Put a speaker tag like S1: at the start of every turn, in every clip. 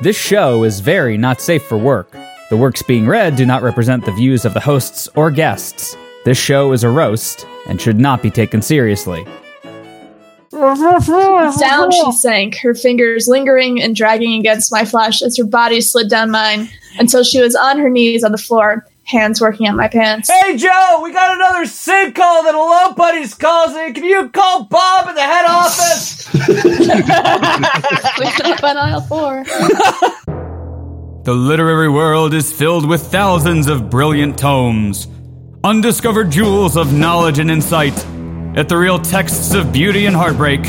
S1: This show is very not safe for work. The works being read do not represent the views of the hosts or guests. This show is a roast and should not be taken seriously.
S2: Down she sank, her fingers lingering and dragging against my flesh as her body slid down mine until she was on her knees on the floor, hands working at my pants.
S3: Hey Joe, we got another sinkhole that a low buddy's causing. Can you call Bob at the head office?
S2: Wake up on aisle four.
S1: The literary world is filled with thousands of brilliant tomes, undiscovered jewels of knowledge and insight, ethereal texts of beauty and heartbreak,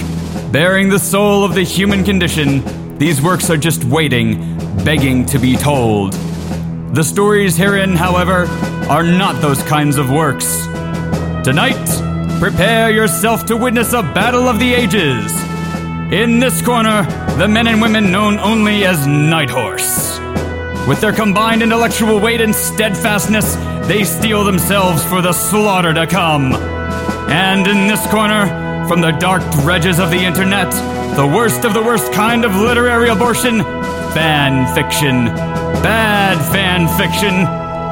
S1: bearing the soul of the human condition. These works are just waiting, begging to be told. The stories herein, however, are not those kinds of works. Tonight, prepare yourself to witness a battle of the ages. In this corner, the men and women known only as Night Horse. With their combined intellectual weight and steadfastness, they steel themselves for the slaughter to come. And in this corner, from the dark dredges of the internet, the worst of the worst kind of literary abortion fan fiction. Bad fan fiction.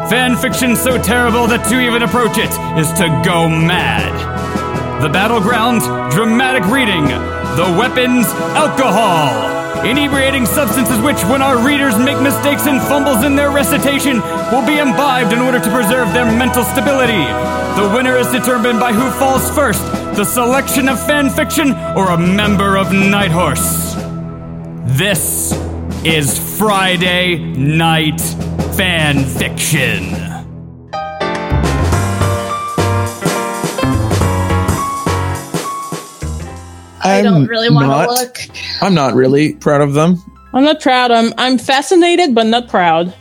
S1: Fan fiction so terrible that to even approach it is to go mad. The battleground, dramatic reading. The weapons, alcohol. Inebriating substances which, when our readers make mistakes and fumbles in their recitation, will be imbibed in order to preserve their mental stability. The winner is determined by who falls first the selection of fan fiction or a member of Night Horse. This is Friday Night Fan Fiction.
S2: I
S4: I'm
S2: don't really want
S4: not-
S2: to look.
S4: I'm not really proud of them.
S5: I'm not proud. I'm I'm fascinated, but not proud.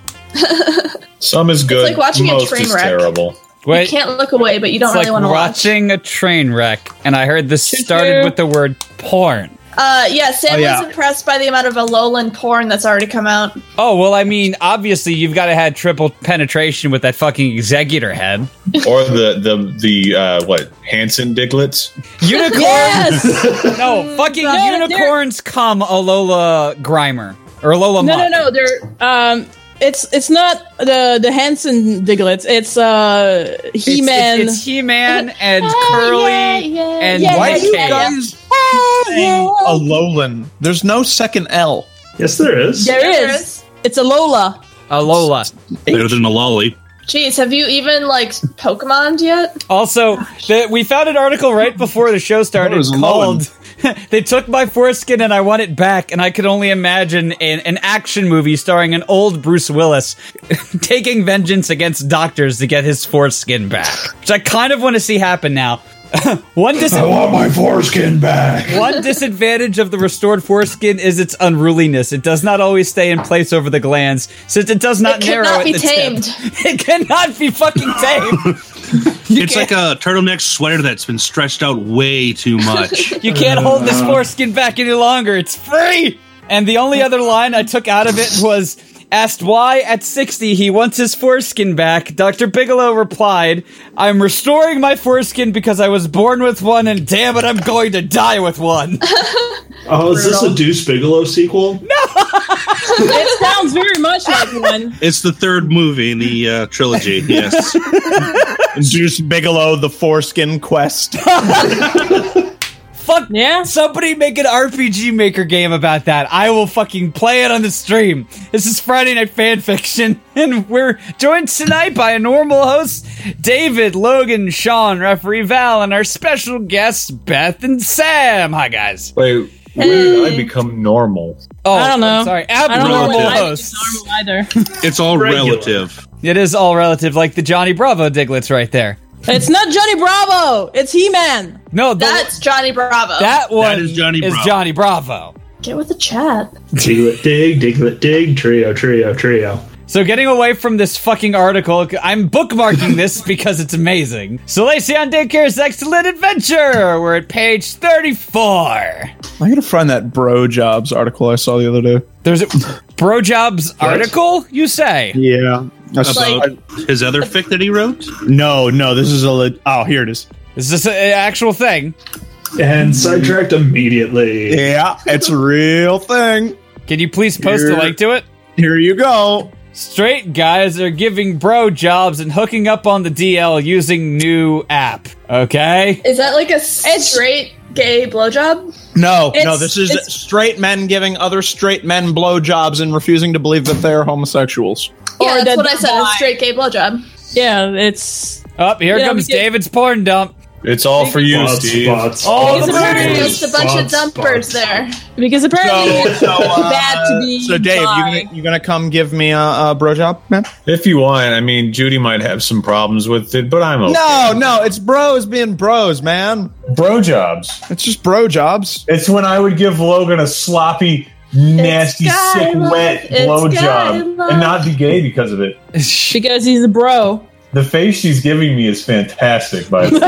S6: Some is good.
S2: like watching a
S6: most
S2: train
S6: is
S2: wreck.
S6: terrible.
S2: You can't look away, but you don't
S7: It's
S2: really
S7: like
S2: want to watch.
S7: watching a train wreck, and I heard this started with the word porn.
S2: Uh, yeah, Sam
S4: Oh, yeah.
S2: was impressed by the amount of Alolan porn that's already come out.
S7: Oh well, I mean, obviously you've got to had triple penetration with that fucking executor head.
S6: Or the the the uh, what Hanson Diglets.
S7: Unicorn? no, fucking
S5: No, they're-
S7: unicorns come Alola Grimer or Alola.
S5: No, no,
S7: Mott.
S5: no. They're um. It's it's not the the Hanson Diglets. It's uh
S7: It's-
S5: He Man.
S7: It's, it's He-Man and
S2: Ah,
S7: Curly and
S5: yeah,
S4: Why
S7: Nick
S4: do you
S7: Cage.
S4: guys
S2: Ah,
S4: saying Alolan? There's no second L.
S8: Yes, there is.
S5: There
S2: There
S5: is. It's a Lola.
S7: Alola.
S8: There's an Alali.
S2: Jeez, have you even like Pokemon yet?
S7: Also, the, we found an article right before the show
S4: it
S7: started
S4: was
S7: called "They Took My Foreskin and I Want It Back," and I could only imagine an, an action movie starring an old Bruce Willis taking vengeance against doctors to get his foreskin back, which I kind of want to see happen now. one, dis-
S8: want my foreskin back.
S7: one disadvantage of the restored foreskin is its unruliness. It does not always stay in place over the glands, since it does not
S2: It
S7: narrow
S2: cannot
S7: at
S2: be
S7: the tip.
S2: tamed.
S7: It cannot be fucking tamed.
S8: it's like a turtleneck sweater that's been stretched out way too much.
S7: You can't hold
S8: Uh.
S7: this foreskin back any longer. It's free. And the only other line I took out of it was asked why at 60 he wants his foreskin back. Dr. Bigelow replied, "I'm restoring my foreskin because I was born with one and damn it I'm going to die with one."
S8: oh, is this a Deuce Bigelow sequel?
S5: it sounds very much like one.
S8: It's the third movie in the uh, trilogy. Yes.
S4: Deuce Bigelow, the foreskin quest.
S7: Fuck
S5: Yeah.
S7: Somebody make an RPG maker game about that. I will fucking play it on the stream. This is Friday Night Fan Fiction, and we're joined tonight by a normal host David, Logan, Sean, referee Val, and our special guests Beth and Sam. Hi, guys.
S6: Wait, where did I become normal?
S7: Oh,
S5: I don't know.
S7: I'm sorry.
S5: I don't know.
S7: Abnormal
S5: why
S7: hosts.
S5: it's normal either.
S8: It's all
S6: Regular.
S8: relative.
S7: It is all relative, like the Johnny Bravo diglets right there.
S5: It's not Johnny Bravo. It's He Man.
S7: No, the,
S2: That's Johnny Bravo.
S7: that one
S8: is Johnny
S7: is
S8: Bravo.
S7: Johnny Bravo.
S2: Get with the chat.
S9: Diglet dig, diglet dig, trio, trio, trio.
S7: So getting away from this fucking article, I'm bookmarking this because it's amazing. Salacion Daycare's Excellent Adventure! We're at page 34.
S4: I gotta find that bro jobs article I saw the other day.
S7: There's a Brojob's article, you say?
S4: Yeah.
S8: About his other fic that he wrote?
S4: no, no, this is a. Le- oh, here it is.
S7: Is this an actual thing?
S9: And sidetracked immediately.
S4: Yeah, it's a real thing.
S7: Can you please post a
S4: Here.
S7: link to it?
S4: Here you go.
S7: Straight guys are giving bro jobs and hooking up on the DL using new app. Okay?
S2: Is that like a straight gay blowjob?
S4: No, no,
S5: It's-
S4: this is
S5: it's-
S4: straight men giving other straight men blowjobs and refusing to believe that they're homosexuals.
S5: Or
S2: Yeah, that's
S5: that
S2: what I said. A
S5: guy.
S2: straight gay blowjob.
S5: Yeah, it's
S7: Up here
S5: Yeah,
S7: comes
S5: we did-
S7: David's porn dump.
S6: It's all for you,
S9: Spots,
S6: Steve.
S9: spots,
S7: All
S9: spots,
S7: the
S2: Apparently,
S7: booties.
S2: Just a bunch of
S9: spots,
S2: dumpers
S9: spots.
S2: there.
S5: because apparently
S4: So,
S5: it's
S4: so, uh,
S5: bad to be.
S4: so Dave, you
S5: bi.
S4: gonna, you gonna come give me a, a bro job, man?
S6: If you want, I mean, Judy might have some problems with it, but I'm okay.
S4: No, no, it's bros being bros, man.
S6: Bro jobs.
S4: It's just bro jobs.
S6: It's when I would give Logan a sloppy, nasty,
S2: guy
S6: sick,
S2: love.
S6: wet
S2: It's
S6: blow
S2: guy
S6: job,
S2: love.
S6: and not be gay because of it.
S5: because he's a bro.
S6: The face she's giving me is fantastic. By the way,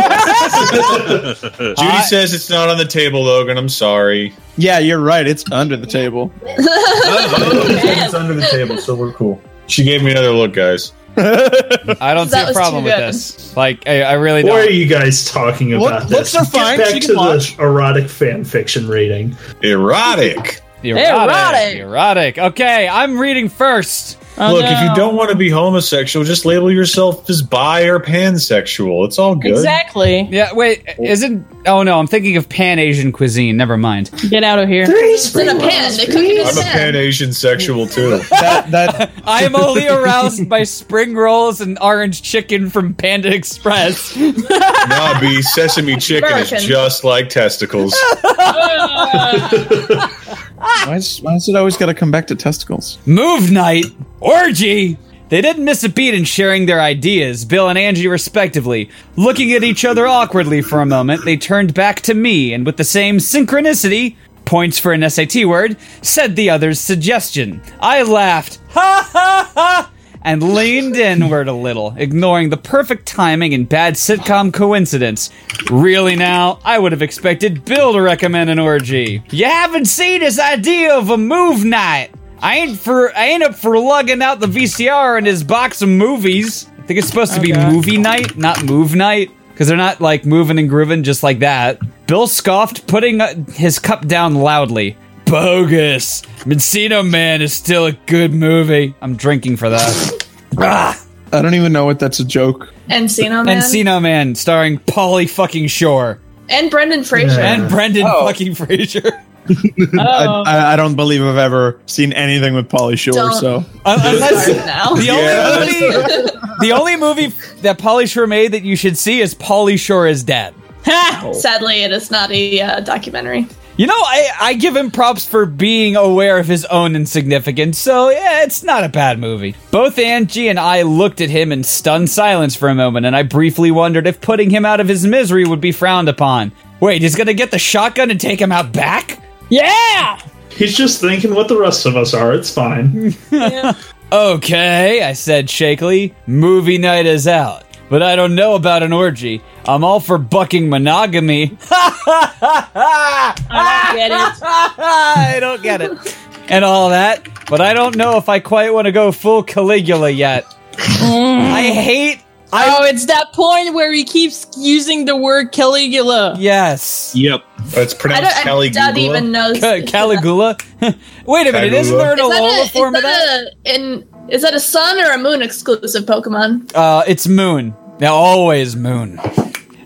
S6: Judy says it's not on the table, Logan. I'm sorry.
S4: Yeah, you're right. It's under the table.
S6: It's under the table, so we're cool. She gave me another look, guys.
S7: I don't see
S2: That
S7: a
S2: was
S7: problem
S2: too
S7: with
S2: good.
S7: this. Like, I, I really
S9: What are
S7: don't.
S9: you guys talking
S4: Look-
S9: about?
S4: looks
S9: this?
S4: are fine,
S9: Get
S4: she
S9: back
S4: can
S9: to
S4: watch.
S9: the erotic fan fiction reading.
S6: Erotic.
S7: Erotic. Erotic. Okay, I'm reading first.
S5: Oh,
S6: Look, if you
S5: no.
S6: don't want to be homosexual, just label yourself as bi or pansexual. It's all good.
S5: Exactly.
S7: Yeah, wait, isn't. Oh no, I'm thinking of Pan Asian cuisine. Never mind.
S5: Get out of here.
S2: It's in a pan. They cook it in
S6: I'm a
S2: a
S6: pan
S2: pan.
S6: Asian sexual too.
S4: That that
S7: I am only aroused by spring rolls and orange chicken from Panda Express.
S6: nah, B, sesame chicken
S2: American.
S6: is just like testicles.
S4: why is, why is it always got to come back to testicles?
S7: Move night, orgy. They didn't miss a beat in sharing their ideas, Bill and Angie respectively. Looking at each other awkwardly for a moment, they turned back to me and with the same synchronicity, points for an SAT word, said the other's suggestion. I laughed, ha ha ha, and leaned inward a little, ignoring the perfect timing and bad sitcom coincidence. Really now, I would have expected Bill to recommend an orgy. You haven't seen his idea of a move night. I ain't for I ain't up for lugging out the VCR and his box of movies. I think it's supposed to be
S5: Okay.
S7: movie night, not move night, because they're not like moving and grooving just like that. Bill scoffed, putting uh, his cup down loudly. Bogus. Mencino Man is still a good movie. I'm drinking for that. ah,
S4: I don't even know what that's a joke.
S2: Encino Man.
S7: Mencino Man, starring Polly fucking Shore
S2: and Brendan Fraser.
S7: and Brendan
S4: Oh.
S7: fucking Fraser.
S5: Oh.
S4: I, I, I don't believe I've ever seen anything with Polly Shore.
S2: Don't.
S4: So
S7: Un- Unless.
S2: now.
S7: The only movie, the only movie that Polly Shore made that you should see is Polly Shore is Dead.
S2: Sadly, it is not a uh, documentary.
S7: You know, I, I give him props for being aware of his own insignificance, so yeah, it's not a bad movie. Both Angie and I looked at him in stunned silence for a moment, and I briefly wondered if putting him out of his misery would be frowned upon. Wait, he's gonna get the shotgun and take him out back?
S5: yeah.
S9: He's just thinking what the rest of us are. It's fine.
S7: Okay, I said shakily. Movie night is out. But I don't know about an orgy. I'm all for bucking monogamy.
S5: I don't get it.
S7: I don't get it. And all that, but I don't know if I quite want to go full Caligula yet. I hate.
S5: Oh, it's that point where he keeps using the word Caligula.
S7: Yes.
S8: Yep.
S6: Oh, It's
S2: I
S6: pronounced
S2: don't. I, Dad
S6: Caligula.
S2: even knows.
S7: Ca- Caligula? Wait a minute, isn't there
S2: Is
S7: an
S2: that
S7: Alola
S2: a- is
S7: form of that?
S2: that a in is that a sun or a moon exclusive Pokemon?
S7: Uh, it's Moon. Now, always Moon.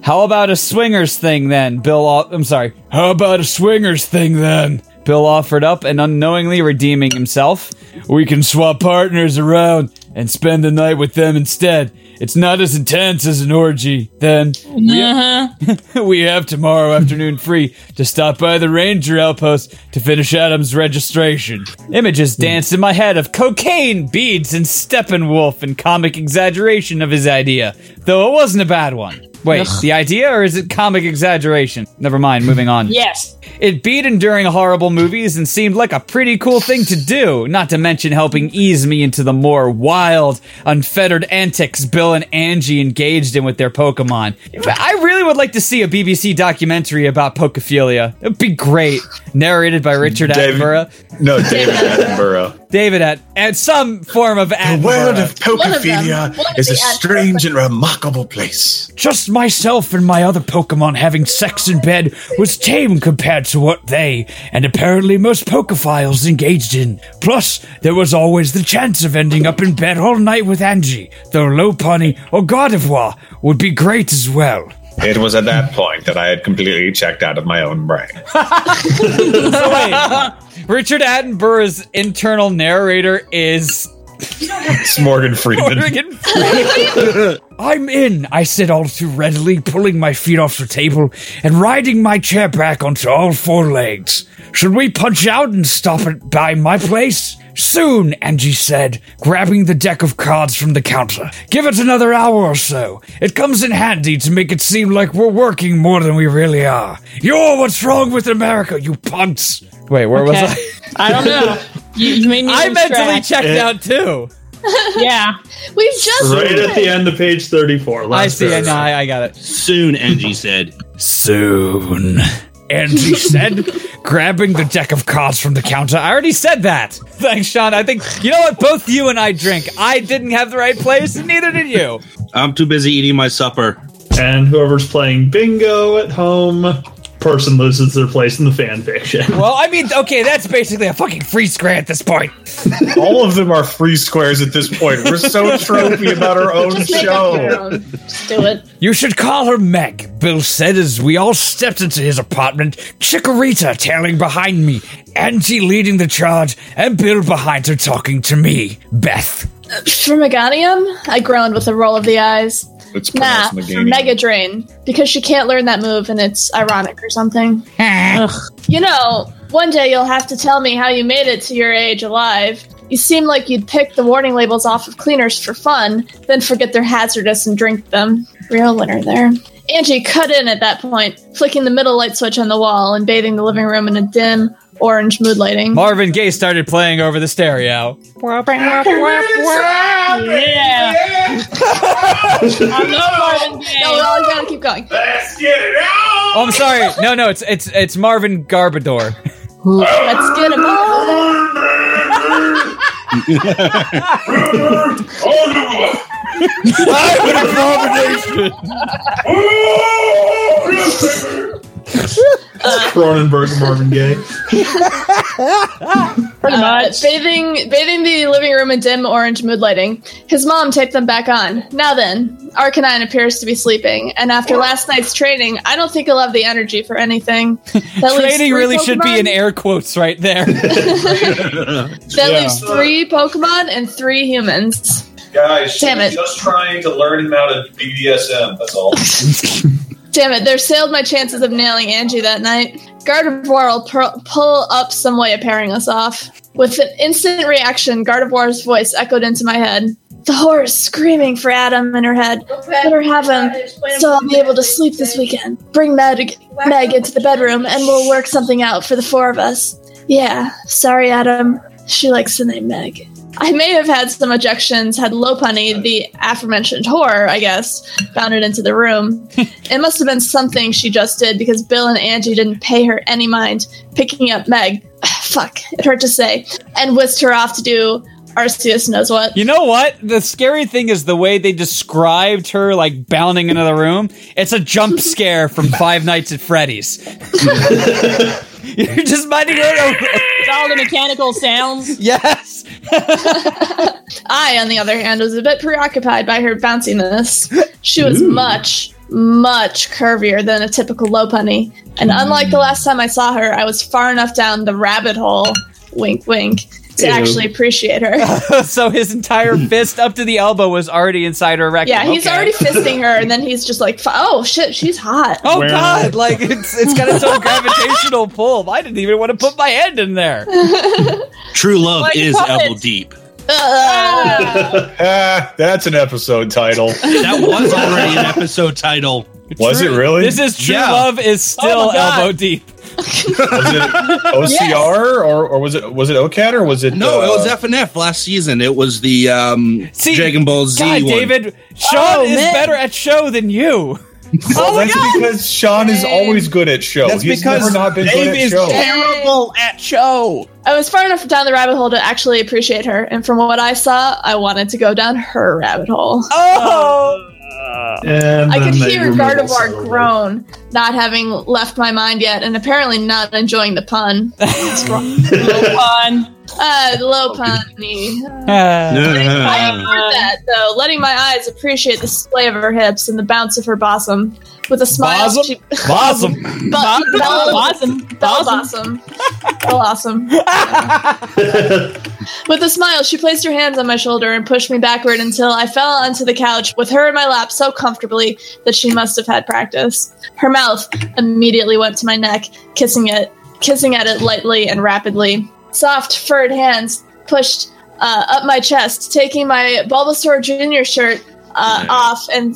S7: How about a swingers thing then? Bill, o- I'm sorry. How about a swingers thing then? Bill offered up and unknowingly redeeming himself. We can swap partners around and spend the night with them instead. It's not as intense as an orgy. Then
S5: Uh-huh.
S7: we have tomorrow afternoon free to stop by the ranger outpost to finish Adam's registration. Images danced in my head of cocaine, beads, and Steppenwolf and comic exaggeration of his idea, though it wasn't a bad one. Wait, the idea or is it comic exaggeration? Never mind, moving on.
S5: Yes.
S7: It beat enduring horrible movies and seemed like a pretty cool thing to do, not to mention helping ease me into the more wild, unfettered antics Bill and Angie engaged in with their Pokemon. I really would like to see a BBC documentary about Pokophilia. It'd be great. Narrated by Richard
S6: David-
S7: Attenborough.
S6: No, David Attenborough.
S7: David at and some form of
S6: The world
S7: Attenborough.
S6: of
S2: One of them. One
S6: Pokophilia
S2: of
S6: is a
S2: the ad-
S6: strange and remarkable place.
S7: Just myself and my other Pokemon having sex in bed was tame compared to what they and apparently most Pokophiles engaged in. Plus, there was always the chance of ending up in bed all night with Angie, though Lopunny or Gardevoir would be great as well.
S6: It was at that point that I had completely checked out of my own brain.
S7: Richard Attenborough's internal narrator is
S6: It's Morgan Freeman.
S7: I'm in, I said all too readily, pulling my feet off the table and riding my chair back onto all four legs. Should we punch out and stop it by my place? Soon, Angie said, grabbing the deck of cards from the counter. Give it another hour or so. It comes in handy to make it seem like we're working more than we really are. You're what's wrong with America, you punks! Wait, where
S5: Okay. I don't know. You, you made me lose track.
S7: checked out too.
S5: Yeah.
S2: We've just
S9: Right at the end of page 34. Last paragraph.
S7: I got it.
S8: Soon, Angie said.
S7: soon. Angie said, grabbing the deck of cards from the counter. I already said that. Thanks, Sean. I think you know what? Both you and I drink. I didn't have the right place, and neither did you.
S8: I'm too busy eating my supper.
S9: And whoever's playing bingo at home, person loses their place in the fan fiction.
S7: Well, I mean, okay, that's basically a fucking free square at this point.
S6: All of them are free squares at this point. We're so trophy about our own
S2: just make up your
S6: show.
S2: own. Just do it.
S7: You should call her Meg, Bill said as we all stepped into his apartment, Chikorita tailing behind me, Angie leading the charge, and Bill behind her talking to me, Beth.
S2: Formiganium? I groaned with a roll of the eyes.
S6: It's
S2: Nah,
S6: pronounced Meganium.
S2: Mega Drain. Because she can't learn that move and it's ironic or something. You know, one day you'll have to tell me how you made it to your age alive. You seem like you'd pick the warning labels off of cleaners for fun, then forget they're hazardous and drink them. Real winner there. Angie cut in at that point, flicking the middle light switch on the wall and bathing the living room in a dim orange mood lighting.
S7: Marvin Gaye started playing over the stereo.
S5: Yeah. I'm not Marvin
S2: no, we
S5: Gaye.
S2: all gotta keep going.
S7: Oh, I'm sorry. No, no, it's it's it's Marvin Garbador.
S2: Let's get him.
S9: Cronenberg, Marvin Gaye.
S2: Uh, bathing, bathing the living room in dim orange mood lighting. His mom taped them back on. Now then, Arcanine appears to be sleeping, and after last night's training, I don't think he'll have the energy for anything. That leaves
S7: Training
S2: three
S7: really should be in
S2: Pokemon-
S7: air quotes right there.
S2: That leaves three Pokemon and three humans.
S6: Guys,
S2: Damn it.
S6: just trying to learn how to BDSM. That's all.
S2: Damn it, they've sailed my chances of nailing Angie that night. Gardevoir will pur- pull up some way of pairing us off. With an instant reaction, Gardevoir's voice echoed into my head. The horse screaming for Adam in her head. Let her have him, so I'll be able to sleep this weekend. Bring Meg, Meg into the bedroom, and we'll work something out for the four of us. Yeah, sorry, Adam. She likes the name Meg. I may have had some objections had Lopunny, the aforementioned whore, I guess, bounded into the room. It must have been something she just did because Bill and Angie didn't pay her any mind, picking up Meg. Fuck, it hurt to say, and whisked her off to do Arceus knows what.
S7: You know what? The scary thing is the way they described her like bounding into the room. It's a jump scare from Five Nights at Freddy's. You're just minding your own.
S5: Uh-huh. It's all the mechanical sounds.
S7: Yes.
S2: I, on the other hand, was a bit preoccupied by her bounciness. She was much, much curvier than a typical low punny, and unlike the last time I saw her, I was far enough down the rabbit hole, wink, wink, to
S9: Ew.
S2: actually appreciate her.
S7: so his entire fist up to the elbow was already inside her rectum.
S2: Yeah, he's
S7: Okay.
S2: already fisting her, and then he's just like, "Oh shit, she's hot."
S7: Oh God! Like it's it's got its own gravitational pull. I didn't even want to put my hand in there.
S8: True love
S5: Why you
S8: is
S5: call
S8: elbow
S5: it? Uh,
S8: deep.
S2: Ugh.
S6: ah, that's an episode title.
S8: That was already an episode title.
S6: Was it really?
S7: This is true.
S8: Yeah.
S7: Love is still
S5: Oh my God.
S7: elbow deep.
S6: was it OCR or, or was it was it OCAT or was it
S8: No, it
S6: uh,
S8: was FNF last season. It was the um,
S7: See,
S8: Dragon Ball Z
S7: God,
S8: one.
S7: David, Sean
S5: Oh,
S7: is
S5: man.
S7: better at show than you.
S6: Well,
S5: Oh
S6: that's because Sean is always good at show.
S4: That's
S6: He's
S4: because
S6: never not been
S4: Dave
S6: good at
S4: is
S6: show.
S5: Terrible at show.
S2: I was far enough down the rabbit hole to actually appreciate her, and from what I saw, I wanted to go down her rabbit hole.
S5: Oh,
S4: Uh,
S9: And
S2: I
S9: then
S2: could
S9: they
S2: hear
S9: remove
S2: Gardevoir
S9: all the-
S2: groan, not having left my mind yet, and apparently not enjoying the pun.
S5: fun.
S2: Uh, low punny.
S9: Uh.
S2: I ignored that, though, letting my eyes appreciate the splay of her hips and the bounce of her bosom. With a smile,
S1: Bosom?
S2: she
S1: Awesome.
S2: bu-
S5: Bell
S2: bell-
S5: Blossom.
S2: Bell
S5: Blossom.
S2: Blossom. Bell Blossom. with a smile, she placed her hands on my shoulder and pushed me backward until I fell onto the couch with her in my lap so comfortably that she must have had practice. Her mouth immediately went to my neck, kissing it, kissing at it lightly and rapidly. Soft, furred hands pushed uh, up my chest, taking my Bulbasaur Jr. shirt uh, off and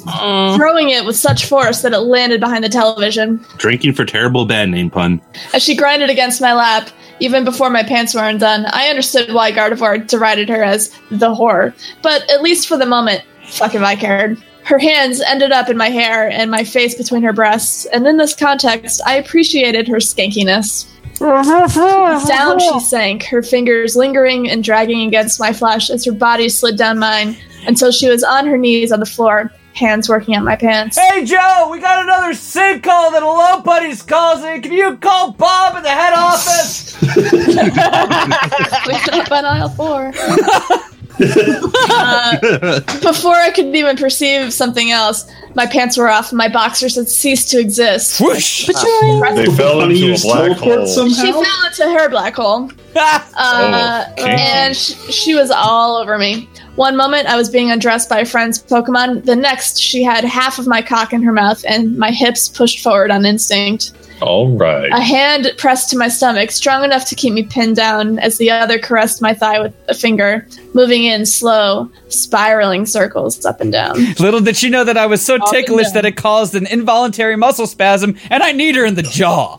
S2: throwing it with such force that it landed behind the television.
S8: Drinking for terrible bad name pun.
S2: As she grinded against my lap, even before my pants were undone, I understood why Gardevoir derided her as the whore. But at least for the moment, fuck if I cared. Her hands ended up in my hair and my face between her breasts, and in this context, I appreciated her skankiness. Down she sank, her fingers lingering and dragging against my flesh as her body slid down mine until she was on her knees on the floor, hands working at my pants.
S3: Hey Joe, we got another sinkhole that a low buddy's causing. Can you call Bob at the head office?
S2: We ended up on aisle four. Uh, before I could even perceive something else, my pants were off and my boxers had ceased to exist.
S7: Whoosh.
S6: They fell
S9: Funny
S6: into a
S9: use
S6: black
S9: teleport
S6: hole.
S9: somehow?
S2: She fell into her black hole, uh,
S6: Oh, okay.
S2: and sh- she was all over me. One moment I was being undressed by a friend's Pokemon, the next she had half of my cock in her mouth and my hips pushed forward on instinct.
S6: All right.
S2: A hand pressed to my stomach, strong enough to keep me pinned down, as the other caressed my thigh with a finger, moving in slow, spiraling circles up and down.
S7: Little did she know that I was
S2: Oh,
S7: so ticklish
S5: down.
S7: that it caused an involuntary muscle spasm, and I need her in the jaw.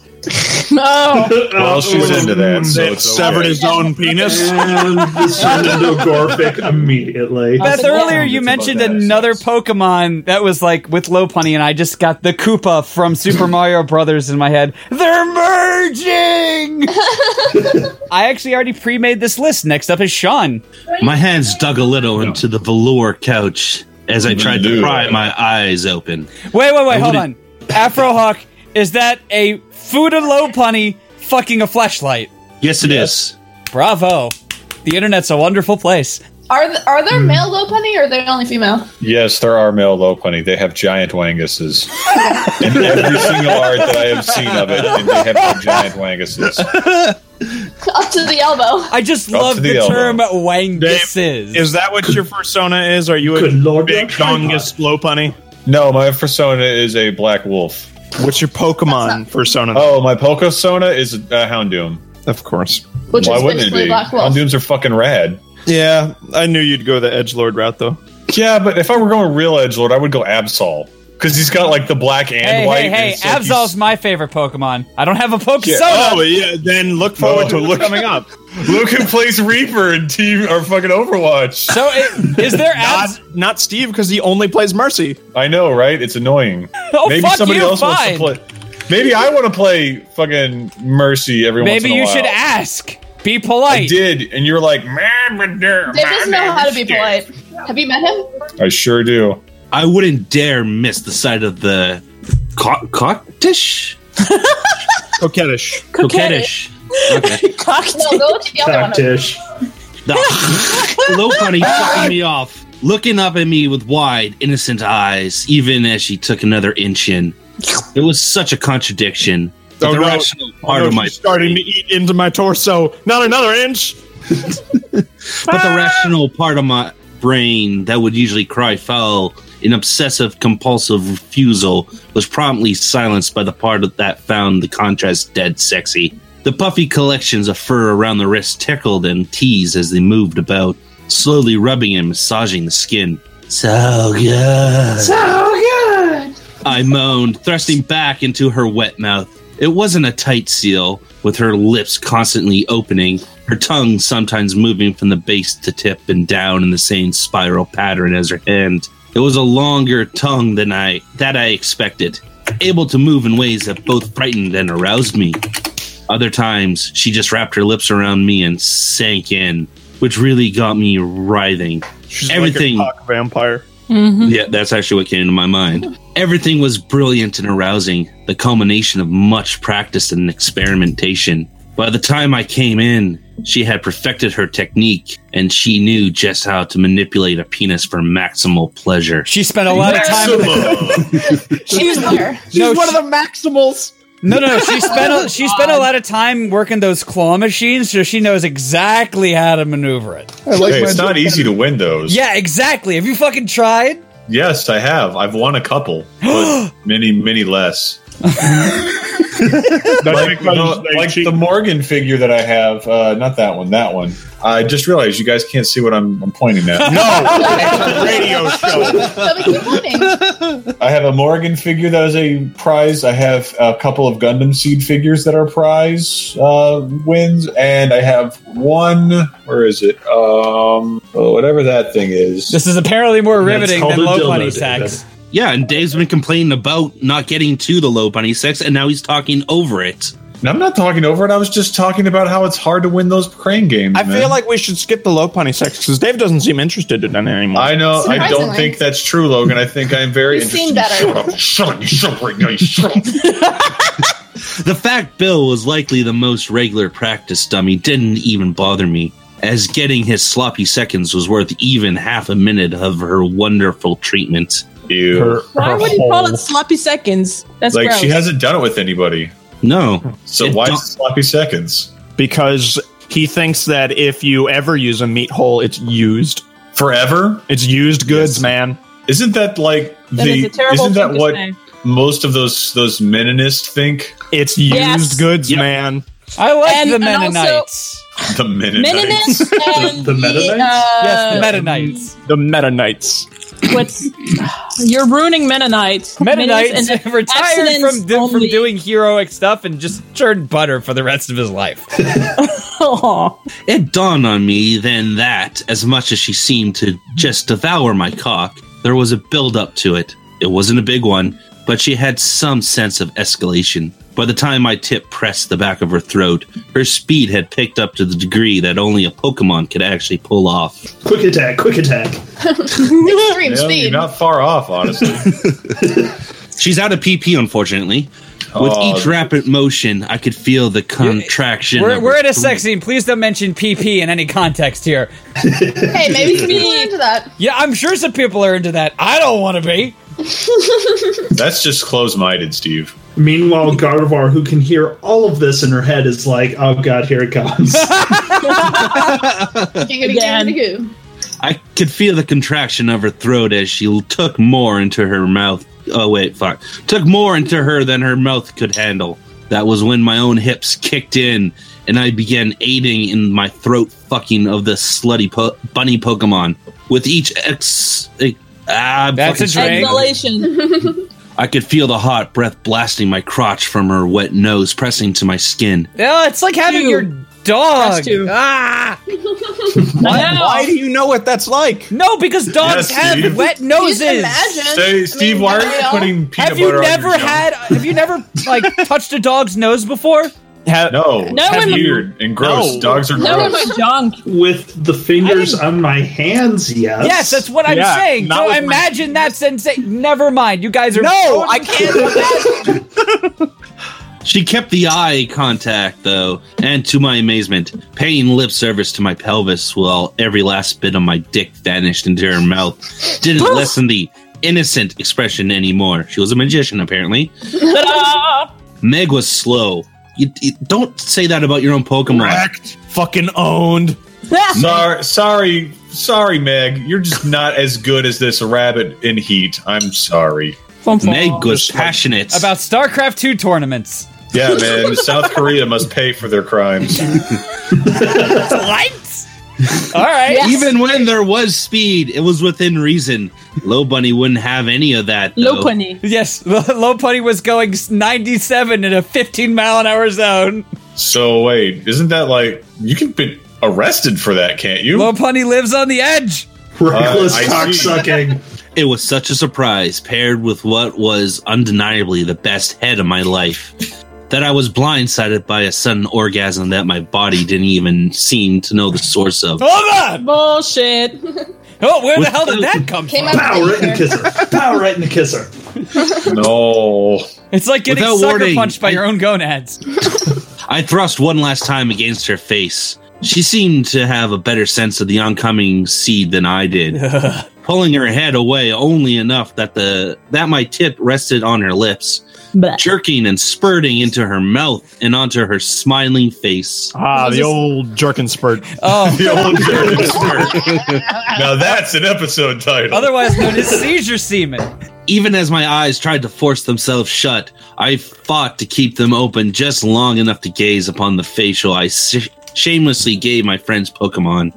S5: No.
S6: Well, she's into that, so
S4: They've
S6: it's
S4: severed
S6: okay.
S4: his own penis.
S9: And this turned into Gorfic immediately.
S7: Beth,
S5: think, yeah,
S7: earlier you
S6: it's
S7: mentioned
S6: about that,
S7: another
S6: yes.
S7: Pokemon that was like with Lopunny, and I just got the Koopa from Super Mario Brothers in my head. They're merging. I actually already pre-made this list. Next up is Sean.
S8: My hands dug a little into the velour couch as I tried to
S6: Velour.
S8: pry my eyes open.
S7: Wait, wait, wait, hold on.
S8: wouldn't-
S7: Afrohawk, is that a Fuda Lopunny fucking a flashlight?
S8: Yes, it is.
S7: Bravo. The internet's a wonderful place.
S2: Are th- are there male Lopunny or are they only female?
S6: Yes, there are male Lopunny. They have giant wanguses. In every single art that I have seen of it, and they have giant wanguses.
S2: Up to the elbow.
S7: I just
S6: Up
S7: love
S6: to
S7: the,
S6: the elbow.
S7: term wanguses.
S4: Is that what your persona is? Are you a
S9: Good lord,
S4: big
S9: you're a tripod.
S4: dongus blow punny?
S6: No, my persona is a black wolf.
S4: What's your Pokemon persona?
S6: Oh, my Pokesona is a Houndoom.
S4: of course.
S2: Which
S6: Why
S2: is
S6: wouldn't it
S2: basically
S6: be?
S2: Black Wolf.
S6: Houndooms are fucking rad.
S4: Yeah, I knew you'd go the edge lord route though.
S6: Yeah, but if I were going real edge lord, I would go Absol because he's got like the black and
S7: hey,
S6: white.
S7: hey,
S6: and
S7: hey,
S6: it's like
S7: Absol's my favorite Pokemon. I don't have a Pokesona.
S4: Oh, yeah, then look forward to
S6: No.
S4: what's coming up.
S6: you- Look who plays Reaper in Team or fucking Overwatch.
S7: So i- is there abs?
S4: Not, not Steve because he only plays Mercy.
S6: I know, right? It's annoying.
S7: Oh,
S6: Maybe
S7: fuck
S6: somebody
S7: you,
S6: else
S7: fine.
S6: wants to play. Maybe I want to play fucking Mercy every once
S7: Maybe
S6: in a
S7: you
S6: while.
S7: should ask. Be
S6: I
S7: polite.
S6: did, and you're like, man,
S2: Dave doesn't know how to be polite. Have you met him?
S6: I sure do.
S8: I wouldn't dare miss the sight of the co- cocktish,
S4: Coquettish.
S8: coquettish. Okay.
S2: No, go to the other one.
S9: Cocktish.
S8: The Lopunny fucking me off, looking up at me with wide, innocent eyes, even as she took another inch in. It was such a contradiction. But
S4: Oh,
S8: the
S4: no.
S8: rational part
S4: Oh,
S8: of my
S4: she's starting to eat into my torso. Not another inch.
S8: but the rational part of my brain that would usually cry foul in obsessive compulsive refusal was promptly silenced by the part of that found the contrast dead sexy. The puffy collections of fur around the wrist tickled and teased as they moved about, slowly rubbing and massaging the skin. So good. I moaned, thrusting back into her wet mouth. It wasn't a tight seal, with her lips constantly opening, her tongue sometimes moving from the base to tip and down in the same spiral pattern as her hand. It was a longer tongue than I that I expected, able to move in ways that both frightened and aroused me. Other times, she just wrapped her lips around me and sank in, which really got me writhing.
S4: She's
S8: Everything-
S4: Like a cock vampire.
S10: Mm-hmm.
S8: Yeah, that's actually what came to my mind. Everything was brilliant and arousing, the culmination of much practice and experimentation. By the time I came in, she had perfected her technique and she knew just how to manipulate a penis for maximal pleasure.
S7: She spent a lot of time.
S2: She was there.
S4: She's
S7: No,
S4: one
S7: she-
S4: of the Maximals.
S7: No, no, she
S2: Oh,
S7: spent a, she spent a lot of time working those claw machines, so she knows exactly how to maneuver it.
S4: I like
S6: Hey,
S4: my
S6: it's not easy to win those.
S7: Yeah, exactly. Have you fucking tried?
S6: Yes, I have. I've won a couple, but many, many less. like,
S9: because
S6: the,
S9: they
S6: like
S9: cheat.
S6: the Morgan figure that I have, uh, not that one, that one. I just realized you guys can't see what I'm, I'm pointing at.
S4: radio show.
S2: So we keep winning.
S6: I have a Morgan figure that is a prize. I have a couple of Gundam Seed figures that are prize uh, wins, and I have one. Where is it? Um, oh, whatever that thing is.
S7: This is apparently more
S9: That's
S7: riveting
S9: called
S7: than
S9: a
S7: low
S9: dildo,
S7: money
S9: David.
S7: sex.
S8: Yeah, and Dave's been complaining about not getting to the low bunny sex, and now he's talking over it.
S6: And I'm not talking over it. I was just talking about how it's hard to win those crane games.
S4: I
S6: man.
S4: feel like we should skip the low pony sex because Dave doesn't seem interested in it anymore.
S6: I know. I don't
S2: Surprisingly.
S6: think that's true, Logan. I think I'm very.
S2: You've seen
S6: interested.
S2: better.
S6: Shut up! Shut up! You shut up right now! You shut up!
S8: The fact Bill was likely the most regular practice dummy didn't even bother me, as getting his sloppy seconds was worth even half a minute of her wonderful treatment.
S6: You.
S5: Why would you call it sloppy seconds? That's
S6: like
S5: gross.
S6: she hasn't done it with anybody.
S8: No.
S6: So
S8: It
S6: why
S8: don't-
S6: is it sloppy seconds
S4: because he thinks that if you ever use a meat hole, it's used.
S6: forever?
S4: It's used goods,
S6: Yes.
S4: man.
S6: Isn't that like
S5: That
S6: the?
S5: is a terrible
S6: isn't that
S5: thing to
S6: what
S5: say.
S6: most of those those Mennonists think?
S4: It's used
S5: Yes.
S4: goods,
S8: Yep.
S4: man.
S7: I like
S5: And-
S7: the
S5: and also-
S7: Mennonites.
S6: The Mennonites.
S5: Mennonites and
S9: The Mennonites?
S5: uh,
S7: yes, the Mennonites.
S4: The Meta Knights.
S5: what's you're ruining Mennonite.
S7: Mennonites retired from, do- from
S5: only.
S7: doing heroic stuff and just churned butter for the rest of his life.
S5: Aw.
S8: It dawned on me then that, as much as she seemed to just devour my cock, there was a build up to it. It wasn't a big one, but she had some sense of escalation. By the time my tip pressed the back of her throat, her speed had picked up to the degree that only a Pokemon could actually pull off.
S9: Quick attack! Quick attack!
S2: Extreme
S6: Yeah, you're
S2: speed.
S6: not far off, honestly.
S8: She's out of PP, unfortunately. With
S6: Oh.
S8: each rapid motion, I could feel the contraction.
S7: We're,
S8: of
S7: we're
S8: her
S7: at a
S8: throat.
S7: sex scene. Please don't mention PP in any context here.
S2: Hey, maybe some people are into that.
S7: Yeah, I'm sure some people are into that. I don't want to be.
S6: That's just close-minded, Steve.
S9: Meanwhile, Gardevoir, who can hear all of this in her head, is like, "Oh God, here it comes."
S2: Giggity,
S5: Again.
S2: giggity, goo.
S8: I could feel the contraction of her throat as she took more into her mouth. Oh wait, fuck! Took more into her than her mouth could handle. That was when my own hips kicked in, and I began aiding in my throat fucking of the slutty po- bunny Pokemon. With each ex, ex ah, I'm
S7: That's
S8: fucking
S7: a
S8: struggling.
S7: drink.
S5: Exhalation.
S8: I could feel the hot breath blasting my crotch from her wet nose, pressing to my skin.
S7: Yeah, it's like having
S5: Two.
S7: your dog.
S5: That's two.
S7: Ah,
S5: I know.
S4: Why do you know what that's like?
S7: no, because
S6: Yes,
S7: dogs have
S6: Steve.
S7: wet
S2: You just
S7: noses.
S2: imagine.
S6: Say, Steve, why are you putting peanut
S7: Have
S6: butter
S7: you
S6: on your
S7: never
S6: junk?
S7: had? Have you never like touched a dog's nose before?
S4: Ha-
S6: No,
S5: No
S6: it's
S5: one-
S6: weird and gross.
S4: No.
S6: Dogs are
S5: No one
S6: gross.
S5: was junk.
S9: With the fingers on my hands, yes.
S7: Yes, that's what I'm
S4: Yeah,
S7: saying.
S4: not
S7: So
S4: with my-
S7: imagine that sensation. Never mind. You guys are
S4: No, I can't.
S8: She kept the eye contact, though, and to my amazement, paying lip service to my pelvis while every last bit of my dick vanished into her mouth didn't lessen the innocent expression anymore. She was a magician, apparently. Meg was slow. You, you- don't say that about your own Pokemon.
S4: Fucking owned.
S6: Sorry, sorry, sorry, Meg. You're just not as good as this rabbit in heat. I'm sorry.
S8: Meg was
S4: Just like-
S8: passionate.
S7: about StarCraft two tournaments.
S6: Yeah, man. South Korea must pay for their crimes.
S7: What? All right.
S5: Yeah.
S8: even when there was speed, it was within reason. Low Bunny wouldn't have any of that. Though.
S5: Low punny.
S7: Yes, Low Putty was going 97 in a 15 mile an hour zone.
S6: So wait, isn't that like you can be arrested for that, can't you?
S7: Low Putty lives on the edge.
S9: Reckless
S6: Uh, I
S9: cock
S6: see.
S9: sucking.
S8: It was such a surprise, paired with what was undeniably the best head of my life, that I was blindsided by a sudden orgasm that my body didn't even seem to know the source of.
S7: Hold on!
S5: Bullshit.
S7: Oh, where the hell did that come
S2: Came
S7: from?
S2: out
S9: Pow,
S2: of
S9: right in the
S2: nowhere.
S9: kisser. Pow, right in the kisser.
S6: No.
S7: It's like getting
S8: Without
S7: sucker
S8: warning.
S7: punched by your own gonads.
S8: I thrust one last time against her face. She seemed to have a better sense of the oncoming seed than I did, pulling her head away only enough that the that my tip rested on her lips,
S5: Blah.
S8: jerking and spurting into her mouth and onto her smiling face.
S4: Ah, the old jerkin spurt.
S7: Oh,
S6: The old Jerry Stewart. now that's an episode title.
S7: otherwise known as seizure semen.
S8: Even as my eyes tried to force themselves shut, I fought to keep them open just long enough to gaze upon the facial I sh- shamelessly gave my friend's Pokemon.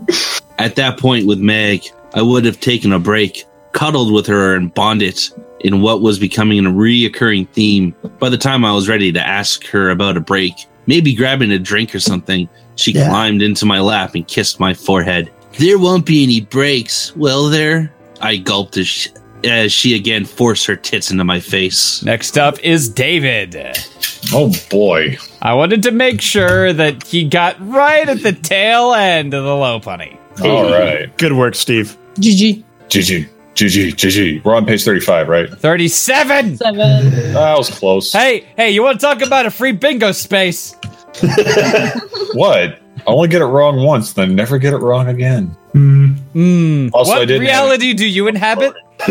S8: At that point with Meg, I would have taken a break, cuddled with her, and bonded in what was becoming a reoccurring theme. By the time I was ready to ask her about a break, maybe grabbing a drink or something, she climbed into my lap and kissed my forehead. There won't be any breaks, will there? I gulped as she, as she again forced her tits into my face.
S7: Next up is David.
S6: oh boy.
S7: I wanted to make sure that he got right at the tail end of the low punny.
S6: All right.
S4: Good work, Steve.
S5: GG.
S6: GG. GG. GG. We're on page 35, right?
S7: 37!
S5: Seven.
S6: That was close.
S7: Hey, hey, you want to talk about a free bingo space?
S6: What? I only get it wrong once, then never get it wrong again. Also, I
S7: Mm. what
S6: didn't. have-
S7: reality do you inhabit?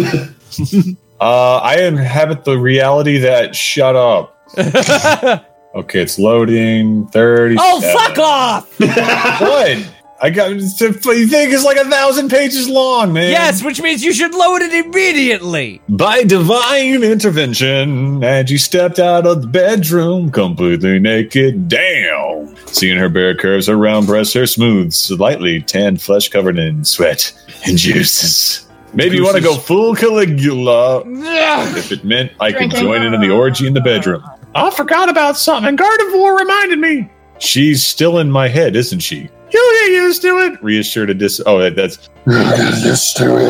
S6: uh, I inhabit the reality that shut up. okay, it's loading. 30.
S7: Oh, fuck off!
S6: What? I got. The thing is like a thousand pages long, man.
S7: Yes, which means you should load it immediately.
S6: By divine intervention, and she stepped out of the bedroom completely naked. Damn! Seeing her bare curves, her round breasts, her smooth, slightly tanned flesh covered in sweat and juices. Maybe you want to go full Caligula if it meant I could
S2: Drinking.
S6: join in on the orgy in the bedroom. I forgot about something. Gardevoir reminded me. She's still in my head, isn't she? You'll get used to it. Reassured a dis. Oh, that, that's reassured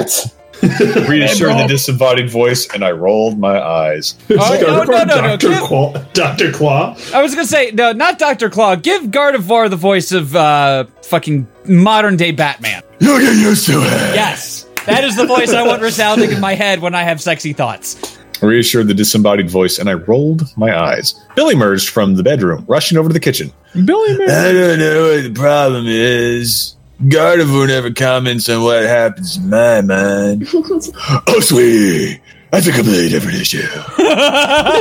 S6: the disembodied voice, and I rolled my eyes.
S7: Oh, no, no, no, no.
S9: Dr.
S7: Give,
S9: Claw. Dr. Claw.
S7: I was going to say, no, not Dr. Claw. Give Gardevoir the voice of uh, fucking modern day Batman.
S6: You'll get used to it.
S7: Yes. That is the voice I want resounding in my head when I have sexy thoughts.
S6: reassured the disembodied voice, and I rolled my eyes. Billy emerged from the bedroom, rushing over to the kitchen. Billy, I don't know what the problem is. Gardevoir never comments on what happens in my mind. oh, sweet. That's a completely different issue.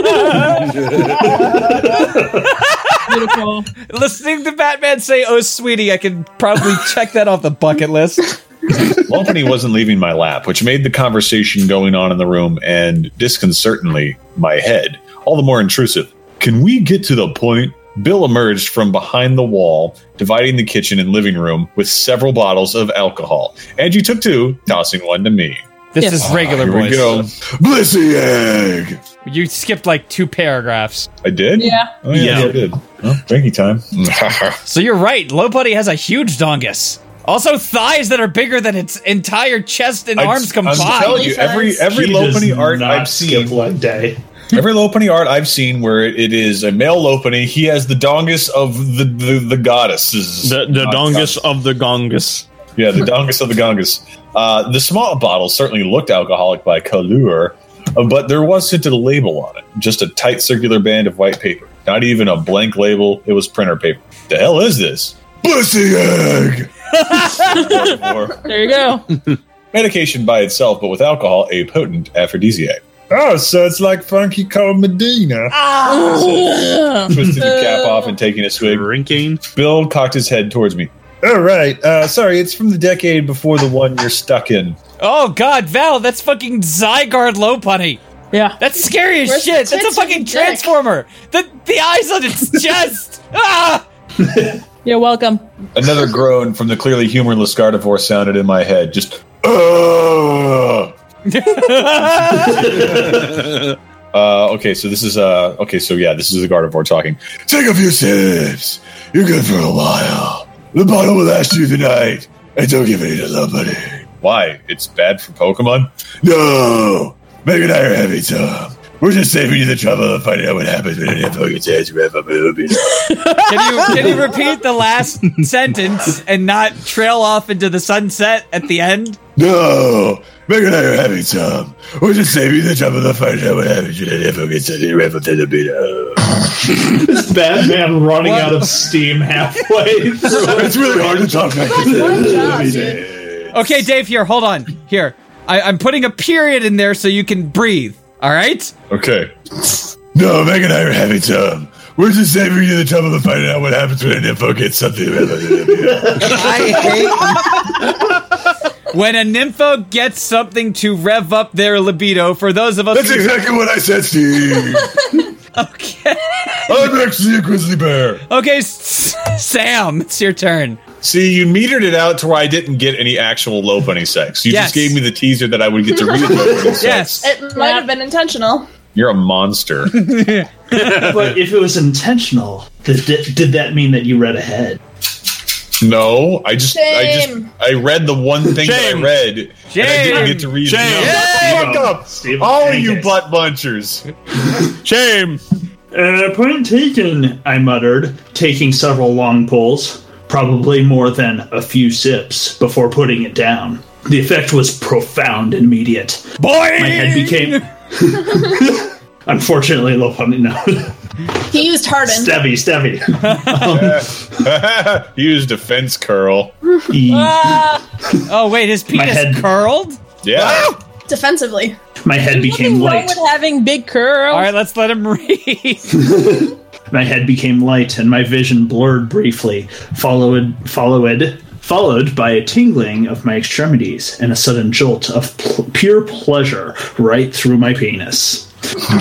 S5: Beautiful.
S7: Listening to Batman say, oh, sweetie, I can probably check that off the bucket list.
S6: Lumpany wasn't leaving my lap, which made the conversation going on in the room and disconcertingly my head all the more intrusive. Can we get to the point? Bill emerged from behind the wall, dividing the kitchen and living room with several bottles of alcohol. Angie took two, tossing one to me.
S7: This
S5: Yes.
S7: is regular
S6: Ah, Here we
S7: voice.
S6: go. Blissy egg.
S7: You skipped like two paragraphs.
S6: I did.
S5: Yeah.
S6: Oh, yeah,
S8: Yeah.
S6: I did. Well, drinking time.
S7: So you're right. Low Buddy has a huge dongus. Also, thighs that are bigger than its entire chest and arms
S6: I'm
S7: combined.
S6: telling you, every every
S9: He does
S6: Lopunny art
S9: not
S6: I've
S9: skip
S6: seen
S9: one day.
S6: Every Lopunny art I've seen where it is a male Lopunny, he has the dongus of the the, the goddesses.
S4: The, the
S6: Not
S4: dongus
S6: goddess.
S4: of the gongus.
S6: Yeah, the dongus of the gongus. Uh, the small bottle certainly looked alcoholic by color, uh, but there wasn't a label on it. Just a tight circular band of white paper. Not even a blank label. It was printer paper. The hell is this? Pussy egg. Or-
S5: There you go.
S6: medication by itself, but with alcohol, a potent aphrodisiac. Oh, so it's like funky cold Medina.
S5: Oh.
S7: Ah.
S6: Twisting the cap off and taking a swig.
S8: Drinking?
S6: Bill cocked his head towards me. All right. Uh, sorry, it's from the decade before the one you're stuck in.
S7: oh God, Val, that's fucking Zygarde Low Punny.
S5: Yeah.
S7: That's scary as
S2: Where's
S7: shit.
S2: the
S7: That's a fucking
S2: transforming dick?
S7: transformer. The the eyes on its chest. Ah!
S5: You're welcome.
S6: Another groan from the clearly humorless Gardevoir sounded in my head. Just, Oh. "Ugh." uh, okay, so this is, uh, okay, so yeah, this is the Gardevoir talking. Take a few sips. You're good for a while. The bottle will last you the night. And don't give any to nobody. Why? It's bad for Pokemon? No! Meg and I are having some. We're just saving you the trouble of finding out what happens when any fucking chance you have a movie.
S7: Can you can you repeat the last sentence and not trail off into the sunset at the end?
S6: No! Meg and I are having some. We're just saving you the trouble of finding out what happens when any fucking chance you have a movie.
S9: This Batman running out of steam halfway through.
S6: It's really hard to talk like this.
S7: Okay, Dave, here, hold on. Here. I, I'm putting a period in there so you can breathe. All right?
S6: Okay. No, Meg and I are having some. We're just saving you the trouble of finding out what happens when an info gets something.
S7: When a nympho gets something to rev up their libido, for those of us
S6: That's
S7: who-
S6: exactly what I said, Steve.
S7: Okay.
S6: I'm actually a grizzly bear.
S7: Okay, S- Sam, it's your turn.
S6: See, you metered it out to where I didn't get any actual low bunny sex. You
S7: Yes.
S6: just gave me the teaser that I would get to read low bunny sex.
S7: Yes.
S2: It might have been intentional.
S6: You're a monster.
S9: But if it was intentional, did, did, did that mean that you read ahead?
S6: No, I just,
S2: Shame.
S6: I just, I read the one thing that I
S4: Shame.
S6: read, and I didn't get to read.
S4: Shame.
S6: the-
S9: Steve-O.
S6: Fuck up,
S9: Steve-O,
S6: all
S9: hang
S6: you
S9: it.
S6: butt munchers.
S4: Shame.
S9: Uh, point taken, I muttered, taking several long pulls, probably more than a few sips, before putting it down. The effect was profound and immediate. My head became. Unfortunately, low funny no.
S2: He used Harden.
S9: Stevie, Stevie.
S6: Use defense curl.
S9: E-
S5: Uh,
S7: Oh, wait, his penis Oh,
S9: head-
S7: curled?
S6: Yeah.
S2: Defensively.
S9: My head became
S5: Nothing wrong
S9: light.
S5: with having big curls.
S7: All right, let's let him read.
S9: My head became light and my vision blurred briefly, followed followed followed by a tingling of my extremities and a sudden jolt of pl- pure pleasure right through my penis.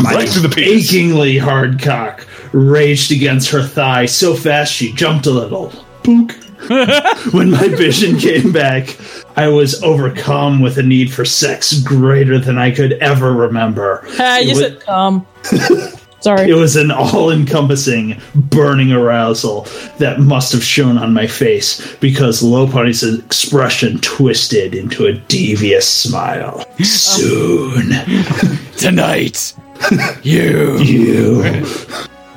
S9: My
S6: Right through the penis.
S9: achingly hard cock raged against her thigh so fast she jumped a little. Book. when my vision came back, I was overcome with a need for sex greater than I could ever remember.
S5: Ah, you
S9: It was-
S5: said calm. Sorry.
S9: it was an all encompassing, burning arousal that must have shown on my face because Lopunny's expression twisted into a devious smile. Soon,
S7: Tonight.
S9: you.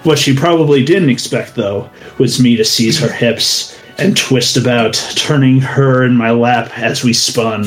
S9: What she probably didn't expect, though, was me to seize her hips and twist about, turning her in my lap as we spun.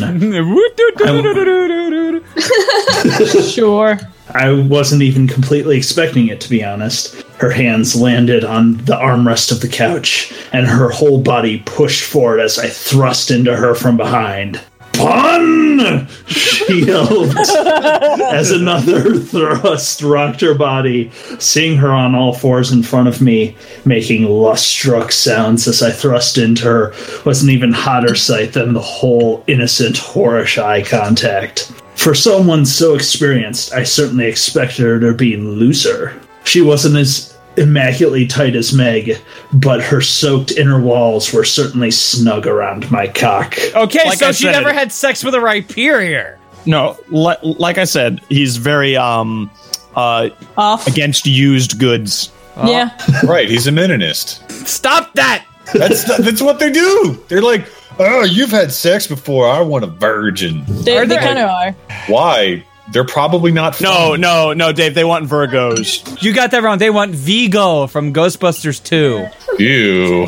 S5: Sure.
S9: I wasn't even completely expecting it, to be honest. Her hands landed on the armrest of the couch, and her whole body pushed forward as I thrust into her from behind. Pun! She yelled as another thrust rocked her body, seeing her on all fours in front of me, making lust-struck sounds as I thrust into her was an even hotter sight than the whole innocent, whorish eye contact. For someone so experienced, I certainly expected her to be looser. She wasn't as immaculately tight as Meg, but her soaked inner walls were certainly snug around my cock.
S7: Okay,
S4: Like
S7: so
S4: I
S7: she
S4: said.
S7: never had sex with a Rhyperior.
S4: No, li- like I said, he's very um uh
S5: Off.
S4: against used goods.
S5: Yeah.
S6: Right, he's a meninist.
S7: Stop that!
S6: That's that's what they do. They're like, oh, you've had sex before. I want a virgin.
S5: They,
S7: Are
S5: they
S7: there-
S5: kind of are.
S6: Why? They're probably not.
S4: No,
S6: fun.
S4: no, no, Dave. They want Virgos.
S7: You got that wrong. They want Vigo from Ghostbusters 2.
S6: Ew.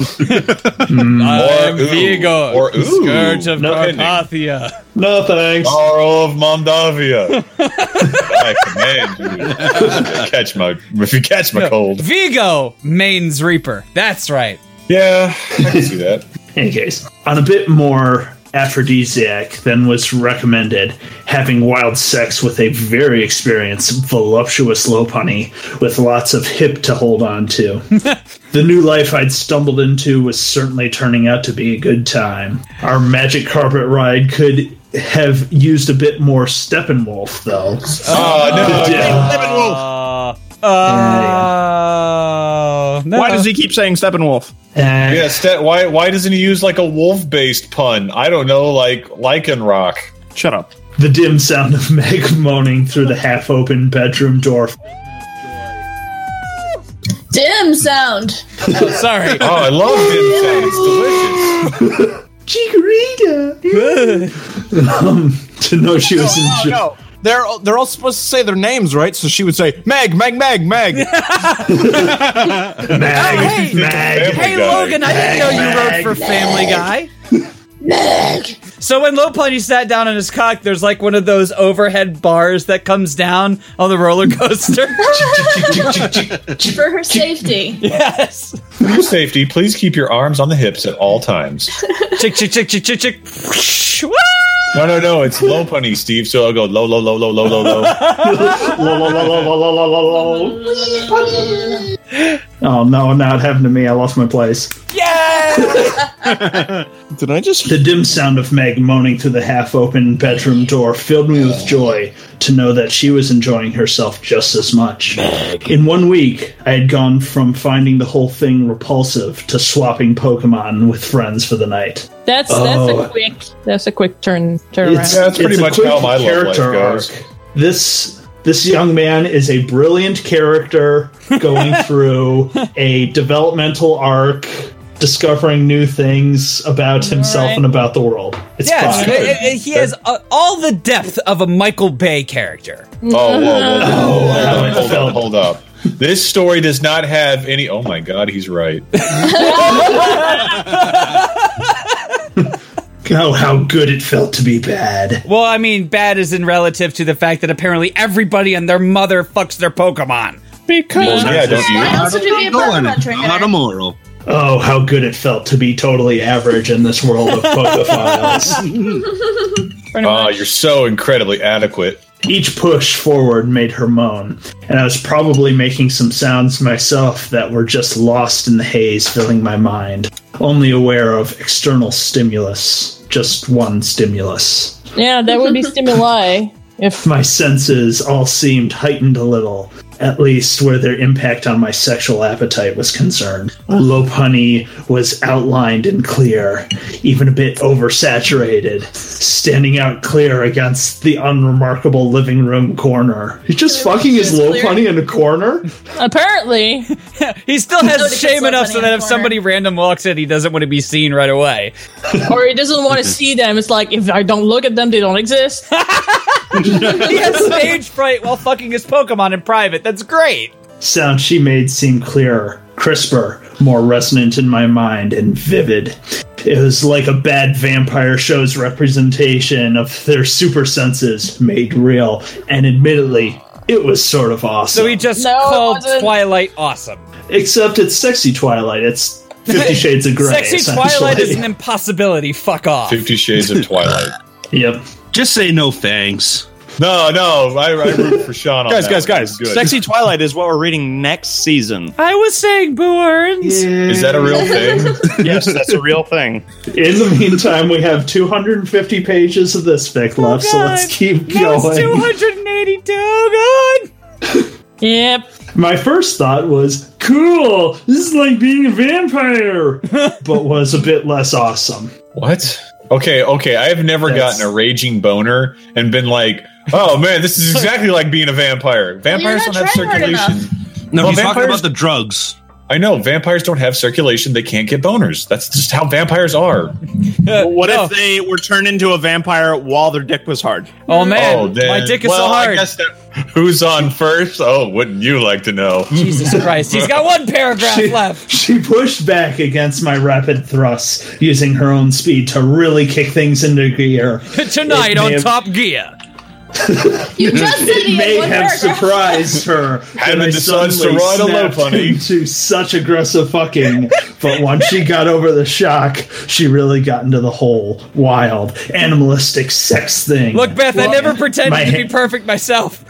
S7: I'm
S6: ooh.
S7: Vigo,
S6: Or ooh.
S7: Scourge of
S6: No pending.
S7: Carpathia.
S9: No thanks.
S6: Sorrow of Moldavia. I command you. to catch my if you catch my cold.
S7: Vigo, Maine's Reaper. That's right.
S6: Yeah, I can see that.
S9: any case, on a bit more aphrodisiac than was recommended, having wild sex with a very experienced, voluptuous lopunny with lots of hip to hold on to. the new life I'd stumbled into was certainly turning out to be a good time. Our magic carpet ride could have used a bit more Steppenwolf, though.
S6: Oh, no.
S9: Yeah.
S7: Uh, uh, no.
S4: Why does he keep saying Steppenwolf?
S9: And-
S6: Yeah, Stet, why why doesn't he use like a wolf based pun? I don't know, like lichen rock.
S4: Shut up.
S9: The dim sound of Meg moaning through the half open bedroom door.
S2: Dim sound.
S7: Sorry.
S6: Oh, I love him. It's delicious.
S9: Chikorita! um, to know she was in jail.
S4: no. They're they're all supposed to say their names, right? So she would say Meg, Meg, Meg, Meg. Oh,
S9: Mag,
S7: hey.
S9: Mag.
S7: Hey,
S6: Guy.
S7: Logan, I didn't know you wrote for Family Guy. So when Low Plenty sat down on his cock, there's like one of those overhead bars that comes down on the roller coaster.
S2: for her safety.
S7: yes.
S6: For your safety, please keep your arms on the hips at all times.
S7: Chick chick chick chick chick chick. Woo!
S6: No, no, no. It's low punny, Steve. So I'll go low, low, low, low, low, low, low.
S9: Oh no, now it happened to me. I lost my place.
S7: Yeah.
S4: Did I just?
S9: The dim sound of Meg moaning through the half open bedroom door filled me with joy to know that she was enjoying herself just as much. In one week, I had gone from finding the whole thing repulsive to swapping Pokemon with friends for the night.
S5: That's
S9: Oh.
S5: that's a quick that's a quick turn turn around.
S6: Yeah, that's pretty
S9: a
S6: much
S9: quick
S6: how my love life goes.
S9: This this young man is a brilliant character going through a developmental arc, discovering new things about himself
S5: right.
S9: and about the world. It's
S7: Yes.
S9: fine.
S7: it- it- he has uh, all the depth of a Michael Bay character.
S6: Oh, whoa, whoa, whoa, whoa,
S9: Oh,
S6: hold up, hold up. This story does not have any. Oh my God, he's right.
S9: Oh, how good it felt to be bad.
S7: Well, I mean, bad is in relative to the fact that apparently everybody and their mother fucks their Pokemon.
S6: Well, yeah, don't you?
S2: Why else would you be a Pokemon
S8: Not a
S2: trainer?
S8: moral.
S9: Oh, how good it felt to be totally average in this world of Pokophiles.
S5: Pretty
S6: Ah,
S5: much.
S6: you're so incredibly adequate.
S9: Each push forward made her moan, and I was probably making some sounds myself that were just lost in the haze filling my mind, only aware of external stimulus, just one stimulus.
S5: Yeah, that would be stimuli. If
S9: My senses all seemed heightened a little, at least where their impact on my sexual appetite was concerned. Low honey was outlined and clear, even a bit oversaturated, standing out clear against the unremarkable living room corner. He's just fucking his
S2: It's
S9: low
S2: clear.
S9: honey in a corner.
S5: apparently
S7: He still
S2: Notice
S7: has
S2: it's
S7: shame
S2: so
S7: enough
S2: funny
S7: so
S2: in
S7: that
S2: the
S7: if
S2: corner.
S7: somebody random walks in, he doesn't want to be seen right away.
S5: or he doesn't want to see them. It's like if I don't look at them, they don't exist.
S7: he has stage fright while fucking his Pokemon in private. That's great.
S9: sound she made seemed clearer, crisper, more resonant in my mind, and vivid. It was like a bad vampire show's representation of their super senses made real, and admittedly, it was sort of awesome.
S7: So he just
S5: No, it
S7: called
S5: wasn't.
S7: Twilight awesome.
S9: Except it's sexy Twilight. It's Fifty Shades of Grey.
S7: Sexy
S9: essentially.
S7: Twilight is an impossibility. Fuck off.
S6: Fifty Shades of Twilight.
S9: Yep.
S8: Just say no thanks.
S6: No, no. I, I root for Sean on
S4: Guys,
S6: that
S4: guys,
S6: one.
S4: guys!
S6: Good.
S4: Sexy Twilight is what we're reading next season.
S7: I was saying Boo Earns.
S6: Is that a real thing?
S4: Yes, that's a real thing.
S9: In the meantime, we have 250 pages of this fic left, so let's
S7: Oh, God.
S9: keep
S7: That was
S9: going.
S7: 282. God.
S5: yep.
S9: My first thought was, cool, this is like being a vampire, but was a bit less awesome.
S6: What? Okay, okay. I have never
S9: That's-
S6: gotten a raging boner and been like, "Oh man, this is exactly like being a vampire. Vampires
S2: not
S6: don't have
S2: trying hard
S6: circulation.
S8: No,
S6: Well,
S8: he's talking
S6: vampires-
S8: about the drugs.
S6: I know vampires don't have circulation. They can't get boners. That's just how vampires are.
S4: What
S7: No.
S4: if they were turned into a vampire while their dick was hard?
S7: Oh man,
S6: oh, then,
S7: my dick is
S6: well,
S7: so
S6: I
S7: hard.
S6: guess that, who's on first? Oh, wouldn't you like to know?
S7: Jesus Christ, he's got one paragraph
S9: She,
S7: left.
S9: she pushed back against my rapid thrusts, using her own speed to really kick things into gear.
S7: Tonight on
S9: have-
S7: Top Gear.
S2: You just said he
S9: It may
S2: had one
S9: have
S2: paragraph.
S9: surprised her
S6: Having
S9: that I
S6: the sons to
S9: suddenly
S6: ride a low
S9: snapped
S6: pony.
S9: into such aggressive fucking. But once she got over the shock, she really got into the whole wild, animalistic sex thing.
S7: Look, Beth, I
S9: Well,
S7: never
S9: my
S7: pretended to be
S9: hand-
S7: perfect myself.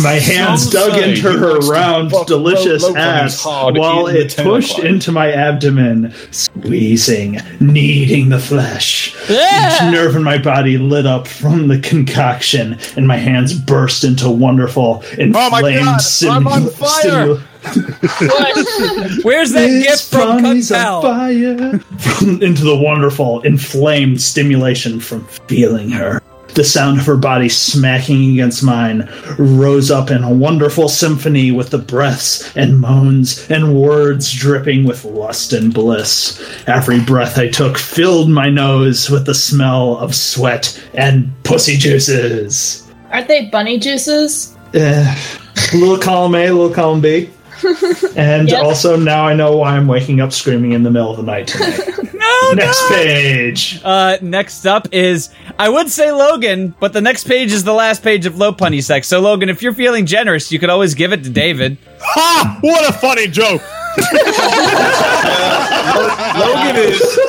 S9: My hands
S6: Some
S9: dug
S6: say
S9: into
S6: he
S9: her
S6: likes to
S9: round,
S6: fuck
S9: delicious
S6: low- low
S9: ass
S6: bodies hard
S9: while
S6: in the
S9: it
S6: tentacle.
S9: pushed into my abdomen, squeezing, kneading the flesh. Each nerve in my body lit up from the concoction, and my hands burst into wonderful, inflamed
S4: Oh my God,
S9: stimu-
S4: I'm on fire.
S7: Where's that gift from
S9: Bonnie's on
S7: Cutpel?
S9: fire. From- into the wonderful, inflamed stimulation from feeling her. The sound of her body smacking against mine rose up in a wonderful symphony with the breaths and moans and words dripping with lust and bliss. Every breath I took filled my nose with the smell of sweat and pussy juices.
S2: Aren't they bunny juices?
S9: Eh, little column A, little column B. And
S2: Yep.
S9: also now I know why I'm waking up screaming in the middle of the night tonight.
S4: Oh,
S7: No,
S9: Next
S7: no!
S9: page.
S7: Uh, next up is I would say Logan, but the next page is the last page of Low Punny Sex. So Logan, if you're feeling generous, you could always give it to David.
S4: Ha! What a funny joke.
S6: Logan is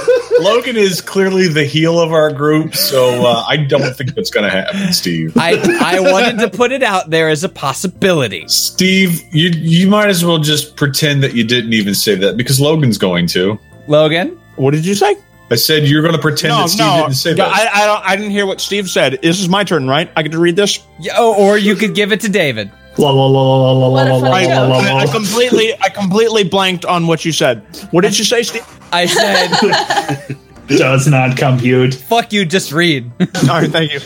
S6: Logan is clearly the heel of our group, so uh, I don't think that's going to happen, Steve.
S7: I I wanted to put it out there as a possibility.
S6: Steve, you you might as well just pretend that you didn't even say that because Logan's going to.
S7: Logan,
S4: What did you say?
S6: I said you're going to pretend
S4: No,
S6: that Steve
S4: no.
S6: didn't say
S4: Yeah,
S6: that.
S4: I, I, don't, I didn't hear what Steve said. This is my turn, right? I get to read this.
S7: Yeah, oh, or you could give it to David.
S9: La la la la la la
S2: What
S9: la
S2: if
S9: la
S2: I-
S4: I,
S9: la la
S4: I
S9: la.
S4: completely, I completely blanked on what you said. What did you say, Steve?
S7: I said,
S9: Does not compute.
S7: "Fuck you, just read."
S4: All right, thank you.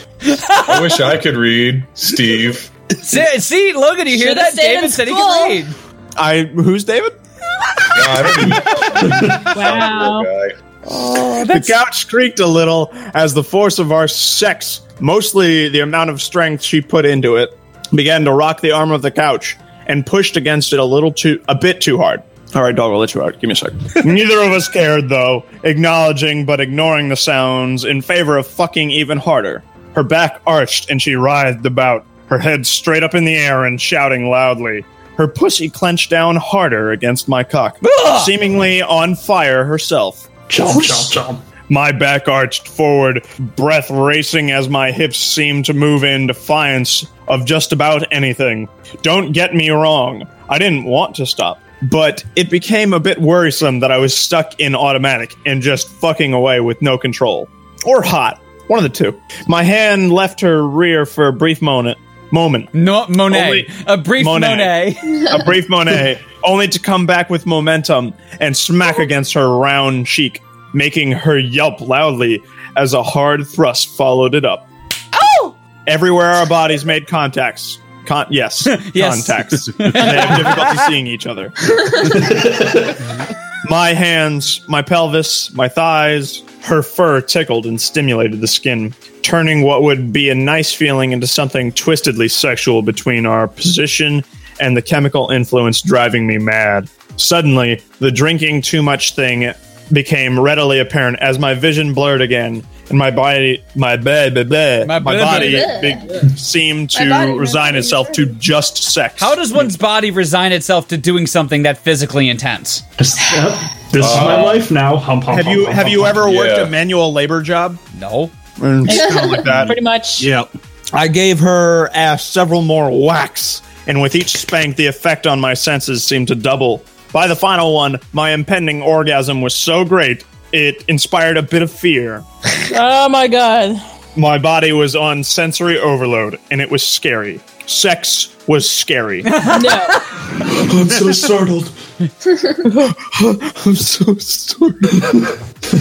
S6: I wish I could read, Steve.
S7: see, see, Logan, you hear
S2: Should've
S7: that?
S2: stayed in
S7: David said he
S2: school.
S10: Oh.
S7: could read.
S4: I who's David?
S9: Uh,
S6: No, I don't even
S5: Wow.
S6: guy.
S4: The couch creaked a little as the force of our sex, mostly the amount of strength she put into it, began to rock the arm of the couch and pushed against it a little too, a bit too hard. All right, dog, a little too hard. Give me a sec. Neither of us cared, though, acknowledging but ignoring the sounds in favor of fucking even harder. Her back arched and she writhed about, her head straight up in the air and shouting loudly. Her pussy clenched down harder against my cock, seemingly on fire herself.
S9: Chomp chomp chomp.
S4: My back arched forward, breath racing as my hips seemed to move in defiance of just about anything. Don't get me wrong, I didn't want to stop, but it became a bit worrisome that I was stuck in automatic and just fucking away with no control. Or hot, one of the two. My hand left her rear for a brief moment. Moment
S7: No, Monet,
S4: Only-
S7: a brief Monet.
S4: Monet. a brief Monet, only to come back with momentum and smack against her round cheek, making her yelp loudly as a hard thrust followed it up. Oh! Everywhere our bodies made contacts. Con- yes,
S7: Yes.
S4: contacts. and they have difficulty seeing each other. my hands, my pelvis, my thighs, her fur tickled and stimulated the skin, turning what would be a nice feeling into something twistedly sexual between our position and the chemical influence driving me mad. Suddenly, the drinking too much thing became readily apparent as my vision blurred again and my body my bed
S7: My
S4: my,
S7: bed-
S4: body be- seemed
S2: My
S4: to
S2: body- my
S4: resign
S2: body-
S4: itself to just sex
S7: How does one's body resign itself to doing something that physically intense?
S9: Just- yep. This is
S6: Uh,
S9: my life now. Hump, hump,
S4: have
S9: hump,
S4: you
S9: hump,
S4: have
S9: hump,
S4: you
S9: hump.
S4: ever worked
S6: Yeah.
S4: a manual labor job
S7: No.
S4: like that
S5: Pretty much.
S8: Yep.
S4: I gave her ass several more whacks, and with each spank, the effect on my senses seemed to double. By the final one, my impending orgasm was so great, it inspired a bit of fear.
S5: Oh my god.
S4: My body was on sensory overload, and it was scary. Sex was scary.
S5: No.
S9: I'm so startled.
S4: I'm so sorry.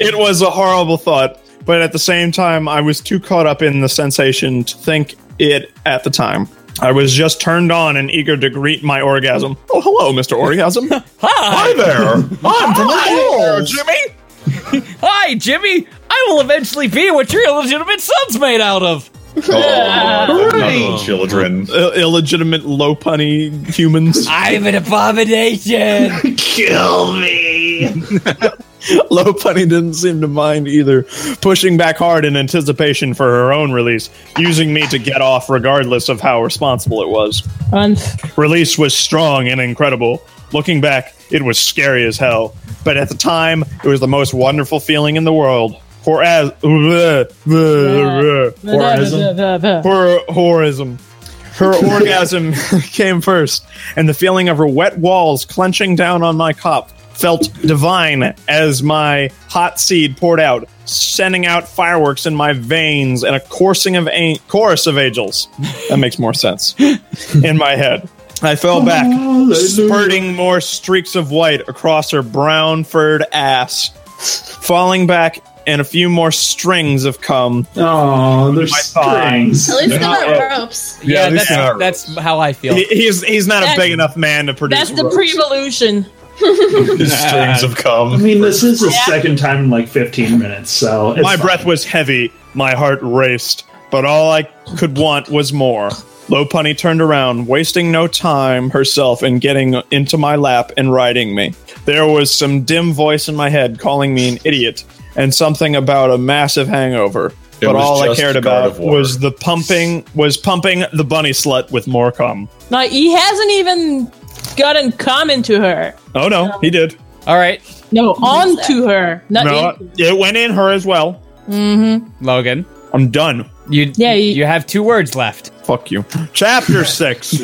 S4: it was a horrible thought, but at the same time, I was too caught up in the sensation to think it at the time. I was just turned on and eager to greet my orgasm. Oh, hello, Mr. Orgasm.
S6: Hi there.
S4: I'm from the hills. Jimmy.
S7: Hi, Jimmy. I will eventually be what your illegitimate son's made out of.
S6: Oh, little children.
S4: Uh, illegitimate, low punny humans.
S7: I'm an abomination.
S9: Kill me.
S4: low punny didn't seem to mind either, pushing back hard in anticipation for her own release, using me to get off regardless of how responsible it was.
S5: Unf-
S4: Release was strong and incredible. Looking back, it was scary as hell. But at the time, it was the most wonderful feeling in the world. Hor- as- Hor- horism. Her orgasm came first, and the feeling of her wet walls clenching down on my cop felt divine as my hot seed poured out, sending out fireworks in my veins and a coursing of an- chorus of angels. That makes more sense in my head. I fell back, spurting more streaks of white across her brown furred ass. Falling back and a few more strings have come.
S9: Oh, there's
S4: thigh.
S9: strings.
S2: At least they're
S6: not
S2: not ropes.
S6: Yeah,
S7: Yeah,
S6: at least they're
S7: that's,
S6: not
S7: that's how I feel.
S4: He, he's he's not
S5: That's-
S4: a big enough man to produce.
S5: That's the
S4: ropes.
S5: prevolution.
S6: His strings have
S9: I
S6: come.
S9: mean, this is the second time in like 15 minutes, so it's
S4: My
S9: fine.
S4: breath was heavy, my heart raced, but all I could want was more. Lopunny turned around, wasting no time herself in getting into my lap and riding me. There was some dim voice in my head calling me an idiot and something about a massive hangover.
S6: It
S4: but
S6: was
S4: all I
S6: just
S4: cared about
S6: Gardevoir.
S4: was the pumping was pumping the bunny slut with more cum.
S5: Now he hasn't even gotten common to her.
S4: Oh
S2: Um,
S4: no, he did.
S7: All right,
S5: No, on to her. Not Mm-hmm.
S4: No,
S5: in-
S4: it went in her as well.
S2: Mm-hmm.
S7: Logan,
S4: I'm done.
S7: you
S5: Yeah,
S7: you,
S5: you-
S7: have two words left.
S4: Fuck you. Chapter six.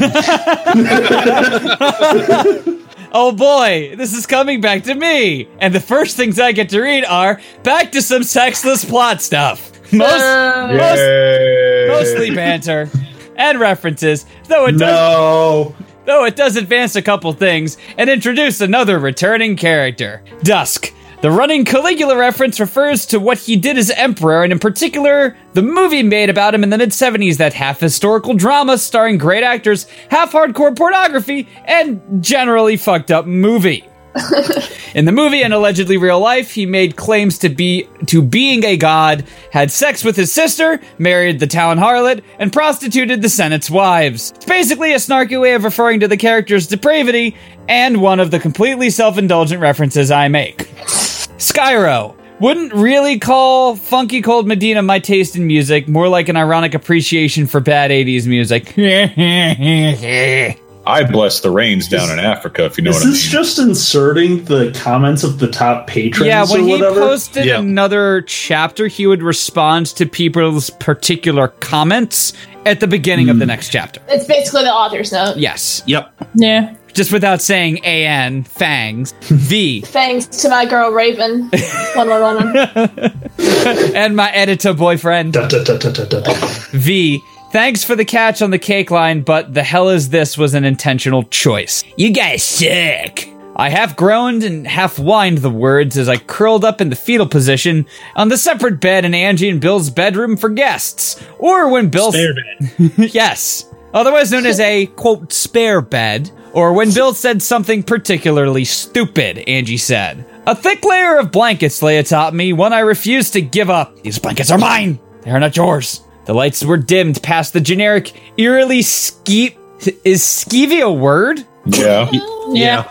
S7: Oh boy, this is coming back to me. And the first things I get to read are back to some sexless plot stuff. Most
S6: Yay.
S7: mostly banter and references, though it does
S9: No.
S7: though it does advance a couple things and introduce another returning character, Dusk. The running Caligula reference refers to what he did as emperor, and in particular, the movie made about him in the mid 70s that half historical drama starring great actors, half hardcore pornography, and generally fucked up movie. In the movie and allegedly real life, he made claims to be to being a god, had sex with his sister, married the town harlot, and prostituted the Senate's wives. It's basically a snarky way of referring to the character's depravity and one of the completely self-indulgent references I make. Skyro. Wouldn't really call Funky Cold Medina my taste in music, more like an ironic appreciation for bad 80s music.
S6: I bless the rains down in Africa, if you know
S9: Is
S6: what I mean.
S9: this just inserting the comments of the top patrons
S7: Yeah,
S9: or
S7: when he
S9: whatever?
S7: posted
S6: Yeah.
S7: another chapter, he would respond to people's particular comments at the beginning of the next chapter.
S2: It's basically the author's note.
S7: Yes.
S8: Yep.
S5: yeah.
S7: Just without saying AN, fangs, V,
S2: Thanks to my girl Raven. one one one one.
S7: and my editor boyfriend,
S9: Da, da, da, da, da, da, da.
S7: V. Thanks for the catch on the cake line, but the hell is this was an intentional choice. You guys sick. I half groaned and half whined the words as I curled up in the fetal position on the separate bed in Angie and Bill's bedroom for guests, or when Bill Yes. Otherwise known as a, quote, spare bed, or when Bill said something particularly stupid, Angie said. A thick layer of blankets lay atop me, one I refused to give up. These blankets are mine! They are not yours. The lights were dimmed past the generic, eerily skeevy. Is skeevy a word?
S6: yeah.
S5: Yeah.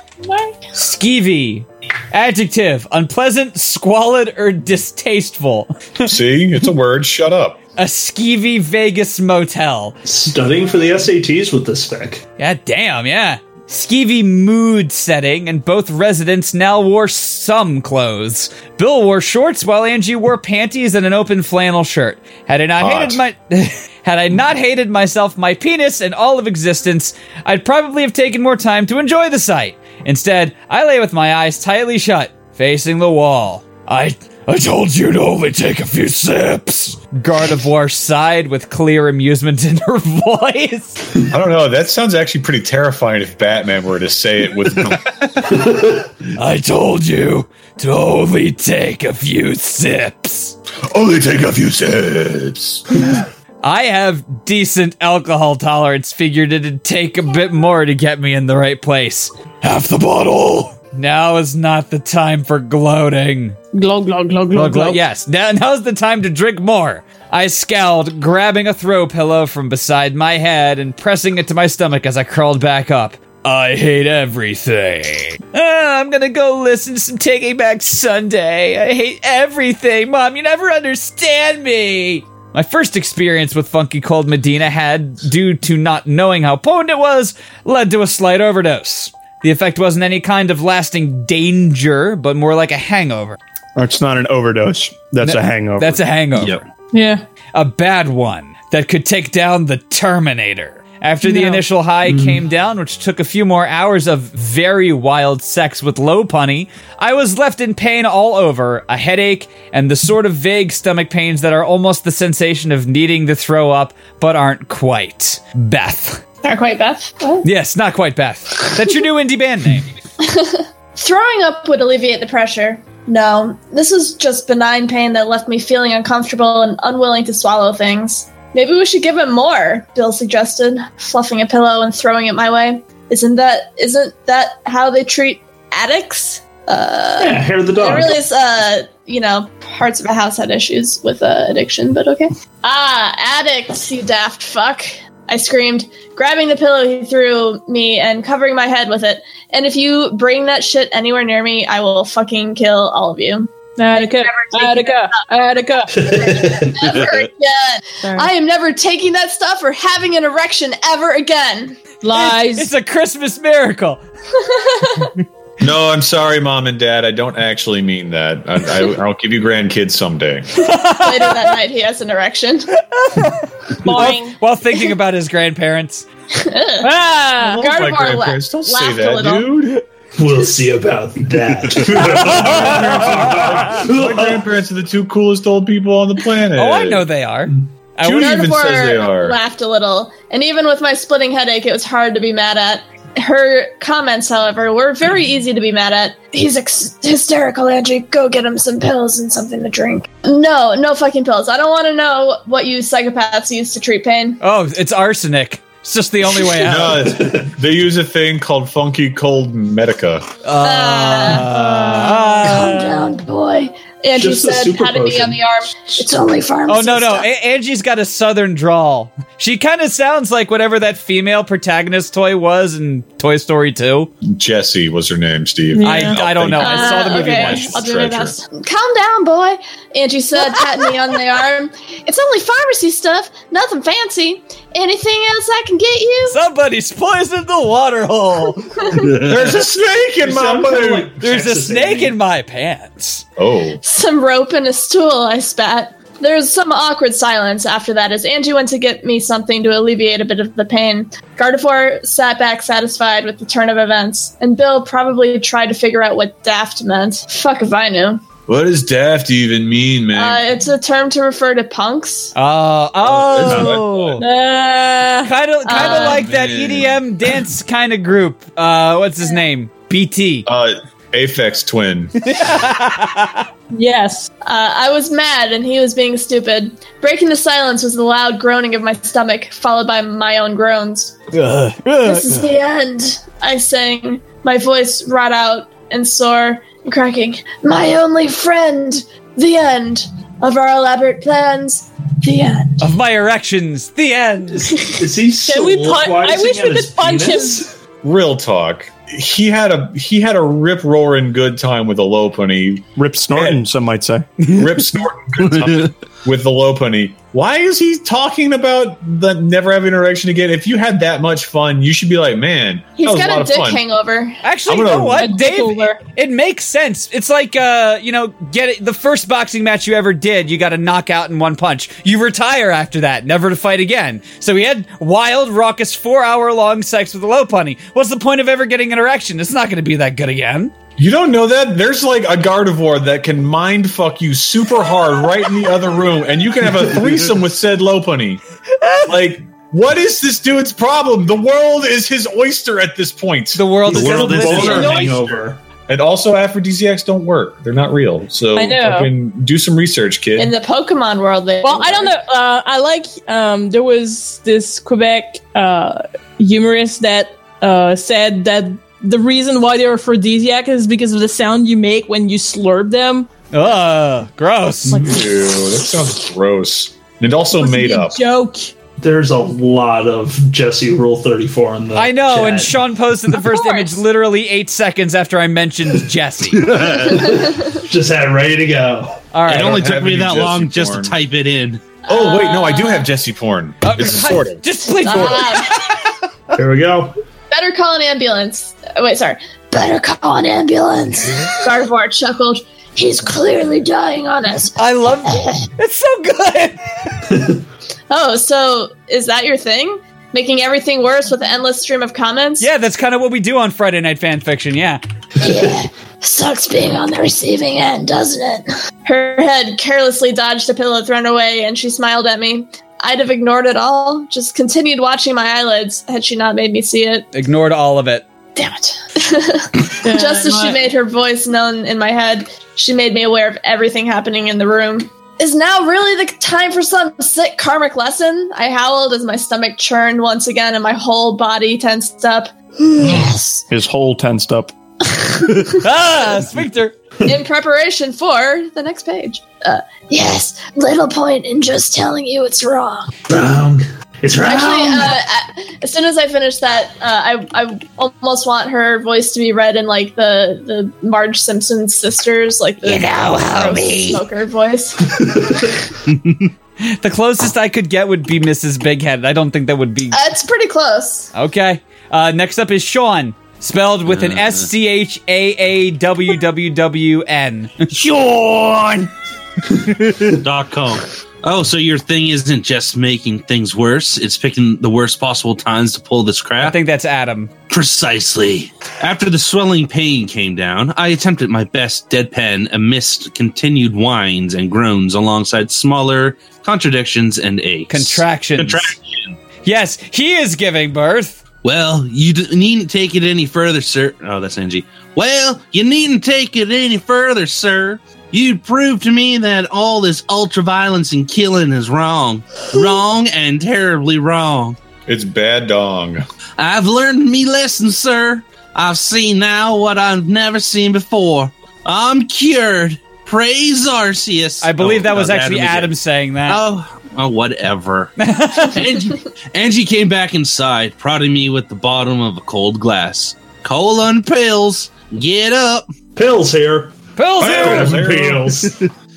S7: Skeevy. Adjective. Unpleasant, squalid, or distasteful.
S6: See, it's a word. Shut up.
S7: A skeevy Vegas motel.
S9: Studying for the SATs with this spec.
S7: Yeah, damn, yeah. Skeevy mood setting, and both residents now wore some clothes. Bill wore shorts while Angie wore panties and an open flannel shirt. Had I not hated my had I not hated myself, my penis, and all of existence, I'd probably have taken more time to enjoy the sight. Instead, I lay with my eyes tightly shut, facing the wall. I I told you to only take a few sips. Gardevoir sighed with clear amusement in her voice.
S6: I don't know. That sounds actually pretty terrifying if Batman were to say it with.
S7: I told you to only take a few sips.
S6: Only Oh, take a few sips.
S7: I have decent alcohol tolerance, figured it'd take a bit more to get me in the right place. Half the bottle! Now is not the time for gloating.
S5: Glow, glow, glow, glow,
S7: Look,
S5: glow.
S7: look, yes, now, now's the time to drink more. I scowled, grabbing a throw pillow from beside my head and pressing it to my stomach as I crawled back up. I hate everything. Ah, I'm gonna go listen to some Taking Back Sunday. I hate everything, Mom. You never understand me. My first experience with Funky Cold Medina had, due to not knowing how potent it was, led to a slight overdose. The effect wasn't any kind of lasting danger, but more like a hangover.
S4: It's not an overdose. That's a hangover.
S7: That's a hangover.
S5: Yeah.
S7: A bad one that could take down the Terminator. After the
S5: No.
S7: initial high
S4: Mm.
S7: came down, which took a few more hours of very wild sex with low punny, I was left in pain all over, a headache, and the sort of vague stomach pains that are almost the sensation of needing to throw up, but aren't quite. Beth.
S2: Not quite, Beth. What?
S7: Yes, not quite Beth. That's your new indie band name.
S2: Throwing up would alleviate the pressure. No, this was just benign pain that left me feeling uncomfortable and unwilling to swallow things. Maybe we should give him more, Bill suggested, fluffing a pillow and throwing it my way. Isn't that isn't that how they treat addicts? Uh,
S9: Yeah, hair of the
S2: I
S9: dog.
S2: realize, uh, you know, parts of a house had issues with uh, addiction, but okay. Ah, addict, you daft fuck. I screamed, grabbing the pillow he threw me and covering my head with it. And if you bring that shit anywhere near me, I will fucking kill all of you.
S5: Attica,
S2: Never taking
S5: Attica, Attica.
S2: Never again.
S5: Sorry.
S2: I am never taking that stuff or having an erection ever again.
S7: It's
S5: Lies.
S7: a Christmas miracle.
S6: No, I'm sorry, mom and dad. I don't actually mean that. I, I, I'll give you grandkids someday.
S2: Later that night, he has an erection.
S5: Boing.
S7: While thinking about his grandparents.
S5: Ah.
S2: Gardevoir la-
S6: Don't say
S2: laughed a
S6: that,
S2: little.
S6: dude.
S9: We'll see about
S6: My
S9: that.
S6: grandparents are the two coolest old people on the planet.
S7: Oh, I know they are. I
S6: Dude,
S7: would-
S6: even
S2: Gardevoir
S6: says they are.
S2: laughed a little, and even with my splitting headache, it was hard to be mad at. Her comments, however, were very easy to be mad at. He's ex- hysterical, Angie. Go get him some pills and something to drink. No, no fucking pills. I don't want to know what you psychopaths use to treat pain.
S7: Oh, it's arsenic. It's just the only way out.
S6: No, it's- they use a thing called funky cold medica. Uh,
S7: Uh,
S2: Ah, Calm down, boy. Angie
S9: Just a
S2: said,
S9: super
S2: patting me on
S9: potion.
S2: the arm. It's only pharmacy.
S7: Oh no no!
S2: stuff."
S7: A- Angie's got a southern drawl. She kind of sounds like whatever that female protagonist toy was in Toy Story Two.
S6: Jessie was her name, Steve.
S7: I I don't know. I saw the movie
S2: Uh, okay.
S7: once.
S2: I'll do my
S6: Treasure.
S2: best. Calm down, boy. Angie said, patting me on the arm. It's only pharmacy stuff, nothing fancy. Anything else I can get you?
S7: Somebody's poisoned the water hole.
S6: There's a snake in my boot.
S7: There's a snake in my pants.
S6: oh,
S2: Some rope and a stool, I spat. There was some awkward silence after that as Angie went to get me something to alleviate a bit of the pain. Gardevoir sat back satisfied with the turn of events, and Bill probably tried to figure out what daft meant. Fuck if I knew.
S6: what does daft even mean,
S2: Uh,
S6: man?
S2: it's a term to refer to punks.
S7: Uh, oh,
S5: Ah.
S7: kind of kind of
S2: Uh,
S7: like that
S6: man.
S7: EDM dance kind of group. Uh, what's his name? BT.
S6: Uh, Aphex twin.
S5: yes.
S2: Uh, I was mad and he was being stupid. Breaking the silence was the loud groaning of my stomach, followed by my own groans. This is the end, I sang, my voice wrought out and sore and cracking. My only friend, the end of our elaborate plans, the end.
S7: Of my erections. The end.
S9: Is he
S5: Can we pun- I wish we could punch him.
S6: Real talk. He had a he had a rip roaring good time with the Lopunny.
S4: Rip snorting, some might say.
S6: Rip snorting good time with the Lopunny. Why is he talking about the never having an erection again? If you had that much fun, you should be like, man,
S2: He's
S6: that was
S2: got a,
S6: lot of
S2: dick
S6: fun.
S2: hangover.
S7: Actually,
S6: I'm
S7: you
S6: gonna-
S7: know
S5: A
S7: what,
S5: dick
S7: Dave?
S5: over.
S7: It makes sense. It's like uh, you know, get it, the first boxing match you ever did, you got a knockout in one punch. You retire after that, never to fight again. So he had wild, raucous, four-hour-long sex with a low punny. What's the point of ever getting an erection? It's not going to be that good again.
S6: You don't know that? There's like a Gardevoir that can mind fuck you super hard right in the other room, and you can have a threesome with said Lopunny. Like, what is this dude's problem? The world is his oyster at this point.
S7: The world
S8: The
S7: is
S8: world is
S7: listening.
S8: over.
S9: hangover.
S6: And also, aphrodisiacs don't work. They're not real. So
S5: I know.
S6: fucking do some research, kid.
S2: In the Pokemon world, they
S5: Well, I don't know. Uh, I like um, there was this Quebec uh, humorist that uh, said that the reason why they're aphrodisiac is because of the sound you make when you slurp them.
S7: Ugh, gross.
S5: Like,
S6: Ew, that sounds gross. And also made
S5: a
S6: up.
S5: joke.
S9: There's a lot of Jesse Rule 34
S6: Uh,
S9: in the.
S7: I know,
S9: chat.
S7: and Sean posted the first
S5: course.
S7: image literally eight seconds after I mentioned Jesse.
S9: just had ready to go.
S7: All right.
S8: It only
S6: don't
S8: took
S6: have
S8: me
S6: any
S8: that
S6: Jesse
S8: long just to
S6: porn.
S8: type it in.
S6: Oh, wait, no, I do have Jesse porn.
S7: Uh,
S6: it's
S7: hi-
S6: sorted.
S7: Just please.
S2: Ah,
S9: Here we go.
S2: better call an ambulance. Oh, wait, sorry. Better call an ambulance. Gardevoir chuckled. He's clearly dying on us.
S7: I love It's so good.
S2: Oh, so is that your thing? Making everything worse with an endless stream of comments?
S7: Yeah, that's kind of what we do on Friday Night Fan Fiction. Yeah.
S2: Sucks being on the receiving end, doesn't it? Her head carelessly dodged a pillow thrown away, and she smiled at me. I'd have ignored it all, just continued watching my eyelids had she not made me see it.
S7: Ignored all of it.
S2: Damn it. Just as she made her voice known in my head, she made me aware of everything happening in the room. Is now really the time for some sick karmic lesson? I howled as my stomach churned once again and my whole body tensed up. Yes.
S4: His whole tensed up.
S7: Ah, sphincter.
S2: in preparation for the next page. Uh, yes, little point in just telling you it's wrong.
S9: Wrong. It's wrong.
S2: Actually, uh, a- as soon as I finish that, uh, I, I almost want her voice to be read in like the the Marge Simpson sisters, like the you know, smoker voice. Uh,
S7: The closest I could get would be Mrs. Big Head. I don't think that would be
S2: Uh, it's pretty close.
S7: okay. Uh, next up is Sean, spelled with an S C H A A W W W N.
S8: Dot com. Oh, so your thing isn't just making things worse; it's picking the worst possible times to pull this crap.
S7: I think that's Adam.
S8: Precisely. After the swelling pain came down, I attempted my best deadpan amidst continued whines and groans alongside smaller contradictions and aches.
S7: Contractions.
S8: Contraction.
S7: Yes, he is giving birth.
S8: Well, you d- needn't take it any further, sir. Oh, that's Angie. Well, you needn't take it any further, sir. You proved to me that all this ultraviolence and killing is wrong. wrong and terribly wrong.
S6: It's bad dong.
S8: I've learned me lessons, sir. I've seen now what I've never seen before. I'm cured. Praise Arceus.
S7: I believe
S8: Oh,
S7: that
S8: no,
S7: was actually
S8: is it.
S7: Adam saying that.
S8: Oh, oh, whatever. Angie, Angie came back inside, prodding me with the bottom of a cold glass. Cola and pills. Get up.
S9: pills here.
S7: Pills,
S9: Pills,
S7: here!
S9: pills,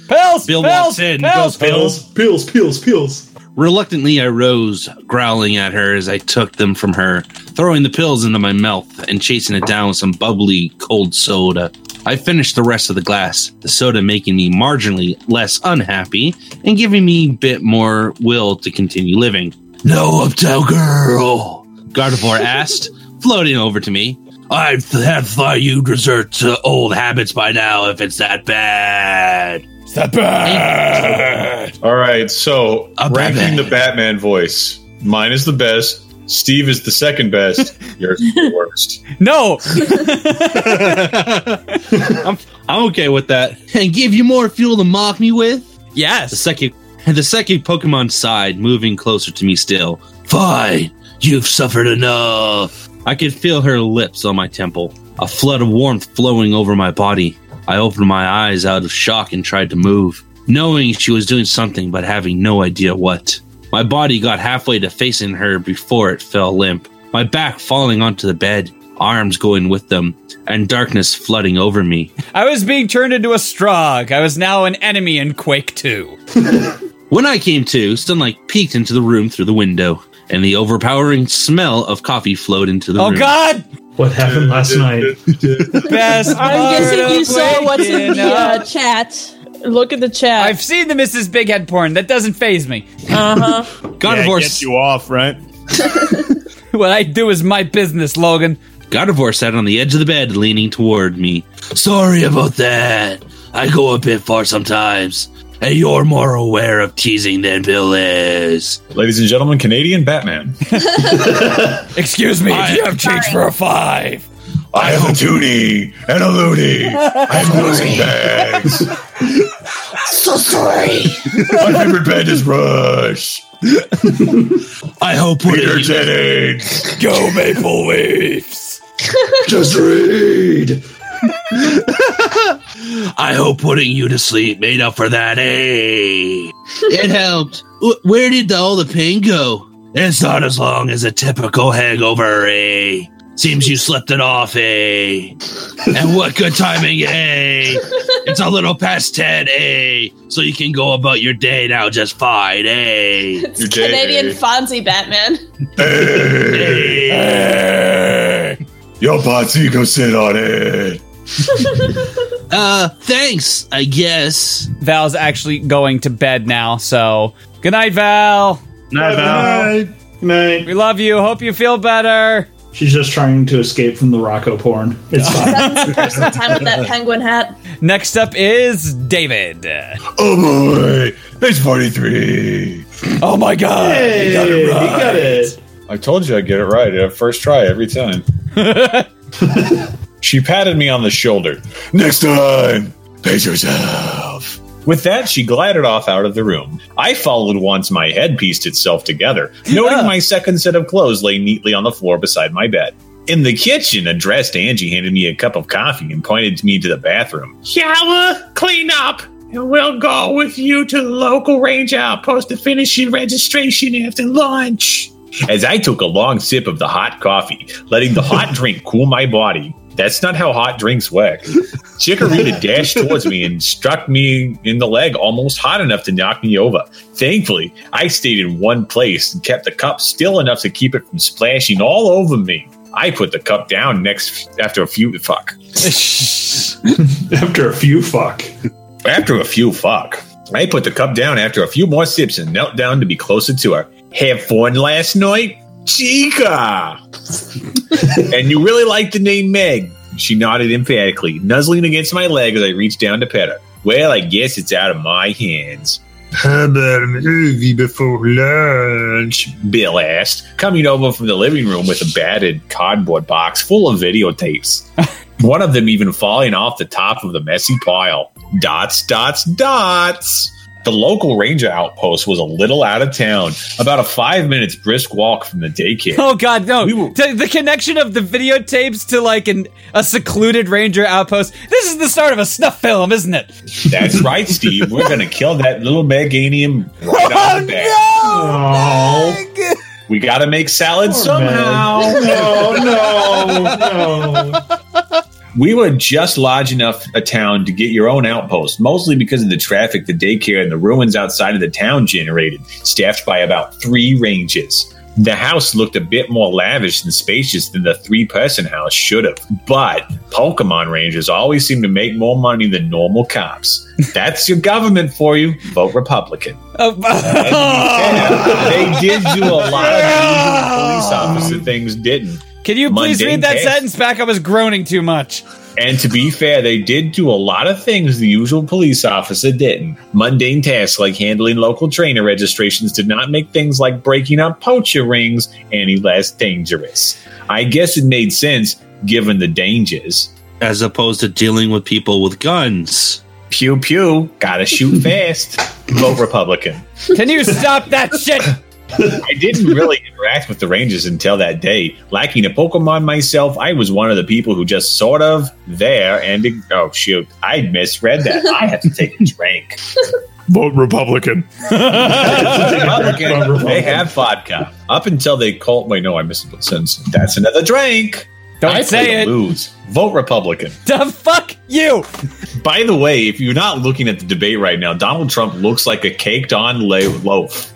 S7: pills,
S8: Bill
S7: pills,
S8: walks in, goes,
S7: pills.
S9: pills, pills, pills, pills.
S8: Reluctantly, I rose, growling at her as I took them from her, throwing the pills into my mouth and chasing it down with some bubbly, cold soda. I finished the rest of the glass, the soda making me marginally less unhappy and giving me a bit more will to continue living. No uptown girl, Gardevoir asked, floating over to me. I have thought you'd resort to uh, old habits by now if it's that bad.
S6: All right, so
S8: A
S6: ranking
S8: Batman.
S6: the Batman voice. Mine is the best. Steve is the second best. Yours is the worst.
S7: No,
S8: I'm okay with that. And give you more fuel to mock me with? The
S7: yes.
S8: second, the second Pokemon sighed, moving closer to me still. Fine, you've suffered enough. I could feel her lips on my temple, a flood of warmth flowing over my body. I opened my eyes out of shock and tried to move, knowing she was doing something but having no idea what. My body got halfway to facing her before it fell limp, my back falling onto the bed, arms going with them, and darkness flooding over me.
S7: I was being turned into a Strog. I was now an enemy in Quake 2.
S8: When I came to, sunlight peeked into the room through the window, and the overpowering smell of coffee flowed into the
S7: Oh
S8: room.
S7: god!
S9: What happened last night?
S7: Best
S5: I'm
S7: part of
S5: guessing you saw
S7: waking
S5: what's in the uh,
S7: up.
S5: chat. Look at the chat.
S7: I've seen the Mrs. Big Head porn. That doesn't phase me.
S5: Uh-huh.
S8: God of
S4: Yeah,
S8: War,
S4: gets you off, right?
S7: What I do is my business, Logan.
S8: God of War sat on the edge of the bed, leaning toward me. Sorry about that. I go a bit far sometimes, and you're more aware of teasing than Bill is.
S6: Ladies and gentlemen, Canadian Batman.
S2: uh,
S7: Excuse me,
S8: I-
S7: if you have change for a five.
S6: I have a toonie and a loony. I'm losing bags. so sorry. My favorite band is Rush.
S8: I hope what
S6: Peter
S8: it-
S6: Jennings.
S7: Go Maple Leafs!
S9: Just read.
S8: I hope putting you to sleep made up for that, eh? It helped. Wh- Where did the, all the pain go? It's not as long as a typical hangover, eh? Seems you slept it off, eh? And what good timing, eh? It's a little past 10, eh? So you can go about your day now just fine, eh?
S2: It's
S6: You're J.
S2: Canadian Fonzie Batman.
S6: Hey. Yo, Potsy, go sit on it.
S8: Uh, thanks, I guess.
S7: Val's actually going to bed now, so. Good night, Val.
S9: Night, Val.
S7: We love you. Hope you feel better.
S9: She's just trying to escape from the Rocco porn. It's fine.
S2: Personal time with that penguin hat.
S7: Next up is David.
S6: Oh boy, page 43.
S7: Oh my god.
S9: hey, you got it.
S6: I told you I'd get it right at first try every time. She patted me on the shoulder. Next time, pace yourself. With that, she glided off out of the room. I followed once my head pieced itself together, noting my second set of clothes lay neatly on the floor beside my bed. In the kitchen, a dressed Angie handed me a cup of coffee and pointed me to the bathroom.
S11: Shower, clean up, and we'll go with you to the local range outpost to finish your registration after lunch.
S6: As I took a long sip of the hot coffee, letting the hot drink cool my body. That's not how hot drinks work. Chikorita dashed towards me and struck me in the leg almost hot enough to knock me over. Thankfully, I stayed in one place and kept the cup still enough to keep it from splashing all over me. I put the cup down next after a few fuck.
S9: After a few fuck.
S6: After a few fuck. I put the cup down after a few more sips and knelt down to be closer to her. Have fun last night? Chica! and you really like the name Meg. She nodded emphatically, nuzzling against my leg as I reached down to pet her. Well, I guess it's out of my hands.
S12: How about a movie before lunch?
S6: Bill asked, coming over from the living room with a battered cardboard box full of videotapes. One of them even falling off the top of the messy pile. Dots, dots, dots. The local ranger outpost was a little out of town, about a five minutes brisk walk from the daycare.
S7: Oh god, no! T- the connection of the videotapes to like an a secluded ranger outpost. This is the start of a snuff film, isn't it?
S6: That's right, Steve. We're gonna kill that little Meganium right off the bat. We gotta make salad somehow.
S12: no, no,
S6: We were just large enough a town to get your own outpost, mostly because of the traffic the daycare and the ruins outside of the town generated, staffed by about three ranges. The house looked a bit more lavish and spacious than the three person house should have, but Pokemon Rangers always seem to make more money than normal cops. That's your government for you. Vote Republican.
S7: Oh,
S6: They did do a lot of usual police officer things, didn't.
S7: Oh. Can you please
S6: Mundane
S7: read that
S6: tasks.
S7: sentence back? I was groaning too much.
S6: And to be fair, they did do a lot of things the usual police officer didn't. Mundane tasks like handling local trainer registrations did not make things like breaking up poacher rings any less dangerous. I guess it made sense given the dangers.
S8: as opposed to dealing with people with guns.
S6: Pew pew, gotta shoot fast. Vote Republican.
S7: Can you stop that shit?
S6: I didn't really interact with the Rangers until that day. Lacking a Pokemon myself, I was one of the people who just sort of there and oh shoot, I misread that. I have to take a drink.
S4: Vote Republican.
S6: Republican, they have vodka up until they call. Wait, no, I missed it. Since that's another drink.
S7: Don't
S6: I
S7: say
S6: play to
S7: it.
S6: Lose. Vote Republican.
S7: The fuck you!
S6: By the way, if you're not looking at the debate right now, Donald Trump looks like a caked-on lay- loaf.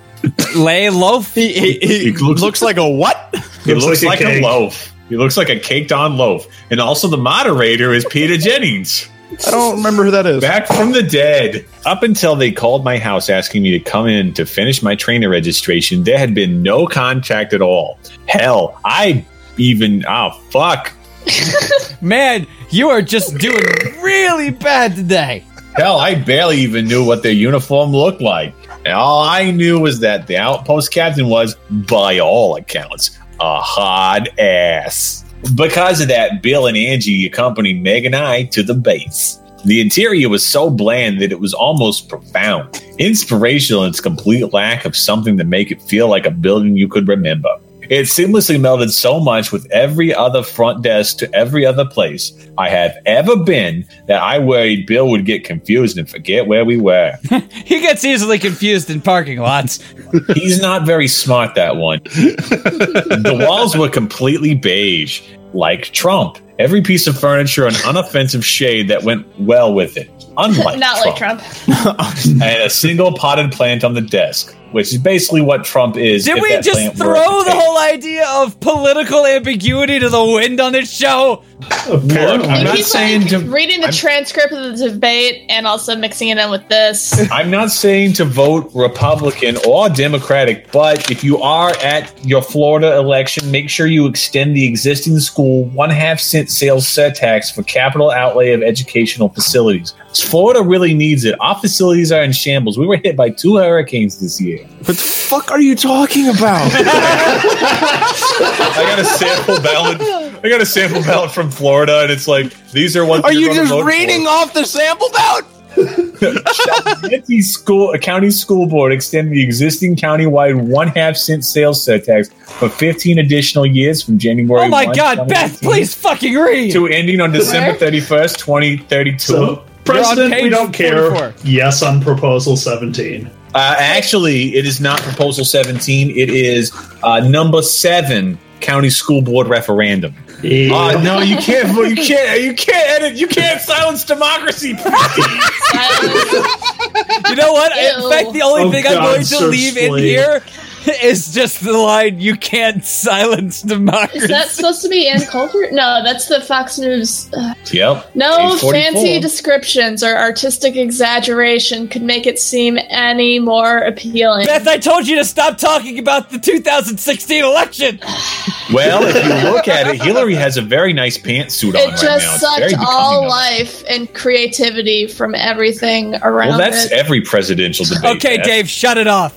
S7: Lay loaf.
S4: He, he, he looks, like a what?
S6: He looks, like, a,
S9: cake.
S6: loaf. He looks like a caked on loaf. And also the moderator is Peter Jennings.
S4: I don't remember who that is.
S6: Back from the dead. Up until they called my house asking me to come in to finish my trainer registration, there had been no contact at all. Hell, I even oh fuck.
S7: Man, you are just doing really bad today.
S6: Hell, I barely even knew what their uniform looked like. And all I knew was that the outpost captain was, by all accounts, a hard ass. Because of that, Bill and Angie accompanied Meg and I to the base. The interior was so bland that it was almost profound, inspirational in its complete lack of something to make it feel like a building you could remember. It seamlessly melded so much with every other front desk to every other place I have ever been that I worried Bill would get confused and forget where we were.
S7: He gets easily confused in parking lots.
S6: He's not very smart, that one. the walls were completely beige, like Trump. Every piece of furniture an unoffensive shade that went well with it. Unlike
S2: Not like Trump.
S6: and a single potted plant on the desk, which is basically what Trump is.
S7: Did
S6: if
S7: we
S6: that
S7: just
S6: plant were
S7: throw
S6: a
S7: the
S6: potato.
S7: whole idea of political ambiguity to the wind on this show?
S9: Apparently.
S6: I'm
S2: You
S6: not
S2: keep,
S6: saying
S2: like,
S6: to-
S2: reading the
S6: I'm-
S2: transcript of the debate and also mixing it in with this.
S6: I'm not saying to vote Republican or Democratic, but if you are at your Florida election, make sure you extend the existing school one half cent sales surtax for capital outlay of educational facilities. Florida really needs it. Our facilities are in shambles. We were hit by two hurricanes this year.
S4: What the fuck are you talking about?
S6: I got a sample ballot I got a sample ballot from Florida, and it's like these are ones.
S4: Are
S6: you're
S4: you
S6: gonna
S4: just
S6: vote for.
S4: reading off the sample ballot?
S6: County school, a county school board extended the existing countywide one half cent sales tax for 15 additional years from January.
S7: Oh my
S6: 1,
S7: god, Beth,
S6: 2018
S7: please fucking read!
S6: To ending on December 31st, 2032.
S9: So,
S7: You're on
S9: President, we
S7: page
S9: don't care.
S7: 44.
S9: Yes on proposal 17.
S10: Uh, actually, it is not proposal 17. It is uh, number seven county school board referendum.
S9: Yeah.
S10: Uh, no, you can't. vote- You can't. You can't edit. You can't silence democracy.
S7: You know what? In
S2: Ew.
S7: fact, the only
S9: Oh
S7: thing I'm
S9: God,
S7: going to
S9: Sir
S7: leave in
S9: Slade.
S7: here is just the line "You can't silence democracy."
S2: Is that supposed to be Ann Coulter? No, that's the Fox News. uh, Ugh.
S10: Yep.
S2: No
S10: Page 44.
S2: fancy descriptions or artistic exaggeration could make it seem any more appealing.
S7: Beth, I told you to stop talking about the 2016 election.
S10: Well, if you look at it, Hillary has a very nice pantsuit on
S2: it
S10: right
S2: just
S10: now. It's very
S2: sucked
S10: becoming of
S2: all
S10: her.
S2: life and creativity from everything around
S10: Well, that's
S2: it.
S10: every presidential debate.
S7: Okay,
S10: Beth.
S7: Dave, shut it off.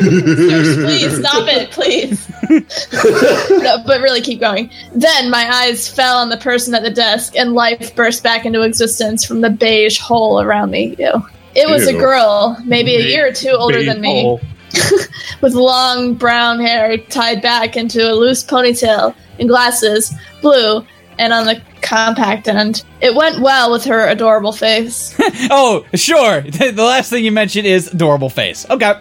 S2: please stop it, please. no, but really keep going. Then my eyes fell on the person at the desk, and life burst back into existence from the beige hole around me. Ew. It was a
S10: Ew.
S2: girl, maybe a year or two older than me, with long brown hair tied back into a loose ponytail and glasses, blue, and on the compact end. It went well with her adorable face.
S7: Oh, sure. The the last thing you mentioned is adorable face. Okay.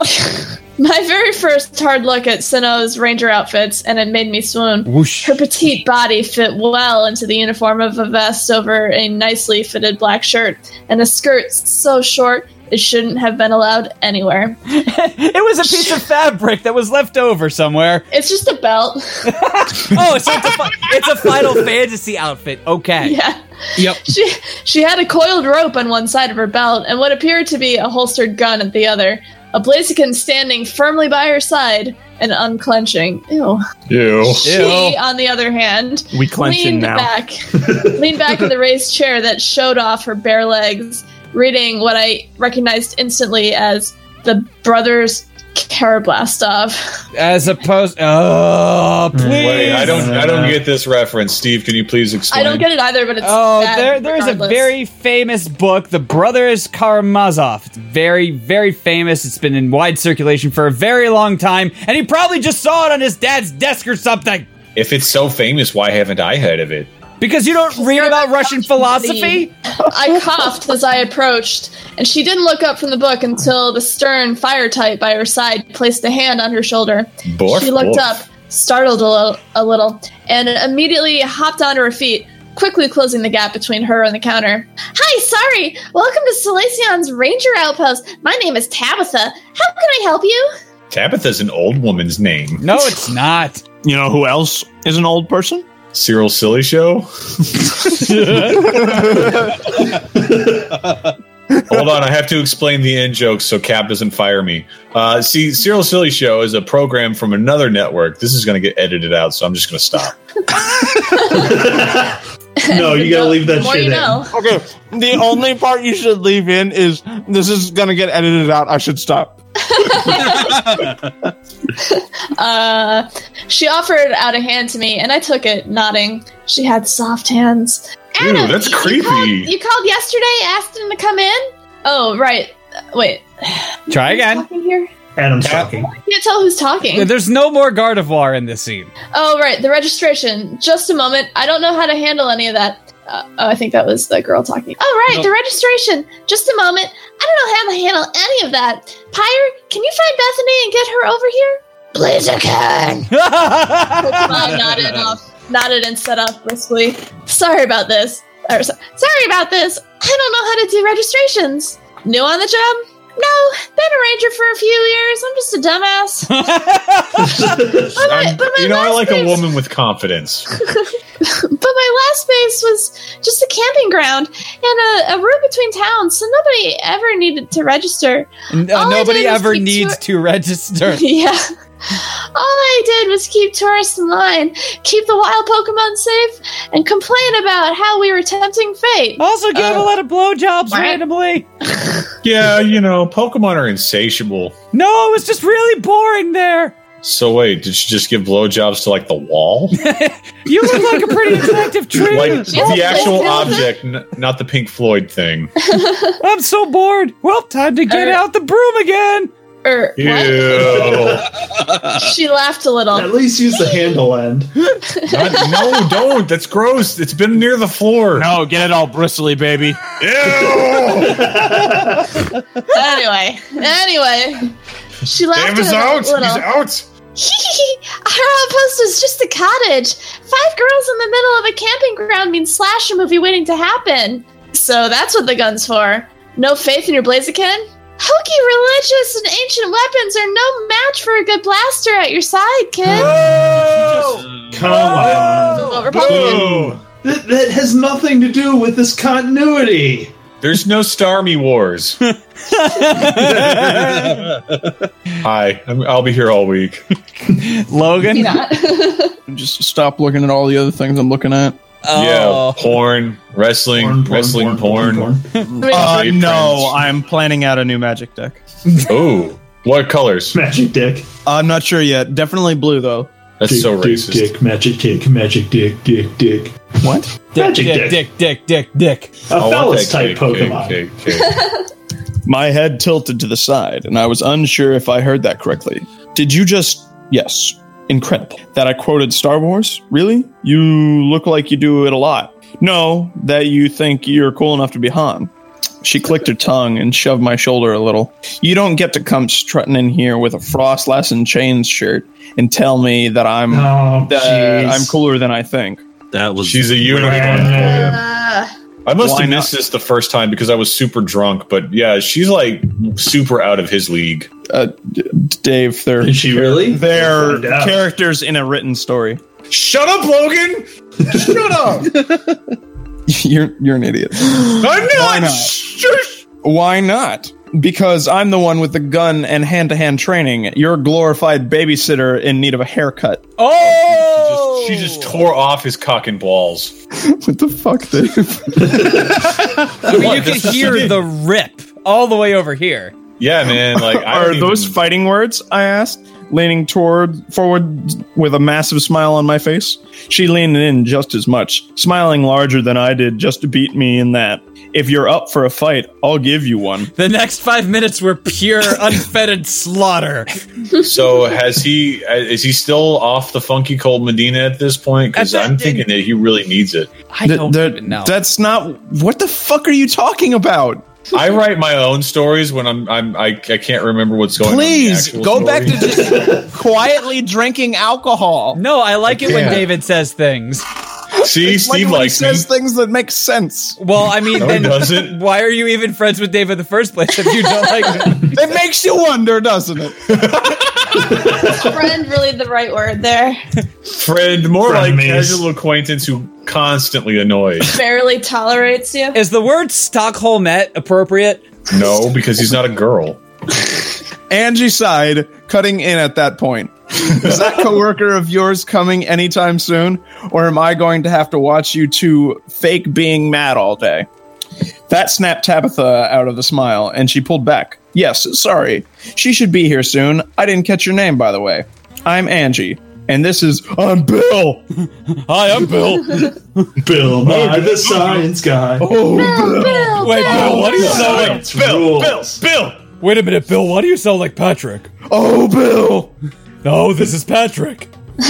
S2: My very first hard look at Sinnoh's ranger outfits, and it made me swoon.
S7: Whoosh.
S2: Her petite body fit well into the uniform of a vest over a nicely fitted black shirt, and a skirt so short it shouldn't have been allowed anywhere.
S7: It was a piece of fabric that was left over somewhere.
S2: It's just a belt.
S7: Oh, so it's a, fi- it's a Final Fantasy outfit. Okay.
S2: yeah.
S7: Yep.
S2: She she had a coiled rope on one side of her belt and what appeared to be a holstered gun at the other. A Blaziken standing firmly by her side and unclenching. Ew.
S6: Ew.
S2: She,
S9: uh,
S2: on the other hand,
S4: We clenching
S2: leaned
S4: now.
S2: back, leaned back in the raised chair that showed off her bare legs, reading what I recognized instantly as the brothers Karablastov.
S7: As opposed, oh please,
S6: Wait,
S10: I don't. I don't get this reference. Steve, can you please explain?
S2: I don't get it either, but it's
S7: Oh,
S2: bad
S7: there, there is a
S2: regardless.
S7: very famous book, The Brothers Karamazov. It's very, very famous. It's been in wide circulation for a very long time, and he probably just saw it on his dad's desk or something.
S10: If it's so famous, why haven't I heard of it?
S7: Because you don't read about Russian philosophy?
S2: I coughed as I approached, and she didn't look up from the book until the stern fire type by her side placed a hand on her shoulder.
S10: Borf,
S2: she looked
S10: borf.
S2: up, startled a little, a little, and immediately hopped onto her feet, quickly closing the gap between her and the counter. Hi, sorry. Welcome to Salacion's Ranger Outpost. My name is Tabitha. How can I help you?
S10: Tabitha's an old woman's name.
S7: No, it's not.
S4: You know who else is an old person?
S10: Cyril Silly Show. Hold on, I have to explain the end jokes so Cap doesn't fire me. Uh, see, Cyril Silly Show is a program from another network. This is going to get edited out, so I'm just going to stop.
S9: No, you gotta leave that
S2: The more
S9: shit
S2: you
S9: in.
S2: know.
S4: Okay, the only part you should leave in is this is gonna get edited out. I should stop.
S2: Uh, she offered out a hand to me, and I took it, nodding. She had soft hands.
S10: Ew, that's
S2: you- you
S10: creepy.
S2: called- You called, yesterday, asked him to come in. Oh, right. Uh, Wait.
S7: Try
S2: who's
S7: again.
S2: Talking here?
S9: Adam's talking.
S2: I can't tell who's talking.
S7: There's no more Gardevoir in this scene.
S2: Oh, right. The registration. Just a moment. I don't know how to handle any of that. Uh, oh, I think that was the girl talking. Oh, right. The registration. Just a moment. I don't know how to handle any of that. Pyre, can you find Bethany and get her over here? Please, I can. Mom nodded off, nodded and set off briskly. Sorry about this. Or, so- sorry about this. I don't know how to do registrations. New on the job? No, been a ranger for a few years. I'm just a dumbass. but my,
S10: I'm-
S2: but my
S10: you know, I
S2: last
S10: like a
S2: name's-
S10: woman with confidence.
S2: but my last base was just a camping ground and a, a route between towns, so nobody ever needed to register.
S7: N- uh,
S2: All I
S7: nobody
S2: did was
S7: ever
S2: keep
S7: needs to register.
S2: yeah. All I did was keep tourists in line, keep the wild Pokemon safe, and complain about how we were tempting fate.
S7: Also gave a
S2: Uh,
S7: lot of blowjobs
S2: what?
S7: randomly.
S10: yeah, you know, Pokemon are insatiable.
S7: No, it was just really boring there.
S6: So wait, did she just give blowjobs to like the wall?
S7: You look like a pretty attractive tree.
S6: like the actual object, n- not the Pink Floyd thing.
S7: I'm so bored. Well, time to
S10: Er.
S7: get out the broom again.
S2: Er,
S6: Ew.
S2: she laughed a little.
S9: At least use the handle end.
S6: Not- no, don't. That's gross. It's been near the floor.
S13: No, get it all bristly, baby.
S2: anyway, anyway, she laughed
S10: Dave
S2: at
S10: is
S2: him
S10: out.
S2: a little.
S10: He's out.
S2: Our outpost is just a cottage. Five girls in the middle of a camping ground means slasher movie waiting to happen. So that's what the gun's for. No faith in your Blaziken? Hokey religious and ancient weapons are no match for a good blaster at your side, kid.
S9: Come on.
S2: Oh, Republican.
S9: That, that has nothing to do with this continuity.
S6: There's no Starmy Wars. Hi, I'm, I'll be here all week.
S7: Logan.
S2: You're not.
S4: Just stop looking at all the other things I'm looking at.
S9: Oh.
S7: Oh.
S6: Yeah, porn, wrestling, wrestling, porn.
S4: Uh,
S6: Rape
S4: no,
S6: trends.
S4: I'm planning out a new magic deck.
S6: Oh, what colors?
S9: Magic dick.
S4: I'm not sure yet. Definitely blue though.
S6: That's
S9: dick,
S6: so
S9: dick,
S6: racist.
S9: Dick, magic dick, magic dick, dick, dick.
S4: What?
S9: magic dick.
S7: dick, dick, dick, dick.
S9: A
S6: I want
S9: phallus
S6: that
S9: type
S6: cake, cake,
S9: Pokemon.
S6: cake, cake.
S4: My head tilted to the side, and I was unsure if I heard that correctly. Did you just? Yes. Incredible. That I quoted Star Wars? Really? You look like you do it a lot. No, that you think you're cool enough to be Han. She clicked her tongue and shoved my shoulder a little. You don't get to come strutting in here with a Frost Lesson Chains shirt and tell me that I'm
S9: Oh,
S4: that
S9: jeez.
S4: I'm cooler than I think.
S14: That was
S6: She's a unicorn.
S2: Uh,
S6: I must
S4: Why
S6: have
S4: not?
S6: missed this the first time because I was super drunk. But yeah, she's like super out of his league.
S4: Uh, D- Dave, they're
S9: Is she really?
S4: they're
S9: Find out.
S4: characters in a written story.
S6: Shut up, Logan. Shut up.
S4: you're you're an idiot.
S6: I'm
S4: Why
S6: not.
S4: not?
S6: Shush.
S4: Why not? Because I'm the one with the gun and hand to hand training. You're a glorified babysitter in need of a haircut.
S7: Oh,
S6: She just tore off his cock and balls.
S4: What the fuck, Dave?
S7: I mean, you can hear the rip all the way over here.
S6: Yeah, man. Like, I
S4: Are
S6: don't
S4: those
S6: even-
S4: fighting words? I asked, leaning toward forward with a massive smile on my face. She leaned in just as much, smiling larger than I did just to beat me in that. If you're up for a fight, I'll give you one.
S7: The next five minutes were pure, unfettered slaughter.
S6: So has he? uh, Is he still off the funky cold Medina at this point? Because
S7: That's-
S6: I'm thinking that he really needs it.
S7: I don't
S4: Th-
S7: even know.
S4: That's not what the fuck are you talking about?
S6: I write my own stories when I'm, I'm I, I can't remember what's going
S4: Please
S6: on. in the actual
S4: go back to
S6: story.
S4: just quietly drinking alcohol.
S7: no, I like it when
S6: Yeah.
S7: David says things.
S6: see Steve
S4: when he
S6: likes me.
S4: says things that make sense.
S7: Well, I mean,
S6: No, it
S7: then
S6: doesn't.
S7: why are you even friends with David in the first place if you don't like him?
S4: It makes you wonder, doesn't it?
S2: friend, really the right word there.
S6: friend, more like
S9: Frenemies.
S6: casual acquaintance who constantly annoys.
S2: Barely tolerates you.
S7: Is the word Stockholmet appropriate?
S6: no, because he's not a girl.
S4: Angie sighed, cutting in at that point. Is that coworker of yours coming anytime soon, or am I going to have to watch you two fake being mad all day? That snapped Tabitha out of the smile, and she pulled back. Yes, sorry. She should be here soon. I didn't catch your name, by the way. I'm Angie, and this is I'm Bill.
S7: Hi, I'm Bill.
S9: Bill Nye, the science guy.
S4: Oh,
S2: Bill, Bill,
S7: Wait, Bill, what do you sound like?
S9: Science rules.
S6: Bill.
S7: Wait a minute, Bill. Why do you sound like Patrick?
S4: Oh, Bill.
S7: No, Oh, this is Patrick.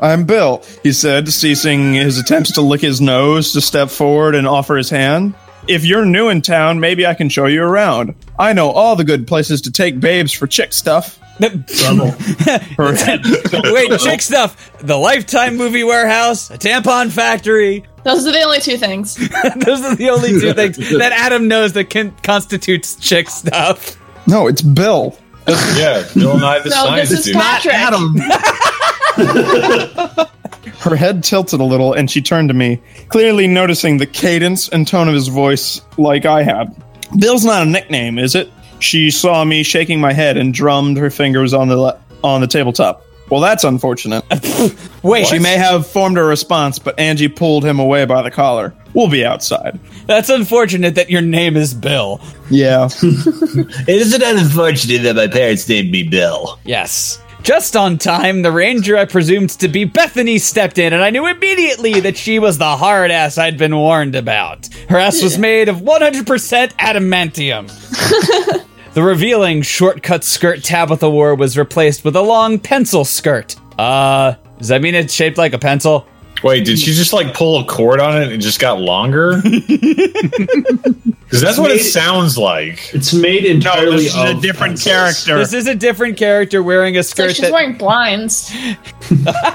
S4: I'm Bill, he said, ceasing his attempts to lick his nose to step forward and offer his hand. If you're new in town, maybe I can show you around. I know all the good places to take babes for chick stuff.
S9: Trouble.
S7: Wait, chick stuff. The Lifetime Movie Warehouse, a tampon factory.
S2: Those are the only two things.
S7: Those are the only two things that Adam knows that can, constitutes chick stuff.
S4: No, it's Bill.
S6: Yeah, Bill and I
S2: No,
S6: the
S2: this
S6: science
S2: is
S6: dude.
S2: Patrick.
S4: Her head tilted a little and she turned to me, clearly noticing the cadence and tone of his voice like I had. Bill's not a nickname, is it? She saw me shaking my head and drummed her fingers on the le- on the tabletop. Well, that's unfortunate.
S7: Wait,
S4: She may have formed a response, but Angie pulled him away by the collar. We'll be outside.
S7: that's unfortunate that your name is Bill.
S4: Yeah.
S14: Isn't that unfortunate that my parents named me Bill?
S7: Yes. Just on time, the ranger I presumed to be Bethany stepped in, and I knew immediately that she was the hard ass I'd been warned about. Her ass was made of 100% adamantium. the revealing shortcut skirt Tabitha wore was replaced with a long pencil skirt. Uh, does that mean it's shaped like a pencil?
S6: Wait, did she just like pull a cord on it and it just got longer? Because that's what it sounds like.
S9: It's made
S6: entirely
S9: this is a of different pencils. character.
S7: This is a different character wearing a
S10: So
S7: skirt
S10: she's
S7: that
S10: wearing blinds.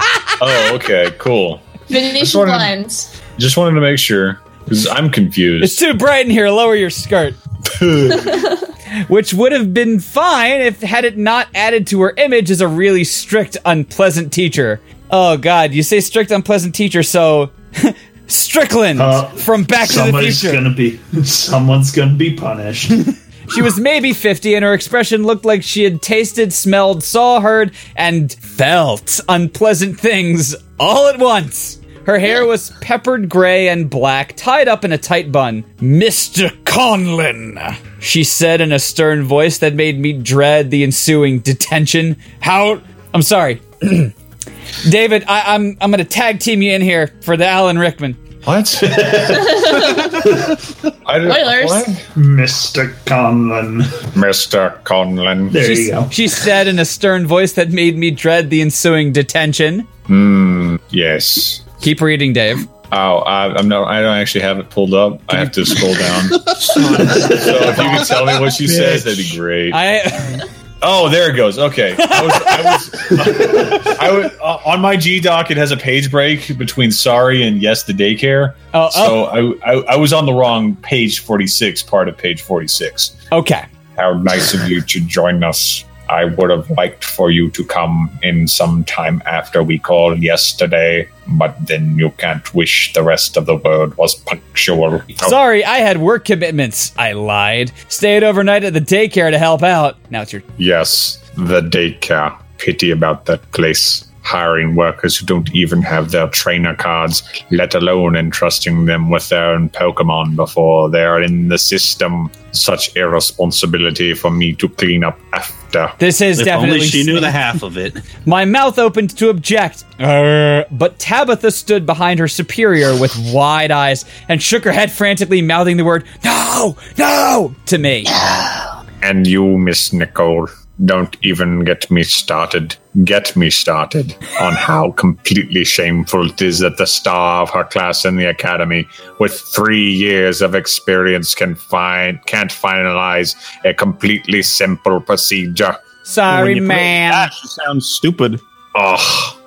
S6: Oh, okay, cool.
S10: Venetian blinds.
S6: Just wanted to make sure because I'm confused.
S7: It's too bright in here. Lower your skirt. Which would have been fine if had it not added to her image as a really strict, unpleasant teacher. Oh God, you say strict, unpleasant teacher, so Strickland from Back to the
S9: Somebody's
S7: Future.
S9: gonna be someone's gonna be punished.
S7: She was maybe 50, and her expression looked like she had tasted, smelled, saw, heard, and felt unpleasant things all at once. Her hair was peppered gray and black, tied up in a tight bun. Mr. Conlin, she said in a stern voice that made me dread the ensuing detention. How. I'm sorry. David, I, I'm, I'm going to tag team you in here for the Alan Rickman.
S6: What?
S7: I don't- Spoilers. what?
S9: Mr. Conlon.
S6: Mr. Conlon.
S7: she, she said in a stern voice that made me dread the ensuing detention.
S6: Hmm. Yes.
S7: Keep reading, Dave.
S6: Oh, I, I'm not. I don't actually have it pulled up. I have to scroll down. so if you could tell me what she says, that'd be great.
S7: I.
S6: Oh, there it goes. Okay. I was, I was, I was uh, on my G doc. It has a page break between sorry and yes, the daycare.
S7: Oh,
S6: so I, I I was on the wrong page forty six, part of page forty six.
S7: Okay.
S6: How nice of you to join us. I would have liked for you to come in sometime after we called yesterday, but then you can't wish the rest of the world was punctual.
S7: Sorry, I had work commitments. I lied. Stayed overnight at the daycare to help out. Now it's your.
S6: Yes, the daycare. Pity about that place. Hiring workers who don't even have their trainer cards, let alone entrusting them with their own Pokemon before they're in the system. Such irresponsibility for me to clean up after.
S7: This is
S8: If
S7: definitely.
S8: only she knew the half of it.
S7: My mouth opened to object, Err. but Tabitha stood behind her superior with wide eyes and shook her head frantically, mouthing the word "No, no" to me.
S6: And you, Miss Nicole, don't even get me started. Get me started on how completely shameful it is that the star of her class in the academy, with three years of experience, can find can't finalize a completely simple procedure.
S7: Sorry,
S6: When you put it
S7: ma'am.
S6: Ah, Sounds stupid. Ugh.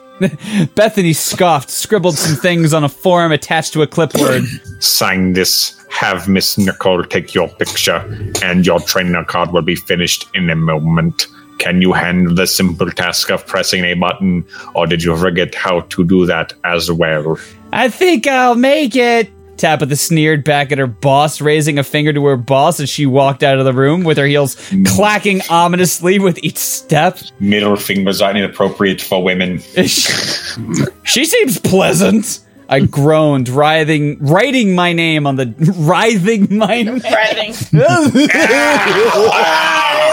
S7: Bethany scoffed, scribbled some things on a form attached to a clipboard.
S6: Sign this. Have Miss Nicole take your picture, and your trainer card will be finished in a moment. Can you handle the simple task of pressing a button, or did you forget how to do that as well?
S7: I think I'll make it. Tabitha sneered back at her boss, raising a finger to her boss as she walked out of the room with her heels clacking ominously with each step.
S6: Middle fingers are inappropriate for women.
S7: she seems pleasant. I groaned, writhing, writing my name on the writhing my name.
S10: Writhing.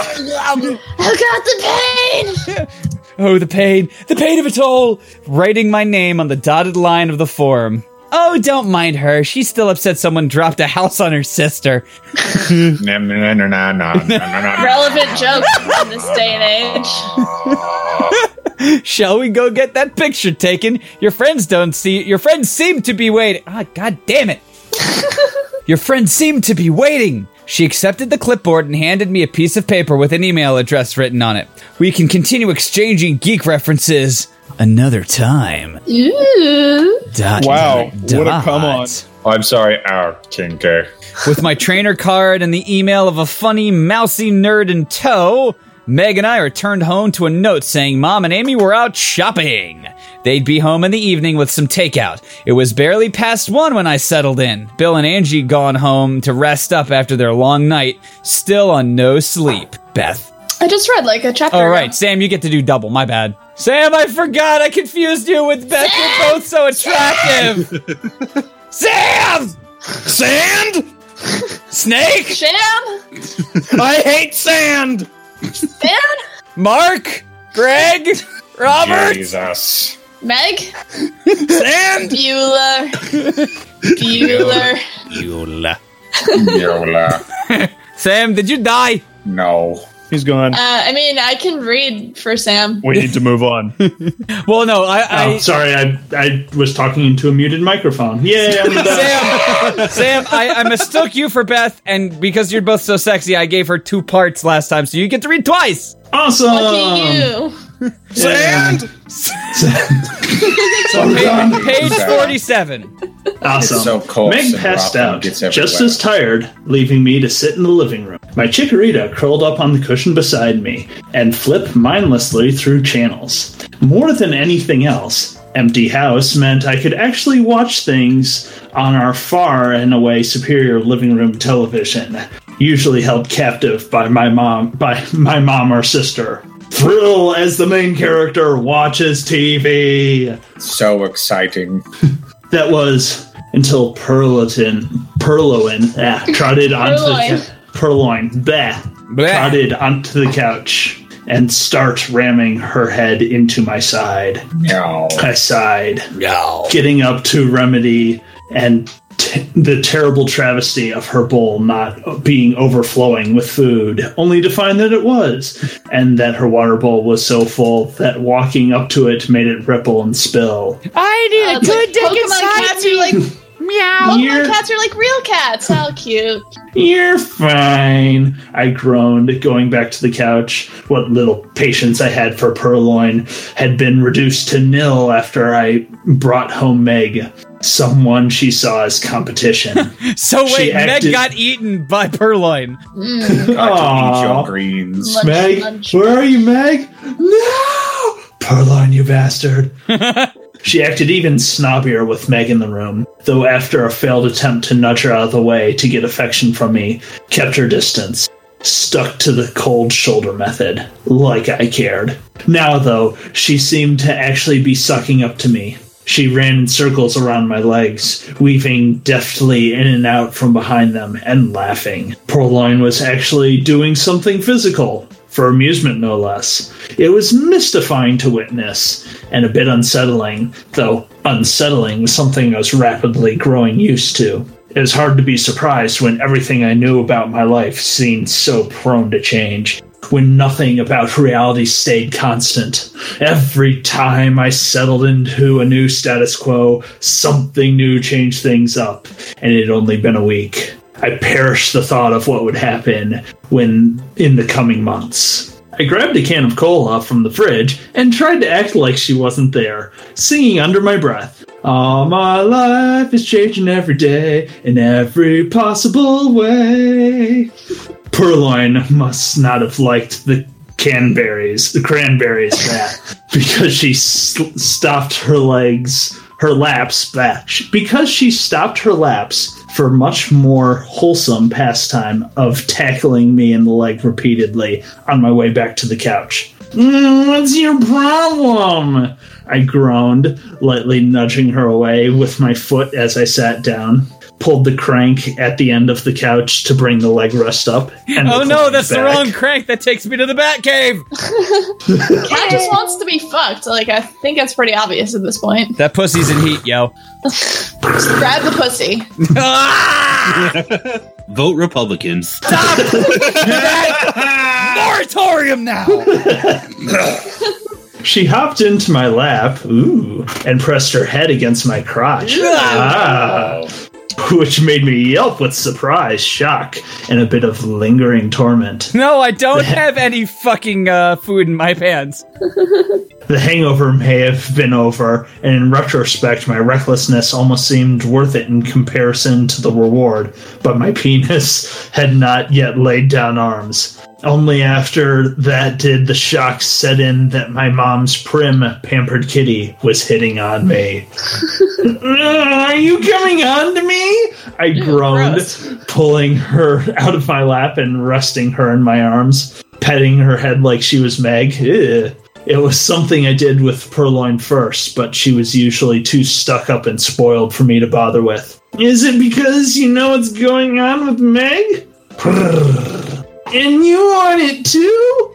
S10: I got the pain.
S7: Oh, the pain, the pain of it all! Writing my name on the dotted line of the form. Oh, don't mind her. She's still upset someone dropped a house on her sister.
S6: No, no, no, no, no, no, no, no.
S10: Relevant jokes in this day and age.
S7: Shall we go get that picture taken? Your friends don't see. Your friends seem to be waiting. Ah, god damn it! Your friends seem to be waiting. She accepted the clipboard and handed me a piece of paper with an email address written on it. We can continue exchanging geek references another time.
S10: Ooh.
S7: Dot,
S15: Wow,
S7: dot,
S15: what a come
S7: dot.
S15: on.
S6: I'm sorry, our Ah, tinker.
S7: With my trainer card and the email of a funny, mousy nerd in tow, Meg and I returned home to a note saying Mom and Amy were out shopping. They'd be home in the evening with some takeout. It was barely past one when I settled in. Bill and Angie gone home to rest up after their long night, still on no sleep. Beth.
S10: I just read like a chapter.
S7: All right, Sam, you get to do double. My bad. Sam, I forgot. I confused you with Beth. You're both so attractive. Sam!
S15: Sand?
S7: Snake?
S10: Sham?
S15: I hate sand.
S10: Sam?
S7: Mark? Greg, Robert,
S10: Jesus.
S2: Meg? Sand? Bueller. Bueller.
S8: Yola.
S10: Yola.
S7: Sam, did you die?
S10: No.
S16: He's gone.
S2: Uh, I mean, I can read for Sam.
S16: We need to move on.
S7: well, no, I.
S9: I Oh, sorry, I, I was talking into a muted microphone. Yeah, I'm
S7: Sam, Sam, I, I mistook you for Beth, and because you're both so sexy, I gave her two parts last time, so you get to read twice.
S9: Awesome.
S2: Lucky you.
S9: Sand?
S7: So
S9: done.
S7: pa- page, 47.
S9: Awesome.
S7: It's so coarse
S9: Meg
S7: and
S9: passed
S7: rotten,
S9: out,
S7: gets
S9: just
S7: everywhere.
S9: as tired, leaving me to sit in the living room. My chikorita curled up on the cushion beside me and flipped mindlessly through channels. More than anything else, Empty House meant I could actually watch things on our far and away superior living room television, usually held captive by my mom by my mom or sister. Thrill as the main character watches TV.
S10: So exciting.
S9: That was until Perlotin, Perloin ah, trotted onto
S2: Purloin.
S9: the ca- Purloin, bleh, trotted onto the couch and start ramming her head into my side.
S10: No.
S9: I sighed. No. Getting up to remedy and t- the terrible travesty of her bowl not being overflowing with food, only to find that it was, and that her water bowl was so full that walking up to it made it ripple and spill.
S2: I need a good dick Uh, Pokemon
S11: inside
S2: cats are like meow. Pokemon
S9: You're-
S2: cats are like real cats. How cute.
S9: You're fine, I groaned, going back to the couch. What little patience I had for Purloin had been reduced to nil after I brought home Meg, someone she saw as competition.
S7: So
S9: She
S7: wait, Meg
S9: acted-
S7: got eaten by Purloin.
S9: Aw.
S10: greens.
S9: Meg, where are you, Meg? No! Purloin, you bastard. she acted even snobbier with Meg in the room, though after a failed attempt to nudge her out of the way to get affection from me, kept her distance, stuck to the cold shoulder method, like I cared. Now, though, she seemed to actually be sucking up to me. She ran in circles around my legs, weaving deftly in and out from behind them and laughing. Purloin was actually doing something physical, for amusement no less. It was mystifying to witness, and a bit unsettling, though unsettling was something I was rapidly growing used to. It was hard to be surprised when everything I knew about my life seemed so prone to change, when nothing about reality stayed constant. Every time I settled into a new status quo, something new changed things up, and it had only been a week. I perished the thought of what would happen when in the coming months. I grabbed a can of cola from the fridge and tried to act like she wasn't there, singing under my breath. All my life is changing every day in every possible way. Purloin must not have liked the canberries, the cranberries, that because she s- stopped her legs, her laps, that sh- because she stopped her laps for much more wholesome pastime of tackling me in the leg repeatedly on my way back to the couch. Mm, what's your problem? I groaned, lightly nudging her away with my foot as I sat down. Pulled the crank at the end of the couch to bring the leg rest up. And
S7: oh no,
S9: reclined
S7: that's the
S9: back.
S7: wrong crank. That takes me to the Batcave.
S2: Cat just wants to be fucked. Like I think that's pretty obvious at this point.
S7: That pussy's in heat, yo.
S2: Just grab the pussy.
S8: Vote Republicans.
S7: Moratorium now.
S9: She hopped into my lap, ooh, and pressed her head against my crotch.
S11: No.
S9: Ah, which made me yelp with surprise, shock, and a bit of lingering torment.
S7: No, I don't have any fucking uh, food in my pants.
S9: The hangover may have been over, and in retrospect, my recklessness almost seemed worth it in comparison to the reward, but my penis had not yet laid down arms. Only after that did the shock set in that my mom's prim, pampered kitty was hitting on me. Are you coming on to me? I groaned, pulling her out of my lap and resting her in my arms, petting her head like she was Meg. Ew. It was something I did with Purloin first, but she was usually too stuck up and spoiled for me to bother with. Is it because you know what's going on with Meg? And you want it too?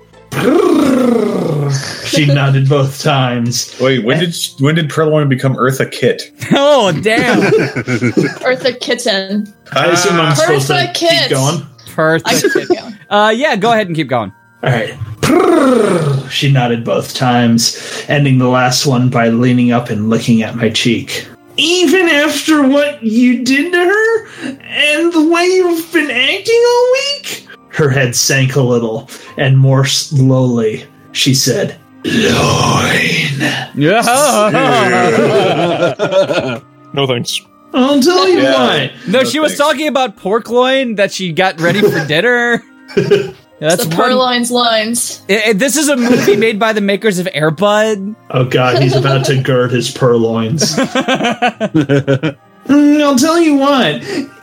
S9: She nodded both times.
S6: Wait, when did when did Perloin become Eartha Kit?
S7: Oh damn!
S2: Eartha Kitten.
S6: I assume I'm supposed to
S2: Eartha
S6: keep
S2: Kitten.
S6: going.
S7: Perfect. uh, yeah, go ahead and keep going.
S9: All right. Prrrr, She nodded both times, ending the last one by leaning up and licking at my cheek. Even after what you did to her and the way you've been acting all week? Her head sank a little, and more slowly, she said,
S16: No thanks.
S9: I'll tell you
S7: Yeah. No, she was talking about pork loin that she got ready for dinner. That's
S2: the
S7: one-
S2: purloin's lines.
S7: I- I- this is a movie made by the makers of Airbud.
S9: Oh god, he's about to gird his purloins. Mm, I'll tell you what,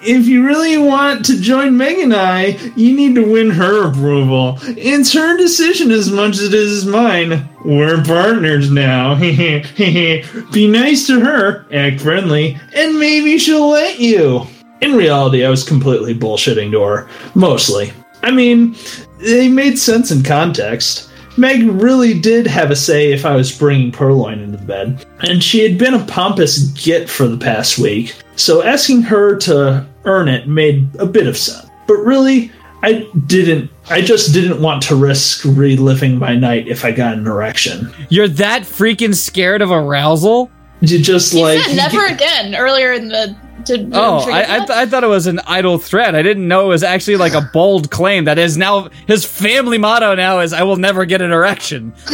S9: if you really want to join Meg and I, you need to win her approval. It's her decision as much as it is mine. We're partners now. Be nice to her, act friendly, and maybe she'll let you. In reality, I was completely bullshitting to her. Mostly. I mean, they made sense in context. Meg really did have a say if I was bringing Purloin into the bed. And she had been a pompous git for the past week, so asking her to earn it made a bit of sense. But really, I didn't. I just didn't want to risk reliving my night if I got an erection.
S7: You're that freaking scared of arousal?
S9: You just
S7: like
S2: Yeah, never again. Earlier in the did
S7: Oh, I, I, th- I thought it was an idle threat. I didn't know it was actually like a bold claim that is now his family motto. Now is I will never get an erection.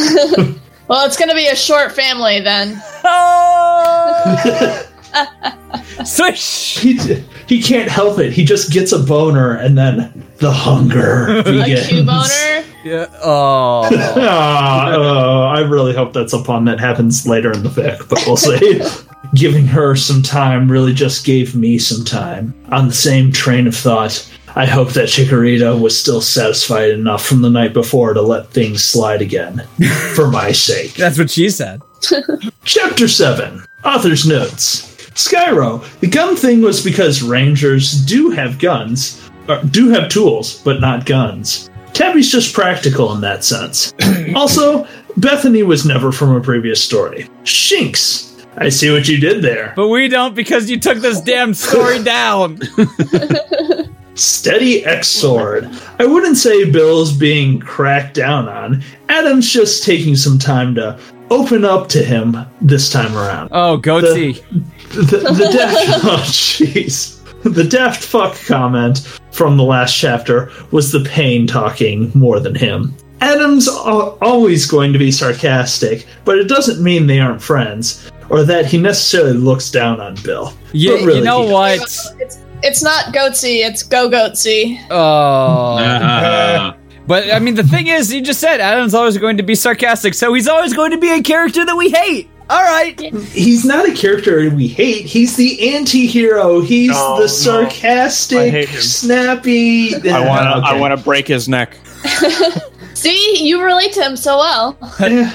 S2: well, it's gonna be a short family then.
S9: Oh!
S7: Swish!
S9: He, he can't help it. He just gets a boner and then the hunger
S2: a cue
S9: begins.
S2: boner.
S7: Yeah. Oh.
S9: Aw, oh, I really hope that's a pun that happens later in the fic, but we'll see. Giving her some time really just gave me some time. On the same train of thought, I hope that Chikorita was still satisfied enough from the night before to let things slide again. For my sake.
S7: That's what she said.
S9: Chapter 7 Author's Notes Skyro, the gun thing was because Rangers do have guns, or do have tools, but not guns. Tabby's just practical in that sense. also, Bethany was never from a previous story. Shinx, I see what you did there.
S7: But we don't because you took this damn story down.
S9: Steady X Sword. I wouldn't say Bill's being cracked down on. Adam's just taking some time to open up to him this time around.
S7: Oh, goatee.
S9: the, the daft oh jeez the daft fuck comment from the last chapter was the pain talking more than him adam's al- always going to be sarcastic but it doesn't mean they aren't friends or that he necessarily looks down on bill
S7: Yeah,
S9: But
S7: you
S9: really,
S7: know
S9: he-
S7: what?
S2: It's not goatsy. It's go goatsy.
S7: Oh. but I mean, the thing is, you just said Adam's always going to be sarcastic, so he's always going to be a character that we hate. All right.
S9: he's not a character we hate he's the anti-hero he's
S4: No, no.
S9: the sarcastic snappy
S4: I want to. I
S9: Okay.
S4: want to break his neck.
S2: See, you relate to him so well.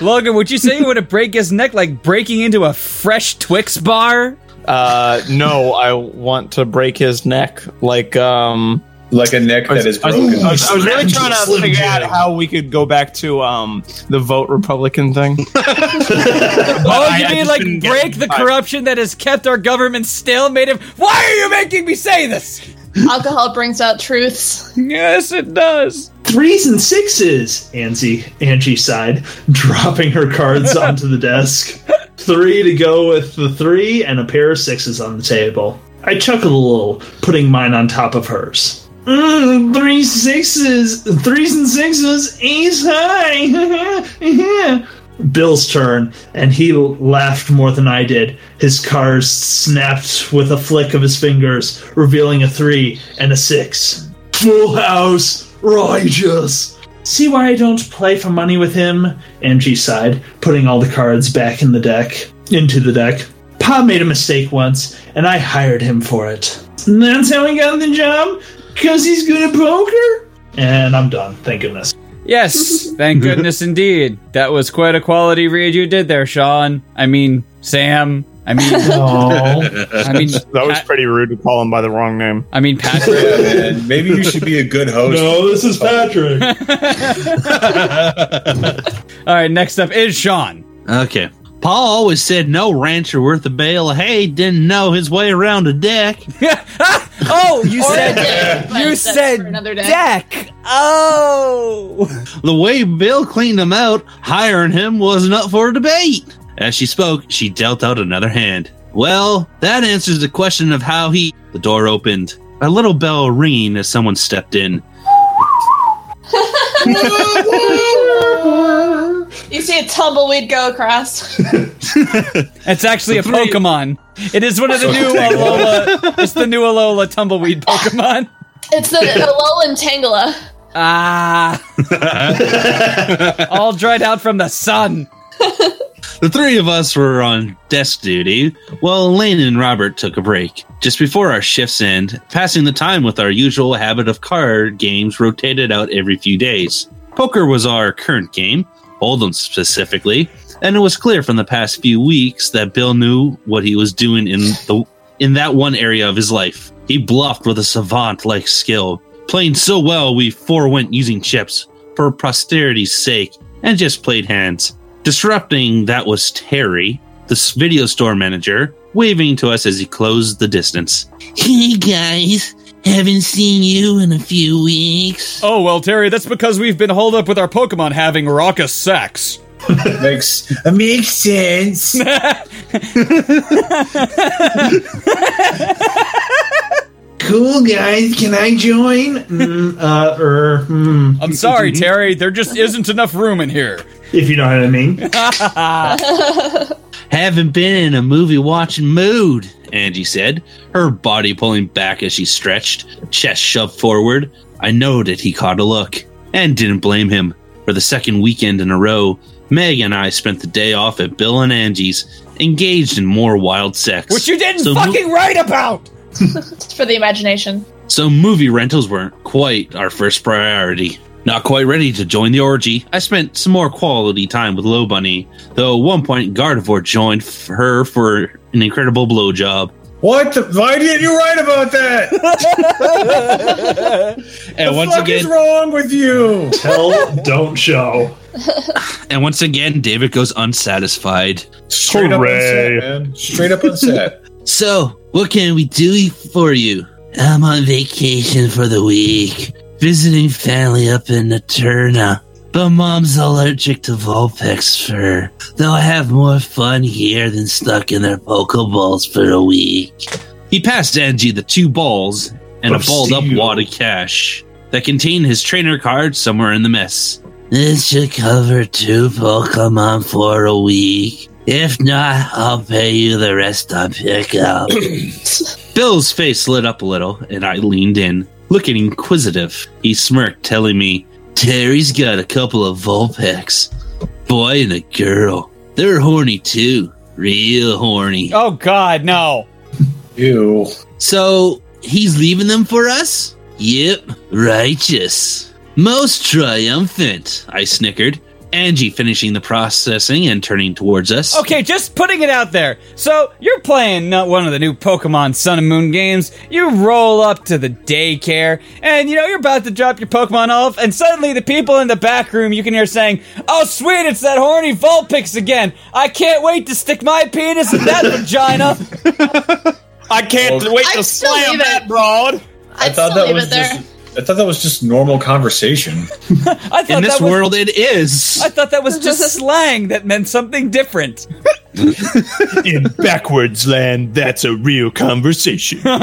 S7: Logan, would you say you would have break his neck like breaking into a fresh Twix bar?
S4: Uh, no, I want to break his neck like um
S6: like a neck that is
S4: I was,
S6: broken.
S4: I was- I was really trying to
S9: Slim
S4: figure
S9: Jim.
S4: out how we could go back to um the vote Republican thing.
S7: oh, you mean like break the corruption that has kept our government stalemate? Of, Why are you making me say this?
S2: Alcohol brings out truths.
S7: Yes, it does.
S9: threes and sixes angie angie sighed dropping her cards onto the desk three to go with the three and a pair of sixes on the table i chuckled a little putting mine on top of hers mm, three sixes threes and sixes ace high Bill's turn, and he laughed more than I did. His cards snapped with a flick of his fingers, revealing a three and a six. Full house, righteous. See why I don't play for money with him? Angie sighed, putting all the cards back in the deck, into the deck. Pa made a mistake once, and I hired him for it. And that's how he got the job? Because he's good at poker? And I'm done, thank goodness.
S7: Yes, thank goodness indeed. That was quite a quality read you did there, Sean. I mean, Sam. I mean, I mean,
S4: that was pretty rude to call him by the wrong name.
S7: I mean, Patrick.
S6: Maybe you should be a good host.
S7: No,
S6: this is Patrick.
S7: All right, next up is Sean.
S8: Okay. Paul always said no rancher worth a bale of hay didn't know his way around a deck.
S7: oh, you
S2: said
S7: you said
S2: another day.
S7: deck. Oh,
S8: The way Bill cleaned him out, hiring him wasn't up for debate. As she spoke, she dealt out another hand. Well, that answers the question of how he. The door opened. A little bell ringing as someone stepped in.
S2: You see a tumbleweed go across.
S7: it's actually a Pokemon. It is one of the new Alola. It's the new Alola tumbleweed Pokemon.
S2: It's the Alolan Tangela.
S7: Ah, all dried out from the sun.
S8: The three of us were on desk duty while Lane and Robert took a break. Just before our shifts end, passing the time with our usual habit of card games rotated out every few days. Poker was our current game, Hold'em specifically, and it was clear from the past few weeks that Bill knew what he was doing in the in that one area of his life. He bluffed with a savant-like skill, playing so well we forewent using chips for posterity's sake and just played hands. Disrupting that was Terry, the s- video store manager, waving to us as he closed the distance.
S17: Hey guys, haven't seen you in a few weeks.
S7: Oh well, Terry, that's because we've been holed up with our Pokemon having raucous sex.
S6: makes
S17: makes sense.
S9: cool guys, can I join? Mm, uh, er, hmm.
S7: I'm sorry, Terry. There just isn't enough room in here.
S9: If you know what I mean.
S8: Haven't been in a movie watching mood, Angie said, her body pulling back as she stretched, chest shoved forward. I noted he caught a look and didn't blame him. For the second weekend in a row, Meg and I spent the day off at Bill and Angie's, engaged in more wild sex.
S7: Which you didn't
S8: So mo-
S7: fucking write about.
S2: It's for the imagination.
S8: So movie rentals weren't quite our first priority. Not quite ready to join the orgy, I spent some more quality time with Low Bunny, though at one point Gardevoir joined f- her for an incredible blowjob.
S6: What? The, why didn't you write about that?
S8: And
S6: the
S8: once
S6: fuck
S8: again-
S6: is wrong with you?
S9: Tell, don't show.
S8: And once again, David goes unsatisfied.
S6: Straight up upset, man. Straight up upset.
S8: So, what can we do for you?
S17: I'm on vacation for the week, visiting family up in Naturna. But mom's allergic to Vulpix fur. They'll have more fun here than stuck in their Pokeballs for a week.
S8: He passed Angie the two balls and a
S17: Of
S8: balled up
S17: steel.
S8: wad of cash that contained his trainer card somewhere in the mess.
S17: This should cover two Pokemon for a week. If not, I'll pay you the rest on pickup.
S8: Bill's face lit up a little, and I leaned in, looking inquisitive. He smirked, telling me, Terry's got a couple of Vulpix. Boy and a girl. They're horny too. Real horny.
S7: Oh, God, no.
S6: Ew.
S8: So, he's leaving them for us? Yep, righteous. Most triumphant, I snickered. Angie finishing the processing and turning towards us.
S7: Okay, just putting it out there. So you're playing uh, one of the new Pokemon Sun and Moon games. You roll up to the daycare, and you know you're about to drop your Pokemon off, and suddenly the people in the back room you can hear saying, "Oh, sweet, it's that horny Vulpix again! I can't wait to stick my penis in that vagina."
S4: I can't wait to slam that broad.
S6: I thought
S2: still
S6: that
S2: leave
S6: was
S2: it there.
S6: just. I thought that was just normal conversation.
S7: I thought
S6: In this
S7: that was,
S6: world,
S8: it is.
S7: I thought that was just slang that meant something different.
S4: In backwards land, that's a real conversation.
S9: well,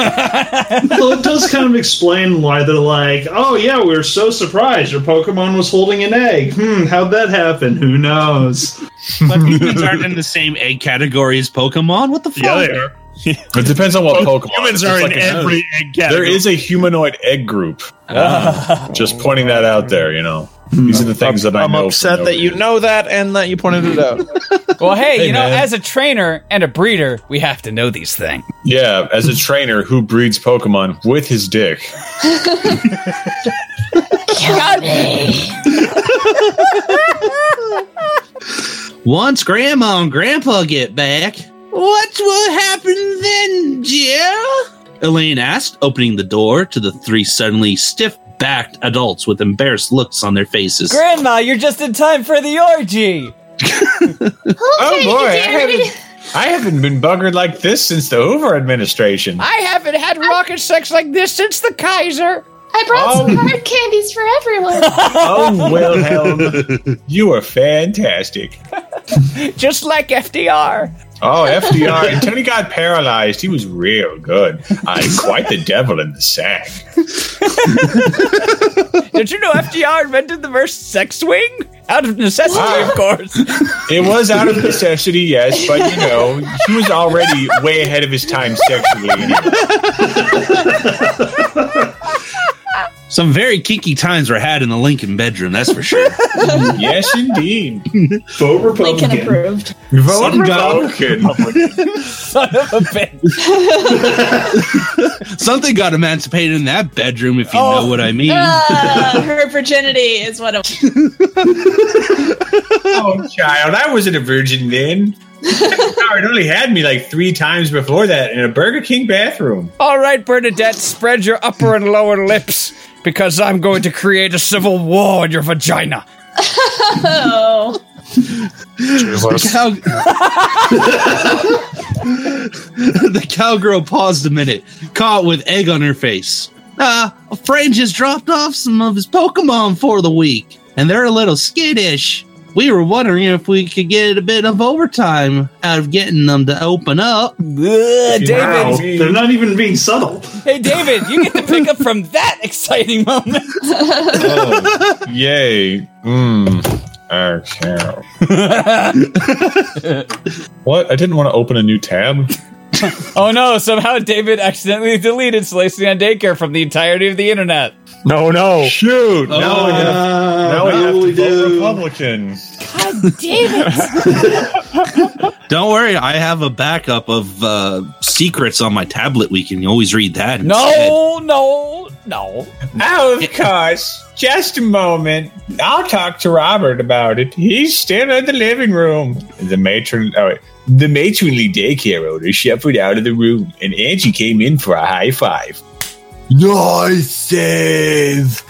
S9: it does kind of explain why they're like, oh yeah, we were so surprised your Pokemon was holding an egg. Hmm, how'd that happen? Who knows?
S8: But humans aren't in the same egg category as Pokemon. What the fuck?
S6: Yeah, they are.
S8: it depends on what Pokemon.
S6: Humans
S8: are in
S6: every
S4: egg
S6: There is a humanoid egg group. Just pointing that out there, you know. These are the things that I
S4: I'm
S6: know. from
S4: upset
S6: no
S4: that you know that and that you pointed it out.
S7: Well, hey,
S6: Hey,
S7: you know,
S6: man.
S7: as a trainer and a breeder, we have to know these things.
S6: Yeah, as a trainer who breeds Pokemon with his dick.
S7: God.
S8: Once Grandma and Grandpa get back,
S10: What will happen then, dear?
S8: Elaine asked, opening the door to the three suddenly stiff backed adults with embarrassed looks on their faces.
S7: Grandma, you're just in time for the orgy.
S6: oh boy, I haven't, I haven't been buggered like this since the Hoover administration.
S10: I haven't had rocket sex like this since the Kaiser.
S2: I brought
S8: Oh.
S2: some hard candies for everyone.
S6: oh, Wilhelm, you are fantastic.
S10: Just like FDR.
S6: Oh, FDR. Until he got paralyzed, he was real good. I'm quite the devil in the sack.
S7: Did you know FDR invented the first sex swing? Out of necessity,
S6: Wow.
S7: of course.
S6: It was out of necessity, yes, but you know, he was already way ahead of his time sexually.
S8: Some very kinky times were had in the Lincoln bedroom, that's for sure.
S6: yes, indeed.
S17: Vote
S8: Republican. Lincoln
S18: approved.
S8: Vote Republican.
S7: Son of a bitch.
S8: Something got emancipated in that bedroom, if you know what I mean.
S2: Ah, her virginity is what. i
S6: oh, child, I wasn't a virgin then. Howard only had me like three times before that in a Burger King bathroom.
S7: All right, Bernadette, spread your upper and lower lips because I'm going to create a civil war in your vagina.
S2: oh.
S8: The, cow- The cowgirl paused a minute, caught with egg on her face. Uh, a friend just dropped off some of his Pokemon for the week, and they're a little skittish. We were wondering if we could get a bit of overtime out of getting them to open up.
S7: Uh, David. Wow, they're
S8: not even being subtle.
S7: Hey, David, you get to pick up from that exciting moment. Oh.
S6: Oh, Yay. Mmm. Our cow. what? I didn't want to open a new tab.
S7: oh no, somehow David accidentally deleted Slacy on Daycare from the entirety of the internet.
S12: No, no.
S6: Shoot.
S12: now we have, now we have to vote
S6: Republican.
S8: Don't worry, I have a backup of uh, secrets on my tablet. We can always read that. instead.
S7: No, no, no.
S6: Oh, of course. Just a moment. I'll talk to Robert about it. He's still in the living room. The matron. Oh, wait. The matronly daycare owner shuffled out of the room, and Angie came in for a high five. Nice save.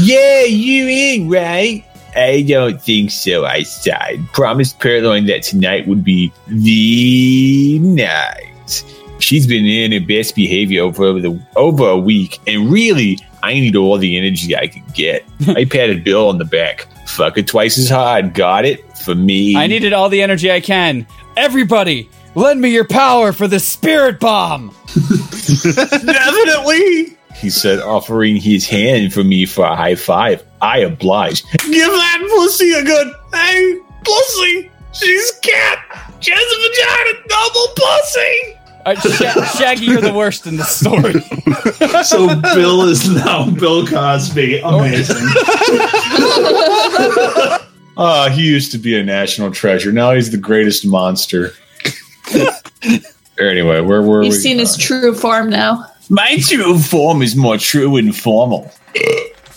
S6: yeah, you in, right? I don't think so, I sighed. Promised Pearline that tonight would be the night. She's been in her best behavior over the over a week, and really, I need all the energy I can get. I patted Bill on the back. Fuck it twice as hard. Got it? For me.
S7: I needed all the energy I can. Everybody, lend me your power for the spirit bomb.
S6: Definitely. He said, offering his hand for me for a high five. I obliged. Give that pussy a good. Hey, pussy! She's cat! She has a vagina! Double pussy!
S7: Uh, Sha- Shaggy, you're the worst in this story.
S9: so Bill is now Bill Cosby. Amazing.
S17: Ah, he used to be a national treasure. Now he's the greatest monster.
S6: anyway, where were
S2: You've seen his true form now.
S6: My true form is more true and formal.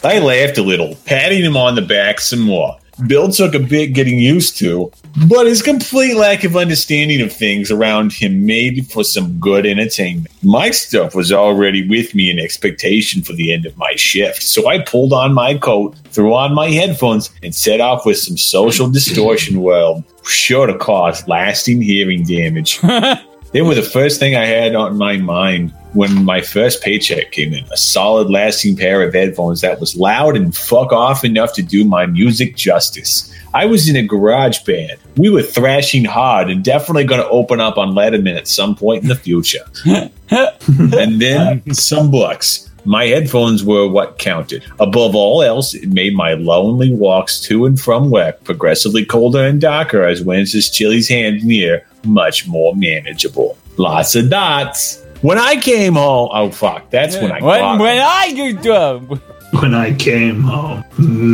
S6: I laughed a little, patting him on the back some more. Bill took a bit getting used to, but his complete lack of understanding of things around him made for some good entertainment. My stuff was already with me in expectation for the end of my shift, so I pulled on my coat, threw on my headphones, and set off with some social distortion world, sure to cause lasting hearing damage. They were the first thing I had on my mind when my first paycheck came in. A solid, lasting pair of headphones that was loud and fuck off enough to do my music justice. I was in a garage band. We were thrashing hard and definitely going to open up on Letterman at some point in the future. and then some bucks. My headphones were what counted. Above all else, it made my lonely walks to and from work progressively colder and darker as Wences Chili's hand near much more manageable. Lots of dots. When I came home, oh fuck, that's when I
S7: When,
S6: clocked
S7: when I get uh,
S6: when I came home.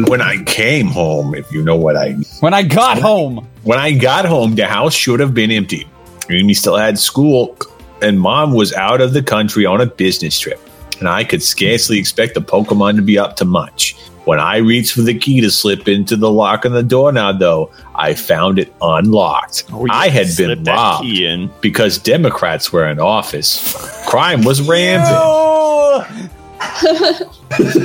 S6: When I came home, if you know what I mean.
S7: When I got home.
S6: When I got home, the house should have been empty. Amy still had school, and mom was out of the country on a business trip, and I could scarcely expect the Pokemon to be up to much. When I reached for the key to slip into the lock on the doorknob, though, I found it unlocked. I had been robbed because Democrats were in office. Crime was rampant.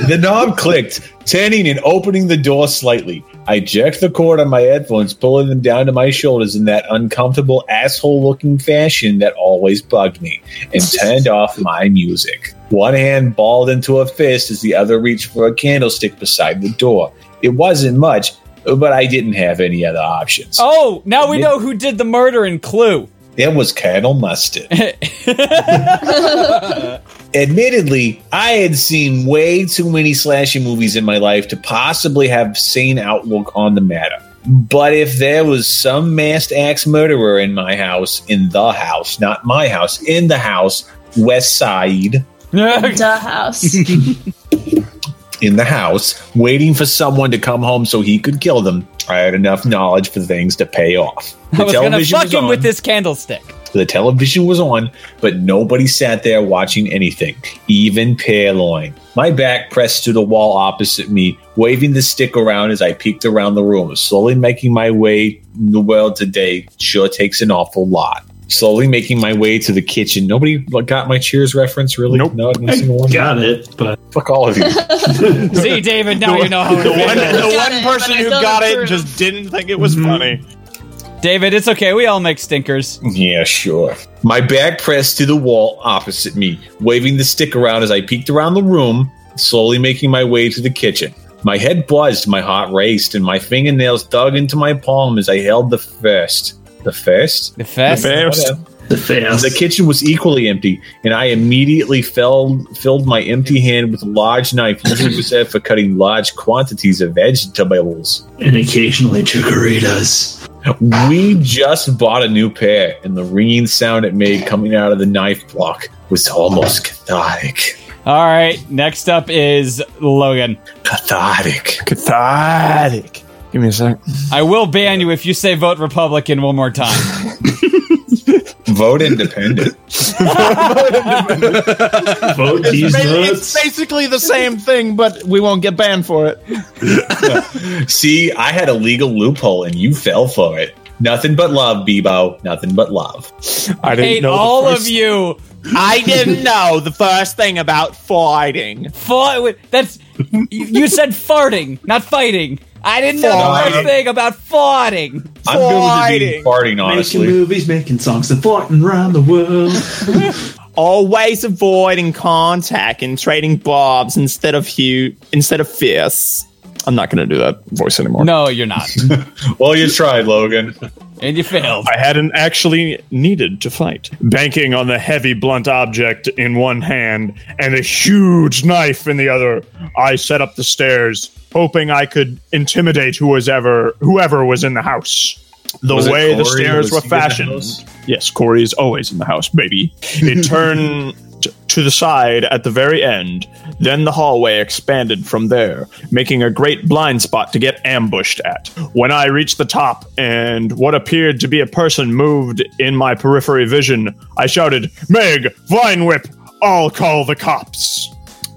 S6: the knob clicked, turning and opening the door slightly. I jerked the cord on my headphones, pulling them down to my shoulders in that uncomfortable asshole looking fashion that always bugged me, and turned off my music. One hand balled into a fist as the other reached for a candlestick beside the door. It wasn't much, but I didn't have any other options.
S7: Oh, now we know who did the murder in Clue.
S6: It was Colonel Mustard. Admittedly, I had seen way too many slasher movies in my life to possibly have sane outlook on the matter. But if there was some masked axe murderer in my house, in the house, not my house, in the house, West Side,
S2: the house.
S6: in the house, waiting for someone to come home so he could kill them, I had enough knowledge for things to pay off.
S7: I was gonna fuck him
S6: on.
S7: with this candlestick.
S6: The television was on, but nobody sat there watching anything, even Purloin. My back pressed to the wall opposite me, waving the stick around as I peeked around the room, slowly making my way. The world today sure takes an awful lot. Slowly making my way to the kitchen. Nobody got my Cheers reference, really? Nope. No, not a single one. Got it, but fuck all of you.
S7: See, David, now you know how it
S5: the one,
S7: feels.
S5: the one person who got it just didn't think it
S4: Mm-hmm.
S5: was funny.
S7: David, it's okay. We all make stinkers.
S6: Yeah, sure. My back pressed to the wall opposite me, waving the stick around as I peeked around the room, slowly making my way to the kitchen. My head buzzed, my heart raced, and my fingernails dug into my palm as I held the first. The first? The
S7: first? The first.
S6: The first. The kitchen was equally empty, and I immediately filled, filled my empty hand with a large knife, usually reserved for cutting large quantities of vegetables.
S9: and occasionally chikoritas.
S6: We just bought a new pair, and the ringing sound it made coming out of the knife block was almost cathartic.
S7: All right, next up is Logan.
S6: Cathartic.
S7: Cathartic.
S4: Give me a sec.
S7: I will ban you if you say vote Republican one more time.
S6: Vote independent.
S5: Vote it's, ba- it's basically the same thing, but we won't get banned for it.
S6: See, I had a legal loophole, and you fell for it. Nothing but love, Bebo. Nothing but love.
S5: I
S7: Hate all of you.
S5: I didn't know the first thing about fighting.
S7: Fight. That's you, you said farting, not fighting. I didn't know the
S5: Farting.
S7: first thing about farting.
S6: I'm good with it being farting,
S9: Making
S6: honestly.
S9: movies, making songs, and farting around the world.
S5: Always avoiding contact and trading bobs instead of hu- instead of fists. I'm not going to do that voice anymore.
S7: No, you're not.
S6: well, you tried, Logan.
S7: And you failed.
S4: I hadn't actually needed to fight. Banking on the heavy, blunt object in one hand and a huge knife in the other, I set up the stairs, hoping I could intimidate who was ever, whoever was in the house. The
S5: Was it
S4: way the
S5: Corey
S4: stairs
S5: who
S4: were
S5: was in the
S4: fashioned.
S5: house?
S4: Yes, Corey is always in the house, baby. It turned to the side at the very end. Then the hallway expanded from there, making a great blind spot to get ambushed at. When I reached the top and what appeared to be a person moved in my periphery vision, I shouted, Meg, Vine Whip, I'll call the cops.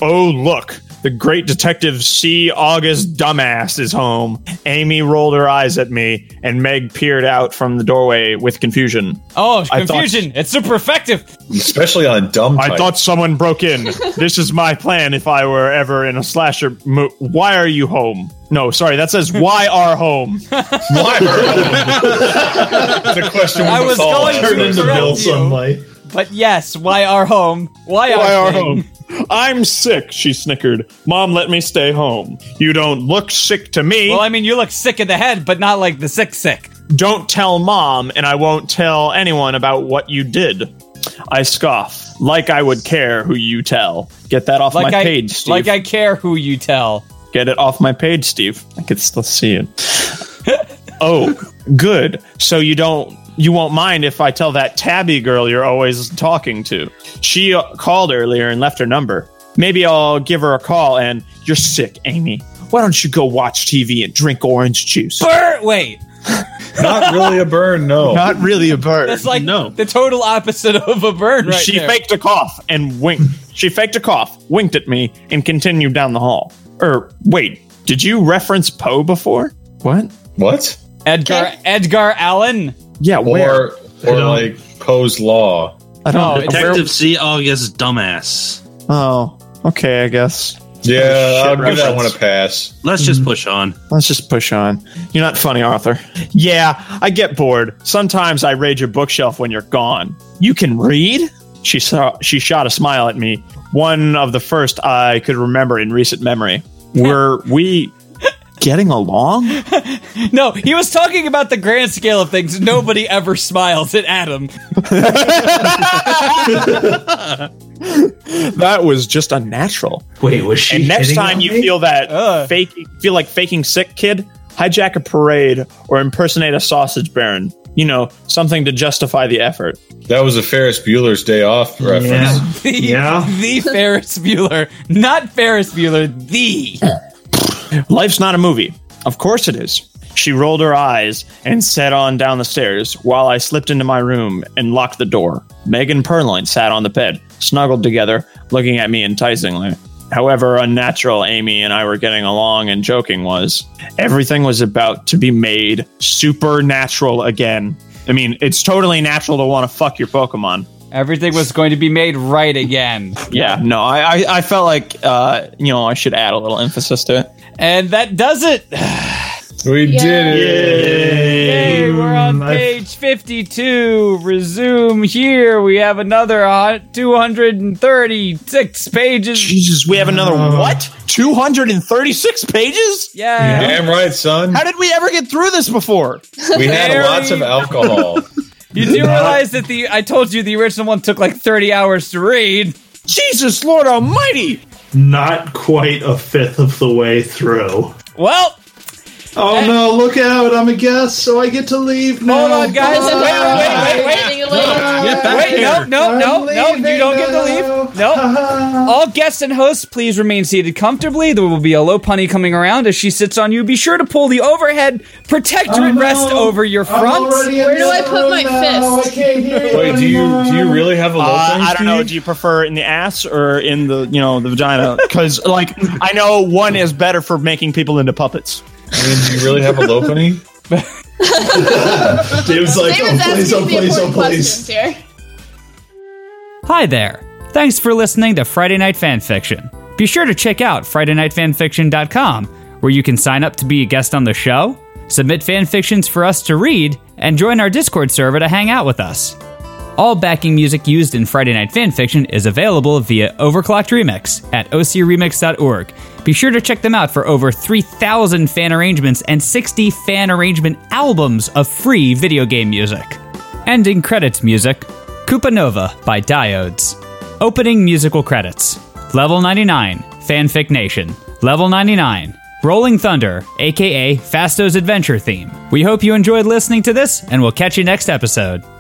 S4: Oh, look. The great detective C. August Dumbass is home. Amy rolled her eyes at me, and Meg peered out from the doorway with confusion.
S7: Oh,
S4: I thought-
S7: confusion. it's super effective.
S6: Especially on dumb.
S4: I
S6: type.
S4: thought someone broke in. this is my plan if I were ever in a slasher mo- Why are you home? No, sorry, that says why are home.
S6: why the question
S7: I was going to interrupt you,
S9: sunlight.
S7: but yes, why our home? Why,
S4: Why
S7: our
S4: are
S7: thing?
S4: home? I'm sick, she snickered. Mom let me stay home. You don't look sick to me.
S7: Well, I mean, you look sick in the head, but not like the sick sick.
S4: Don't tell mom, and I won't tell anyone about what you did. I scoff, like I would care who you tell. Get that off
S7: Like
S4: my
S7: I,
S4: page, Steve.
S7: like I care who you tell.
S4: Get it off my page, Steve. I can still see it. oh, good. So you don't you won't mind if I tell that tabby girl you're always talking to. She uh, called earlier and left her number. Maybe I'll give her a call and you're sick, Amy. Why don't you go watch TV and drink orange juice?
S7: Burn. Wait,
S6: Not really a burn, no.
S4: Not really a burn.
S7: that's like the total opposite of a burn, right
S4: she
S7: there.
S4: faked a cough and winked. she faked a cough, winked at me, and continued down the hall. Or Er, wait, Did you reference Poe before? What?
S6: What?
S7: Edgar Edgar Allan.
S4: Yeah,
S6: or or like Poe's Law.
S4: I don't-
S8: Detective C. August, dumbass.
S4: Oh, okay, I guess.
S6: Yeah, I'll give that one a pass.
S8: Let's just push on.
S4: Let's just push on. You're not funny, Arthur. Yeah, I get bored. Sometimes I raid your bookshelf when you're gone. You can read? She saw she shot a smile at me. One of the first I could remember in recent memory. Were we getting along?
S7: No, he was talking about the grand scale of things. Nobody ever smiles at Adam.
S4: That was just unnatural.
S9: Wait, was she
S4: And next
S9: hitting
S4: time
S9: on
S4: you feel that fake feel like faking sick kid, hijack a parade or impersonate a sausage baron. You know, something to justify the effort.
S6: That was a Ferris Bueller's Day Off reference.
S7: The, the Ferris Bueller, not Ferris Bueller. The
S4: Life's not a movie. Of course it is. She rolled her eyes and set on down the stairs while I slipped into my room and locked the door. Megan Perline sat on the bed, snuggled together, looking at me enticingly. However unnatural Amy and I were getting along and joking was, everything was about to be made supernatural again. I mean, it's totally natural to want to fuck your Pokemon.
S7: Everything was going to be made right again.
S4: Yeah, no, I, I, I felt like, uh, you know, I should add a little emphasis to it.
S7: And that does it.
S6: we
S7: did
S6: it.
S7: Yay, we're on page 52. Resume here. We have another uh, 236 pages.
S4: Jesus, we have another what? 236 pages?
S7: Yeah.
S6: You're damn right, son.
S4: How did we ever get through this before?
S6: We had
S7: Very-
S6: lots of alcohol.
S7: You do realize that the I told you the original one took like 30 hours to read.
S4: Jesus Lord Almighty.
S9: Not quite a fifth of the way through.
S7: Well, eh.
S9: oh no! Look out! I'm a guest, so I get to leave now.
S7: Hold on, guys. Wait, wait, wait, wait. Wait, no, no, no, no. You don't get to leave. No. All guests and hosts, please remain seated comfortably. There will be a low punny coming around as she sits on you. Be sure to pull the overhead protectorate rest over your front.
S2: Where do I put my fist?
S6: Wait, do you do you really have a low
S4: Uh,
S6: thing,
S4: I don't know. Do you prefer in the ass or in the you know the vagina? Because like I know one is better for making people into puppets.
S6: I mean, do you really have a low penny?
S9: Dave's like,
S2: David's asking
S9: oh please, oh
S2: the
S9: please, oh
S2: important
S9: please.
S2: questions here.
S1: Hi there. Thanks for listening to Friday Night Fanfiction. Be sure to check out FridayNightFanfiction.com, where you can sign up to be a guest on the show, submit fanfictions for us to read, and join our Discord server to hang out with us. All backing music used in Friday Night Fanfiction is available via Overclocked Remix at ocremix.org. Be sure to check them out for over 3,000 fan arrangements and 60 fan arrangement albums of free video game music. Ending credits music Koopa Nova by Diodes. Opening musical credits Level 99, Fanfic Nation. Level 99, Rolling Thunder, aka Fasto's Adventure theme. We hope you enjoyed listening to this, and we'll catch you next episode.